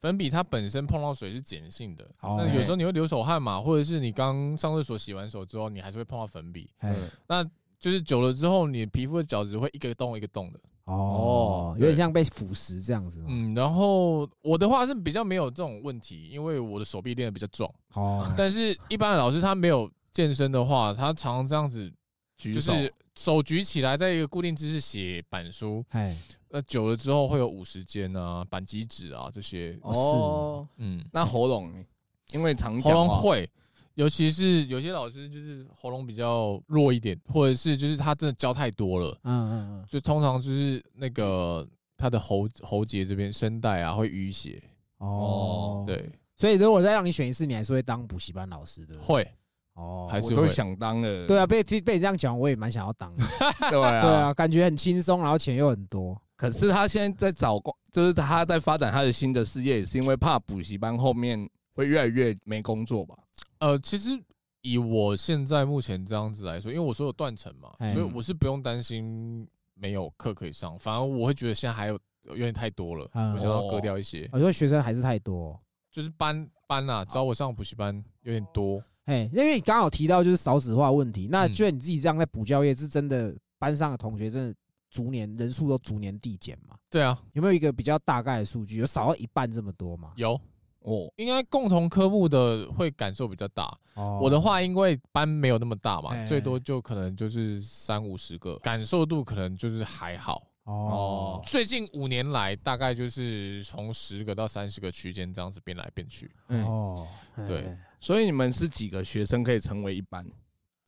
[SPEAKER 2] 粉笔它本身碰到水是碱性的，
[SPEAKER 1] 哦
[SPEAKER 2] 那有时候你会流手汗嘛，或者是你刚上厕所洗完手之后，你还是会碰到粉笔，
[SPEAKER 1] 哎，
[SPEAKER 3] 嗯
[SPEAKER 2] 那就是久了之后，你皮肤的角质会一个洞一个洞的。
[SPEAKER 1] 哦
[SPEAKER 3] 哦，
[SPEAKER 1] 有点像被腐蚀这样子吗。哦
[SPEAKER 2] 嗯，然后我的话是比较没有这种问题，因为我的手臂练得比较 壮，
[SPEAKER 1] 哦，
[SPEAKER 2] 但是一般的老师他没有健身的话，他常常这样子
[SPEAKER 3] 举
[SPEAKER 2] 就
[SPEAKER 3] 手
[SPEAKER 2] 是手举起来，在一个固定姿势写板书，
[SPEAKER 1] 哎，
[SPEAKER 2] 那久了之后会有五十肩啊、板机指啊这些。
[SPEAKER 1] 哦是
[SPEAKER 3] 哦，
[SPEAKER 2] 嗯，
[SPEAKER 3] 那喉咙呢，因为常
[SPEAKER 2] 喉
[SPEAKER 3] 讲
[SPEAKER 2] 咙
[SPEAKER 3] 话
[SPEAKER 2] 会，尤其是有些老师就是喉咙比较弱一点，或者是就是他真的教太多了，
[SPEAKER 1] 嗯嗯嗯，
[SPEAKER 2] 就通常就是那个他的喉喉结这边声带啊会淤血。
[SPEAKER 1] 哦，。
[SPEAKER 2] 对，
[SPEAKER 1] 所以如果再让你选一次，你还是会当补习班老师，对不对？
[SPEAKER 2] 会
[SPEAKER 1] 哦，
[SPEAKER 2] 还是
[SPEAKER 3] 我都想当了，
[SPEAKER 1] 对啊，被听被你这样讲，我也蛮想要当的。
[SPEAKER 3] 对 啊，
[SPEAKER 1] 对啊，感觉很轻松，然后钱又很多。
[SPEAKER 3] 可是他现在在找工，就是他在发展他的新的事业，也是因为怕补习班后面会越来越没工作吧？
[SPEAKER 2] 呃，其实以我现在目前这样子来说，因为我说有断层嘛
[SPEAKER 1] 哎，
[SPEAKER 2] 所以我是不用担心没有课可以上，反而我会觉得现在还有有点太多了，
[SPEAKER 1] 嗯
[SPEAKER 2] 我想要割
[SPEAKER 3] 哦
[SPEAKER 2] 掉一些，
[SPEAKER 1] 我说学生还是太多，哦
[SPEAKER 2] 就是班班啊，找我上补习班有点多，
[SPEAKER 1] 哎，因为你刚好提到就是少子化问题，那
[SPEAKER 2] 嗯
[SPEAKER 1] 就你自己这样在补教业，是真的班上的同学真的逐年人数都逐年递减嘛？
[SPEAKER 2] 对啊，
[SPEAKER 1] 有没有一个比较大概的数据？有少到一半这么多吗？
[SPEAKER 2] 有。
[SPEAKER 3] 哦，
[SPEAKER 2] 应该共同科目的会感受比较大。
[SPEAKER 1] 哦
[SPEAKER 2] 我的话，因为班没有那么大
[SPEAKER 1] 哎
[SPEAKER 2] 嘛，最多就可能就是三五十个，感受度可能就是还好。
[SPEAKER 1] 哦
[SPEAKER 2] 最近五年来，大概就是从十个到三十个区间这样子变来变去。
[SPEAKER 3] 嗯，
[SPEAKER 1] 哦，
[SPEAKER 2] 对
[SPEAKER 1] 哎
[SPEAKER 3] 所以你们是几个学生可以成为一班？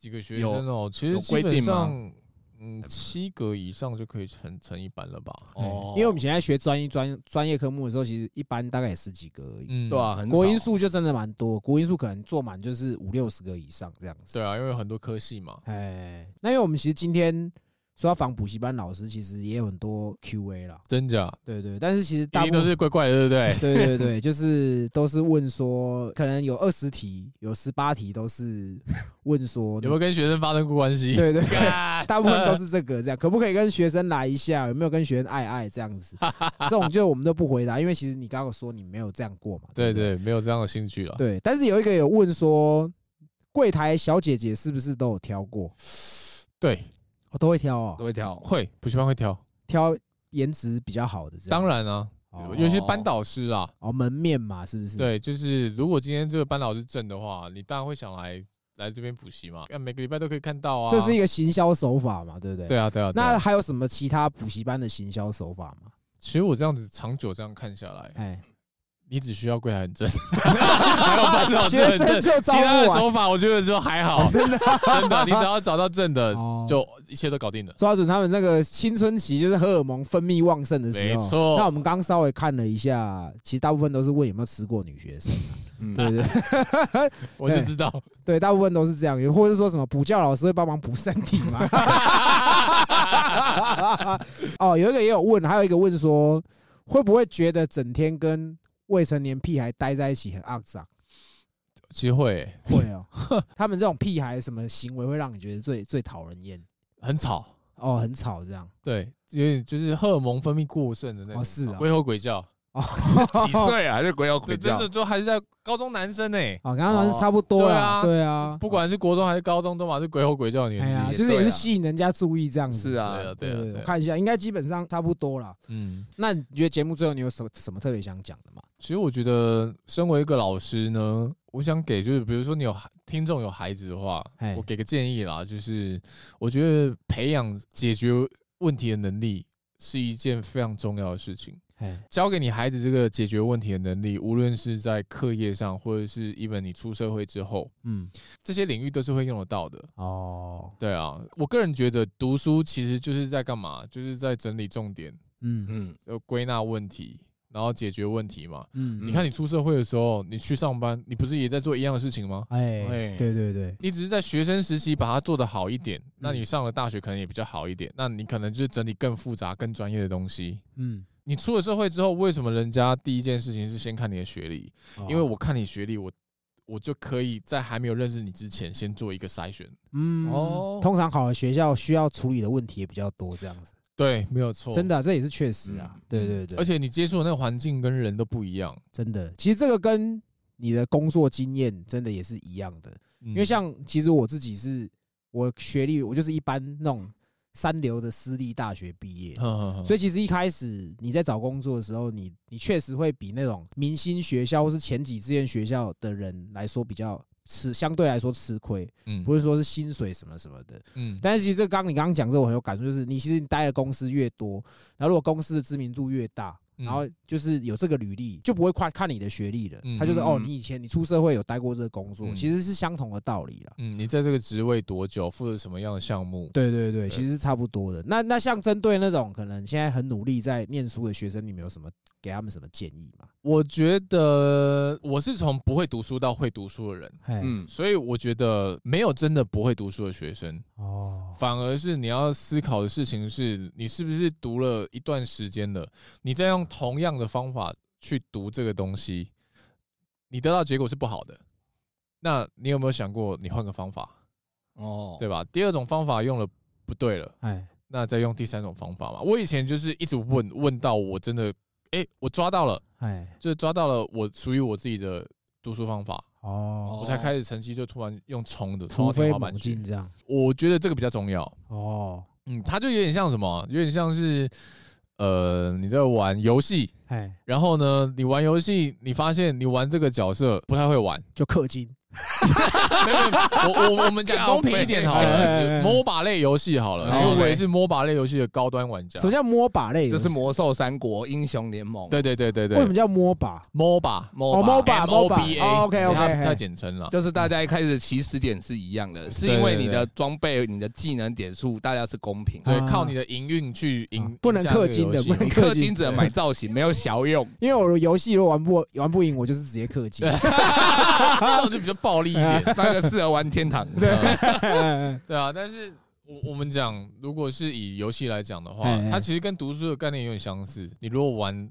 [SPEAKER 2] 几个学生哦、其实
[SPEAKER 3] 有
[SPEAKER 2] 基
[SPEAKER 3] 规
[SPEAKER 2] 本
[SPEAKER 3] 定吗
[SPEAKER 2] 上，嗯，七个以上就可以成成一班了吧？
[SPEAKER 3] 哦，
[SPEAKER 1] 因为我们以前在学专一专专业科目的时候，其实一般大概也十几个而已。
[SPEAKER 2] 嗯，
[SPEAKER 3] 对啊，，很少
[SPEAKER 1] 国音数就真的蛮多，国音数可能做满就是五六十个以上这样子。
[SPEAKER 2] 对啊，因为有很多科系嘛。
[SPEAKER 1] 哎，那因为我们其实今天说要访补习班老师，其实也有很多 Q&A 啦，
[SPEAKER 2] 真假？
[SPEAKER 1] 对对，但是其实
[SPEAKER 2] 一
[SPEAKER 1] 大
[SPEAKER 2] 定
[SPEAKER 1] 部
[SPEAKER 2] 都
[SPEAKER 1] 分？
[SPEAKER 2] 是怪怪的，对不对
[SPEAKER 1] 对对对，就是都是问说，可能有二十题，有十八题都是问说，
[SPEAKER 2] 有没有跟学生发生过关系？
[SPEAKER 1] 对对， 大部分都是这个
[SPEAKER 2] 呃
[SPEAKER 1] 这样，可不可以跟学生来一下？有没有跟学生爱爱这样 子？这种就我们都不回答，因为其实你刚刚有说你没有这样过嘛，
[SPEAKER 2] 对
[SPEAKER 1] 不对
[SPEAKER 2] 对，没有这样的兴趣了。
[SPEAKER 1] 对，但是有一个有问说，柜台小姐姐是不是都有挑过？
[SPEAKER 2] 对，
[SPEAKER 1] 我、都会挑哦
[SPEAKER 3] 都，会跳，
[SPEAKER 2] 会补习班会挑，
[SPEAKER 1] 挑颜值比较好的这样，
[SPEAKER 2] 当然啊，
[SPEAKER 1] 哦
[SPEAKER 2] 尤其是班导师啊，
[SPEAKER 1] 哦，门面嘛，是不是？，
[SPEAKER 2] 对，就是如果今天这个班导师正的话，你当然会想来来这边补习嘛，啊每个礼拜都可以看到啊，
[SPEAKER 1] 这是一
[SPEAKER 2] 个
[SPEAKER 1] 个行销手法嘛，对不对？。
[SPEAKER 2] 对啊对啊。对啊
[SPEAKER 1] 那还有什么其他补习班的行销手法吗？
[SPEAKER 2] 其实我这样子长久这样看下来，
[SPEAKER 1] 哎，
[SPEAKER 2] 你只需要柜台 很正，没有烦恼
[SPEAKER 1] 学
[SPEAKER 2] 是很
[SPEAKER 1] 生
[SPEAKER 2] 正。
[SPEAKER 1] 就
[SPEAKER 2] 其
[SPEAKER 1] 招不
[SPEAKER 2] 他的
[SPEAKER 1] 完，
[SPEAKER 2] 手法我觉得就还好，真的 真的，你只要找到正的
[SPEAKER 1] 哦，
[SPEAKER 2] 就一切都搞定了。
[SPEAKER 1] 抓准他们那个青春期，就是荷尔蒙分泌旺盛的时候。
[SPEAKER 2] 没错
[SPEAKER 1] 那我们刚稍微看了一下，其实大部分都是问有没有吃过女学生，啊
[SPEAKER 2] 嗯，
[SPEAKER 1] 对 对对
[SPEAKER 2] 我 就知道，
[SPEAKER 1] 对，大部分都是这样，或者说什么补教老师会帮忙补 身体嘛。哦，有一个也有问，还有一个问说，会不会觉得整天跟未成年屁孩待在一起很肮脏？
[SPEAKER 2] 机会欸
[SPEAKER 1] 会 哦，他们这种屁孩什么行为会让你觉得最最讨人厌？
[SPEAKER 2] 很吵，
[SPEAKER 1] 哦，很吵这样。
[SPEAKER 2] 对，有点就是荷尔蒙分泌过剩的那种，
[SPEAKER 1] 哦是啊
[SPEAKER 2] 鬼吼鬼叫，
[SPEAKER 1] 哦，
[SPEAKER 3] 几岁啊？还是鬼要鬼
[SPEAKER 2] 对，真
[SPEAKER 3] 叫
[SPEAKER 2] 的？都还是在高中男生呢、
[SPEAKER 1] 哦，刚刚差不多啦，
[SPEAKER 2] 哦
[SPEAKER 1] 对啊，
[SPEAKER 2] 不管是国中还是高中，都嘛是鬼吼鬼叫的
[SPEAKER 1] 哎
[SPEAKER 2] 年
[SPEAKER 1] 呀，
[SPEAKER 2] 纪。
[SPEAKER 1] 就是也
[SPEAKER 3] 对
[SPEAKER 1] 是
[SPEAKER 3] 啊
[SPEAKER 1] 吸引人家注意这样子。
[SPEAKER 3] 是啊
[SPEAKER 2] 对啊，
[SPEAKER 1] 对
[SPEAKER 2] 对啊，
[SPEAKER 1] 我
[SPEAKER 2] 对啊，
[SPEAKER 1] 看一下，应该基本上差不多啦。
[SPEAKER 2] 嗯，
[SPEAKER 1] 那你觉得节目最后你有什么什么特别想讲的吗？
[SPEAKER 2] 其实我觉得，身为一个老师呢，我想给就是，比如说你有孩听众有孩子的话
[SPEAKER 1] 嘿，
[SPEAKER 2] 我给个建议啦，就是我觉得培养解决问题的能力是一件非常重要的事情。
[SPEAKER 1] 哎，
[SPEAKER 2] 教给你孩子这个解决问题的能力，无论是在课业上，或者是 even 你出社会之后，
[SPEAKER 1] 嗯，
[SPEAKER 2] 这些领域都是会用得到的。
[SPEAKER 1] 哦，
[SPEAKER 2] 对啊，我个人觉得读书其实就是在干嘛？就是在整理重点，
[SPEAKER 1] 嗯
[SPEAKER 3] 嗯，
[SPEAKER 2] 呃，归纳问题，然后解决问题嘛。
[SPEAKER 1] 嗯，
[SPEAKER 2] 你看，你出社会的时候，你去上班，你不是也在做一样的事情吗？
[SPEAKER 1] 哎，
[SPEAKER 2] 哎
[SPEAKER 1] 对对对，
[SPEAKER 2] 你只是在学生时期把它做得好一点，
[SPEAKER 1] 嗯
[SPEAKER 2] 那你上了大学可能也比较好一点，那你可能就是整理更复杂、更专业的东西。
[SPEAKER 1] 嗯，
[SPEAKER 2] 你出了社会之后，为什么人家第一件事情是先看你的学历？
[SPEAKER 1] 哦
[SPEAKER 2] 因为我看你学历，我我就可以在还没有认识你之前，先做一个筛选。
[SPEAKER 1] 嗯
[SPEAKER 2] 哦
[SPEAKER 1] 通常好的学校需要处理的问题也比较多，这样子，
[SPEAKER 2] 对，没有错，
[SPEAKER 1] 真的啊、这也是确实啊
[SPEAKER 2] 嗯，
[SPEAKER 1] 对对对，
[SPEAKER 2] 而且你接触的那个环境跟人都不一样，
[SPEAKER 1] 真的，其实这个跟你的工作经验真的也是一样的，
[SPEAKER 2] 因
[SPEAKER 1] 因为像其实我自己是我学历，我就是一般那种三流的私立大学毕业，所
[SPEAKER 2] 所
[SPEAKER 1] 以其实一开始你在找工作的时候，你你确实会比那种明星学校或是前几志愿学校的人来说比较吃，相对来说吃亏，
[SPEAKER 2] 以
[SPEAKER 1] 不是说是薪水什么什么的。
[SPEAKER 2] 嗯
[SPEAKER 1] 但是其实这刚你刚刚讲这，我很有感触，就是你其实你待的公司越多，然后如果公司的知名度越大。
[SPEAKER 2] 嗯
[SPEAKER 1] 然后就是有这个履历，就不会看看你的学历了。
[SPEAKER 2] 嗯
[SPEAKER 1] 他就是
[SPEAKER 3] 嗯
[SPEAKER 1] 哦，
[SPEAKER 3] 嗯
[SPEAKER 1] 你以前你出社会有待过这个工作，
[SPEAKER 2] 嗯
[SPEAKER 1] 其实是相同的道理啦。
[SPEAKER 2] 嗯，你在这个职位多久，负责什么样的项目？
[SPEAKER 1] 对对对，
[SPEAKER 2] 对
[SPEAKER 1] 其实是差不多的。那那像针对那种可能现在很努力在念书的学生，你们有什么给他们什么建议吗？
[SPEAKER 2] 我觉得我是从不会读书到会读书的人，
[SPEAKER 1] 嗯，
[SPEAKER 3] 嗯，
[SPEAKER 2] 所以我觉得没有真的不会读书的学生，
[SPEAKER 1] 哦，
[SPEAKER 2] 反而是你要思考的事情是你是不是读了一段时间了，你再用同样的方法去读这个东西，你得到的结果是不好的。那你有没有想过你换个方法？
[SPEAKER 3] 哦，
[SPEAKER 2] 对吧？第二种方法用了不对了，
[SPEAKER 1] 哎，
[SPEAKER 2] 那再用第三种方法嘛。我以前就是一 直问问到我真的，哎、我抓到了，
[SPEAKER 1] 哎，
[SPEAKER 2] 就是抓到了我属于我自己的读书方法，
[SPEAKER 1] 哦
[SPEAKER 2] 我才开始成绩就突然用冲的，冲
[SPEAKER 1] 突
[SPEAKER 2] 到天
[SPEAKER 1] 飞
[SPEAKER 2] 花板
[SPEAKER 1] 猛
[SPEAKER 2] 去
[SPEAKER 1] 进。这样。
[SPEAKER 2] 我觉得这个比较重要。
[SPEAKER 1] 哦，
[SPEAKER 2] 嗯，它就有点像什么，有点像是呃你在玩游戏，
[SPEAKER 1] 哎，
[SPEAKER 2] 然后呢，你玩游戏，你发现你玩这个角色不太会玩，
[SPEAKER 1] 就氪金。
[SPEAKER 2] 没有，没有我我我 们讲公平一点好
[SPEAKER 1] 哎哎哎
[SPEAKER 2] 了，MOBA 类游戏好了，
[SPEAKER 1] 哎
[SPEAKER 2] 因为我也是 MOBA 类游戏的高端玩家
[SPEAKER 1] 什。么叫摸把类游
[SPEAKER 3] 这
[SPEAKER 1] 戏？
[SPEAKER 3] 是魔兽三国、英雄联盟，
[SPEAKER 2] 对对对对
[SPEAKER 1] 为什
[SPEAKER 2] 对
[SPEAKER 1] 么叫摸把？
[SPEAKER 2] ，MOBA
[SPEAKER 1] 哦
[SPEAKER 3] MOBA，
[SPEAKER 1] ，MOBA MOBA，哦，OK，OK，
[SPEAKER 2] 它
[SPEAKER 1] 嘿
[SPEAKER 2] 它简称了。
[SPEAKER 3] 就是大家一开始起始点是一样的，是因为你的装备、你的技能点数，大家是公平。
[SPEAKER 2] 对
[SPEAKER 1] 啊，
[SPEAKER 2] 靠你的营运去
[SPEAKER 1] 啊
[SPEAKER 2] 赢，
[SPEAKER 1] 不能
[SPEAKER 2] 赢下这个
[SPEAKER 1] 氪金的
[SPEAKER 2] 游戏
[SPEAKER 1] 不能
[SPEAKER 3] 你氪金只能买造型，没有小用。
[SPEAKER 1] 因为我的游戏如果玩不玩不赢，我就是直接氪金。
[SPEAKER 2] 这种就比较暴力一
[SPEAKER 1] 哎
[SPEAKER 2] 点。啊
[SPEAKER 3] 那个适合玩天堂。
[SPEAKER 2] 对啊，但是我我们讲，如果是以游戏来讲的话
[SPEAKER 1] 哎哎，
[SPEAKER 2] 它其实跟读书的概念有点相似。你如果玩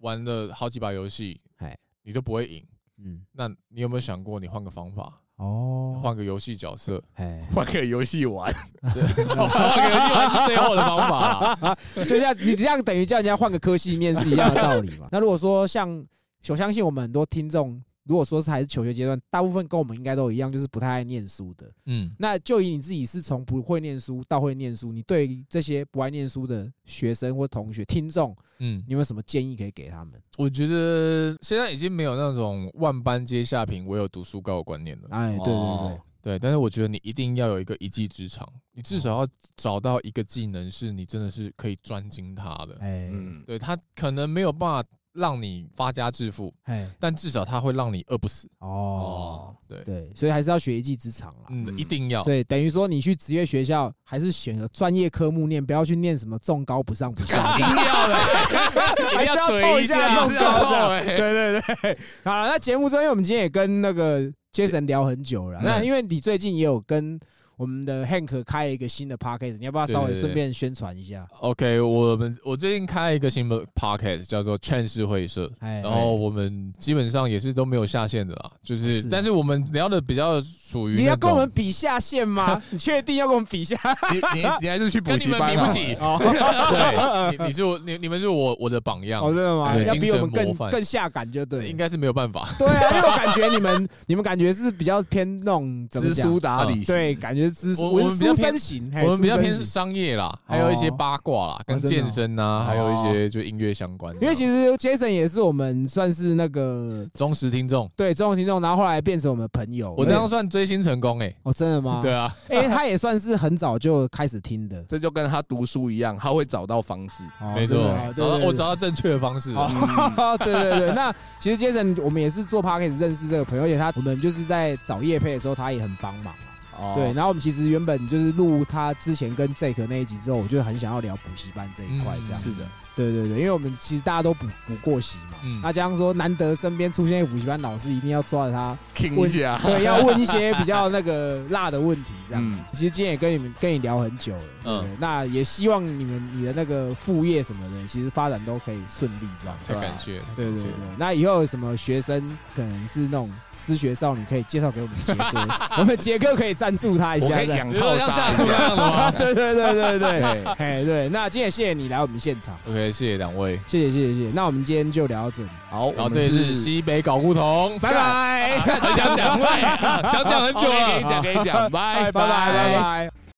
[SPEAKER 2] 玩了好几把游戏
[SPEAKER 1] 哎，
[SPEAKER 2] 你都不会赢，
[SPEAKER 1] 嗯，
[SPEAKER 2] 那你有没有想过你换个方法，
[SPEAKER 1] 哦，
[SPEAKER 2] 换个游戏角色？
[SPEAKER 1] 哎，
[SPEAKER 3] 换个游戏玩，
[SPEAKER 2] 我给游戏玩是最后的方法啦。
[SPEAKER 1] 就像你这样等于叫人家换个科系念是一样的道理嘛。那如果说像，我相信我们很多听众，如果说是还是求学阶段，大部分跟我们应该都一样，就是不太爱念书的。
[SPEAKER 2] 嗯，
[SPEAKER 1] 那就以你自己是从不会念书到会念书，你对这些不爱念书的学生或同学、听众，
[SPEAKER 2] 嗯
[SPEAKER 1] 你，有没有什么建议可以给他们？
[SPEAKER 2] 我觉得现在已经没有那种万般皆下品，唯有读书高的观念了。
[SPEAKER 1] 哎，对对对
[SPEAKER 3] 哦，
[SPEAKER 2] 对，但是我觉得你一定要有一个一技之长，你至少要找到一个技能是你真的是可以专精它的。
[SPEAKER 1] 哎，
[SPEAKER 3] 嗯，
[SPEAKER 2] 对，它可能没有办法让你发家致富，
[SPEAKER 1] 哎，
[SPEAKER 2] 但至少它会让你饿不死。
[SPEAKER 1] 哦，，
[SPEAKER 2] 对，
[SPEAKER 1] 对，所以还是要学一技之长啦。
[SPEAKER 2] 嗯，一定要。
[SPEAKER 1] 对，等于说你去职业学校，还是选个专业科目念，不要去念什么重高不上不下，
[SPEAKER 3] 一定要的，
[SPEAKER 2] 欸
[SPEAKER 1] 还是要凑一下重
[SPEAKER 3] 一定
[SPEAKER 1] 高
[SPEAKER 3] 要
[SPEAKER 1] 这样。
[SPEAKER 3] 凑
[SPEAKER 1] 对对对，好了，那节目中，因为我们今天也跟那个 Jason 聊很久了，
[SPEAKER 2] 嗯
[SPEAKER 1] 那因为你最近也有跟我们的 Hank 开了一个新的 podcast，你要不要稍微
[SPEAKER 2] 对对对
[SPEAKER 1] 顺便宣传一下？
[SPEAKER 2] OK，我们我最近开了一个新的 podcast 叫做《劝世会社》，
[SPEAKER 1] 哎，
[SPEAKER 2] 然后我们基本上也是都没有下线的啦，就
[SPEAKER 1] 啊
[SPEAKER 2] 是，
[SPEAKER 1] 是啊
[SPEAKER 2] 但是我们聊的比较属于
[SPEAKER 1] 你要
[SPEAKER 2] 那
[SPEAKER 1] 跟我
[SPEAKER 2] 种
[SPEAKER 1] 们比下限 吗？你确定要跟我们比下？，
[SPEAKER 3] 你你你还是去补
[SPEAKER 2] 跟你
[SPEAKER 3] 习
[SPEAKER 2] 们
[SPEAKER 3] 班
[SPEAKER 2] 比
[SPEAKER 3] 好
[SPEAKER 2] 不
[SPEAKER 3] 了
[SPEAKER 2] 起对，你你是我你你们是我我的榜样
[SPEAKER 1] 哦，，真的吗？
[SPEAKER 2] 对
[SPEAKER 1] 要比我们
[SPEAKER 2] 精神
[SPEAKER 1] 更
[SPEAKER 2] 模范
[SPEAKER 1] 更下感就对了，
[SPEAKER 2] 应该是没有办法。
[SPEAKER 1] 对啊，因为我感觉你们 你们感觉是比较偏那种怎么
[SPEAKER 3] 知
[SPEAKER 1] 讲啊
[SPEAKER 3] 书？达理，
[SPEAKER 1] 对，，感觉知
[SPEAKER 2] 我
[SPEAKER 1] 书
[SPEAKER 2] 我们
[SPEAKER 1] 是
[SPEAKER 2] 比较
[SPEAKER 1] 书
[SPEAKER 2] 偏
[SPEAKER 1] 生型，嘿
[SPEAKER 2] 我们比较
[SPEAKER 1] 书生
[SPEAKER 2] 偏
[SPEAKER 1] 型
[SPEAKER 2] 商业啦，还有一些
[SPEAKER 1] 哦
[SPEAKER 2] 八卦啦，跟
[SPEAKER 1] 真的哦
[SPEAKER 2] 健身啊，还有一些就音乐相关的。
[SPEAKER 1] 因为其实 Jason 也是我们算是那个
[SPEAKER 2] 忠实听众，
[SPEAKER 1] 对中文听众，然后后来变成我们朋友。
[SPEAKER 2] 我这样算追星成功哎。
[SPEAKER 1] 哦，真的吗？
[SPEAKER 2] 对，啊，
[SPEAKER 1] 哎，他也算是很早就开始听的，
[SPEAKER 3] 这就跟他读书一样，他会找到方式。
[SPEAKER 1] 哦
[SPEAKER 2] 没错
[SPEAKER 1] 真的哦，
[SPEAKER 2] 找到
[SPEAKER 1] 对对
[SPEAKER 2] 我
[SPEAKER 1] 对
[SPEAKER 2] 找到嗯正确的方式了。
[SPEAKER 1] 哦， 对对对，那其实 Jason 我们也是做 p a r k 认识这个朋友，而且他我们就是在找叶配的时候，他也很帮忙啊。
[SPEAKER 3] 哦
[SPEAKER 1] 对，，然后我们其实原本就是录他之前跟 Jake 那一集之后，我就很想要聊补习班这一块，这
[SPEAKER 2] 嗯
[SPEAKER 1] 样。
[SPEAKER 3] 是的，
[SPEAKER 1] 对对对，因为我们其实大家都补补过习嘛，
[SPEAKER 2] 嗯
[SPEAKER 1] 那加上说难得身边出现一个补习班老师，一定要抓着 他，
[SPEAKER 3] 听
[SPEAKER 1] 我
[SPEAKER 3] 一下，
[SPEAKER 1] 对，要问一些比较那个辣的问题，这样。
[SPEAKER 3] 嗯，
[SPEAKER 1] 其实今天也跟你们跟你聊很久了，
[SPEAKER 2] 嗯
[SPEAKER 1] 嗯，那也希望你们你的那个副业什么的，其实发展都可以顺利这样。
[SPEAKER 2] 太感谢了，
[SPEAKER 1] 对对
[SPEAKER 2] 太
[SPEAKER 1] 对
[SPEAKER 2] 感谢了，
[SPEAKER 1] 那以后有什么学生可能是那种失学少女，可以介绍给我们杰哥， 我们杰哥可以赞助他一
[SPEAKER 3] 我
[SPEAKER 1] 下
[SPEAKER 3] 可以
[SPEAKER 1] 这样。
[SPEAKER 3] 养
[SPEAKER 2] 你
[SPEAKER 3] 套
[SPEAKER 2] 说像下
[SPEAKER 3] 杀一
[SPEAKER 2] 树那
[SPEAKER 3] 下。
[SPEAKER 2] 样的吗
[SPEAKER 1] 对对对对对，
[SPEAKER 3] 对，
[SPEAKER 1] 哎对，那今天也谢谢你来我们现场，
[SPEAKER 2] ？OK，谢谢两位。
[SPEAKER 1] 谢谢谢谢谢谢，那我们今天就聊到这里，
[SPEAKER 3] 好，
[SPEAKER 2] 然
[SPEAKER 3] 我
[SPEAKER 2] 后
[SPEAKER 3] 们
[SPEAKER 2] 这里是西北搞胡同，
[SPEAKER 1] 拜拜，
[SPEAKER 2] 很想讲，喂想讲很久
[SPEAKER 3] 哦可以
[SPEAKER 2] 了
[SPEAKER 3] 可以。讲可以讲，拜
[SPEAKER 1] 拜拜拜拜。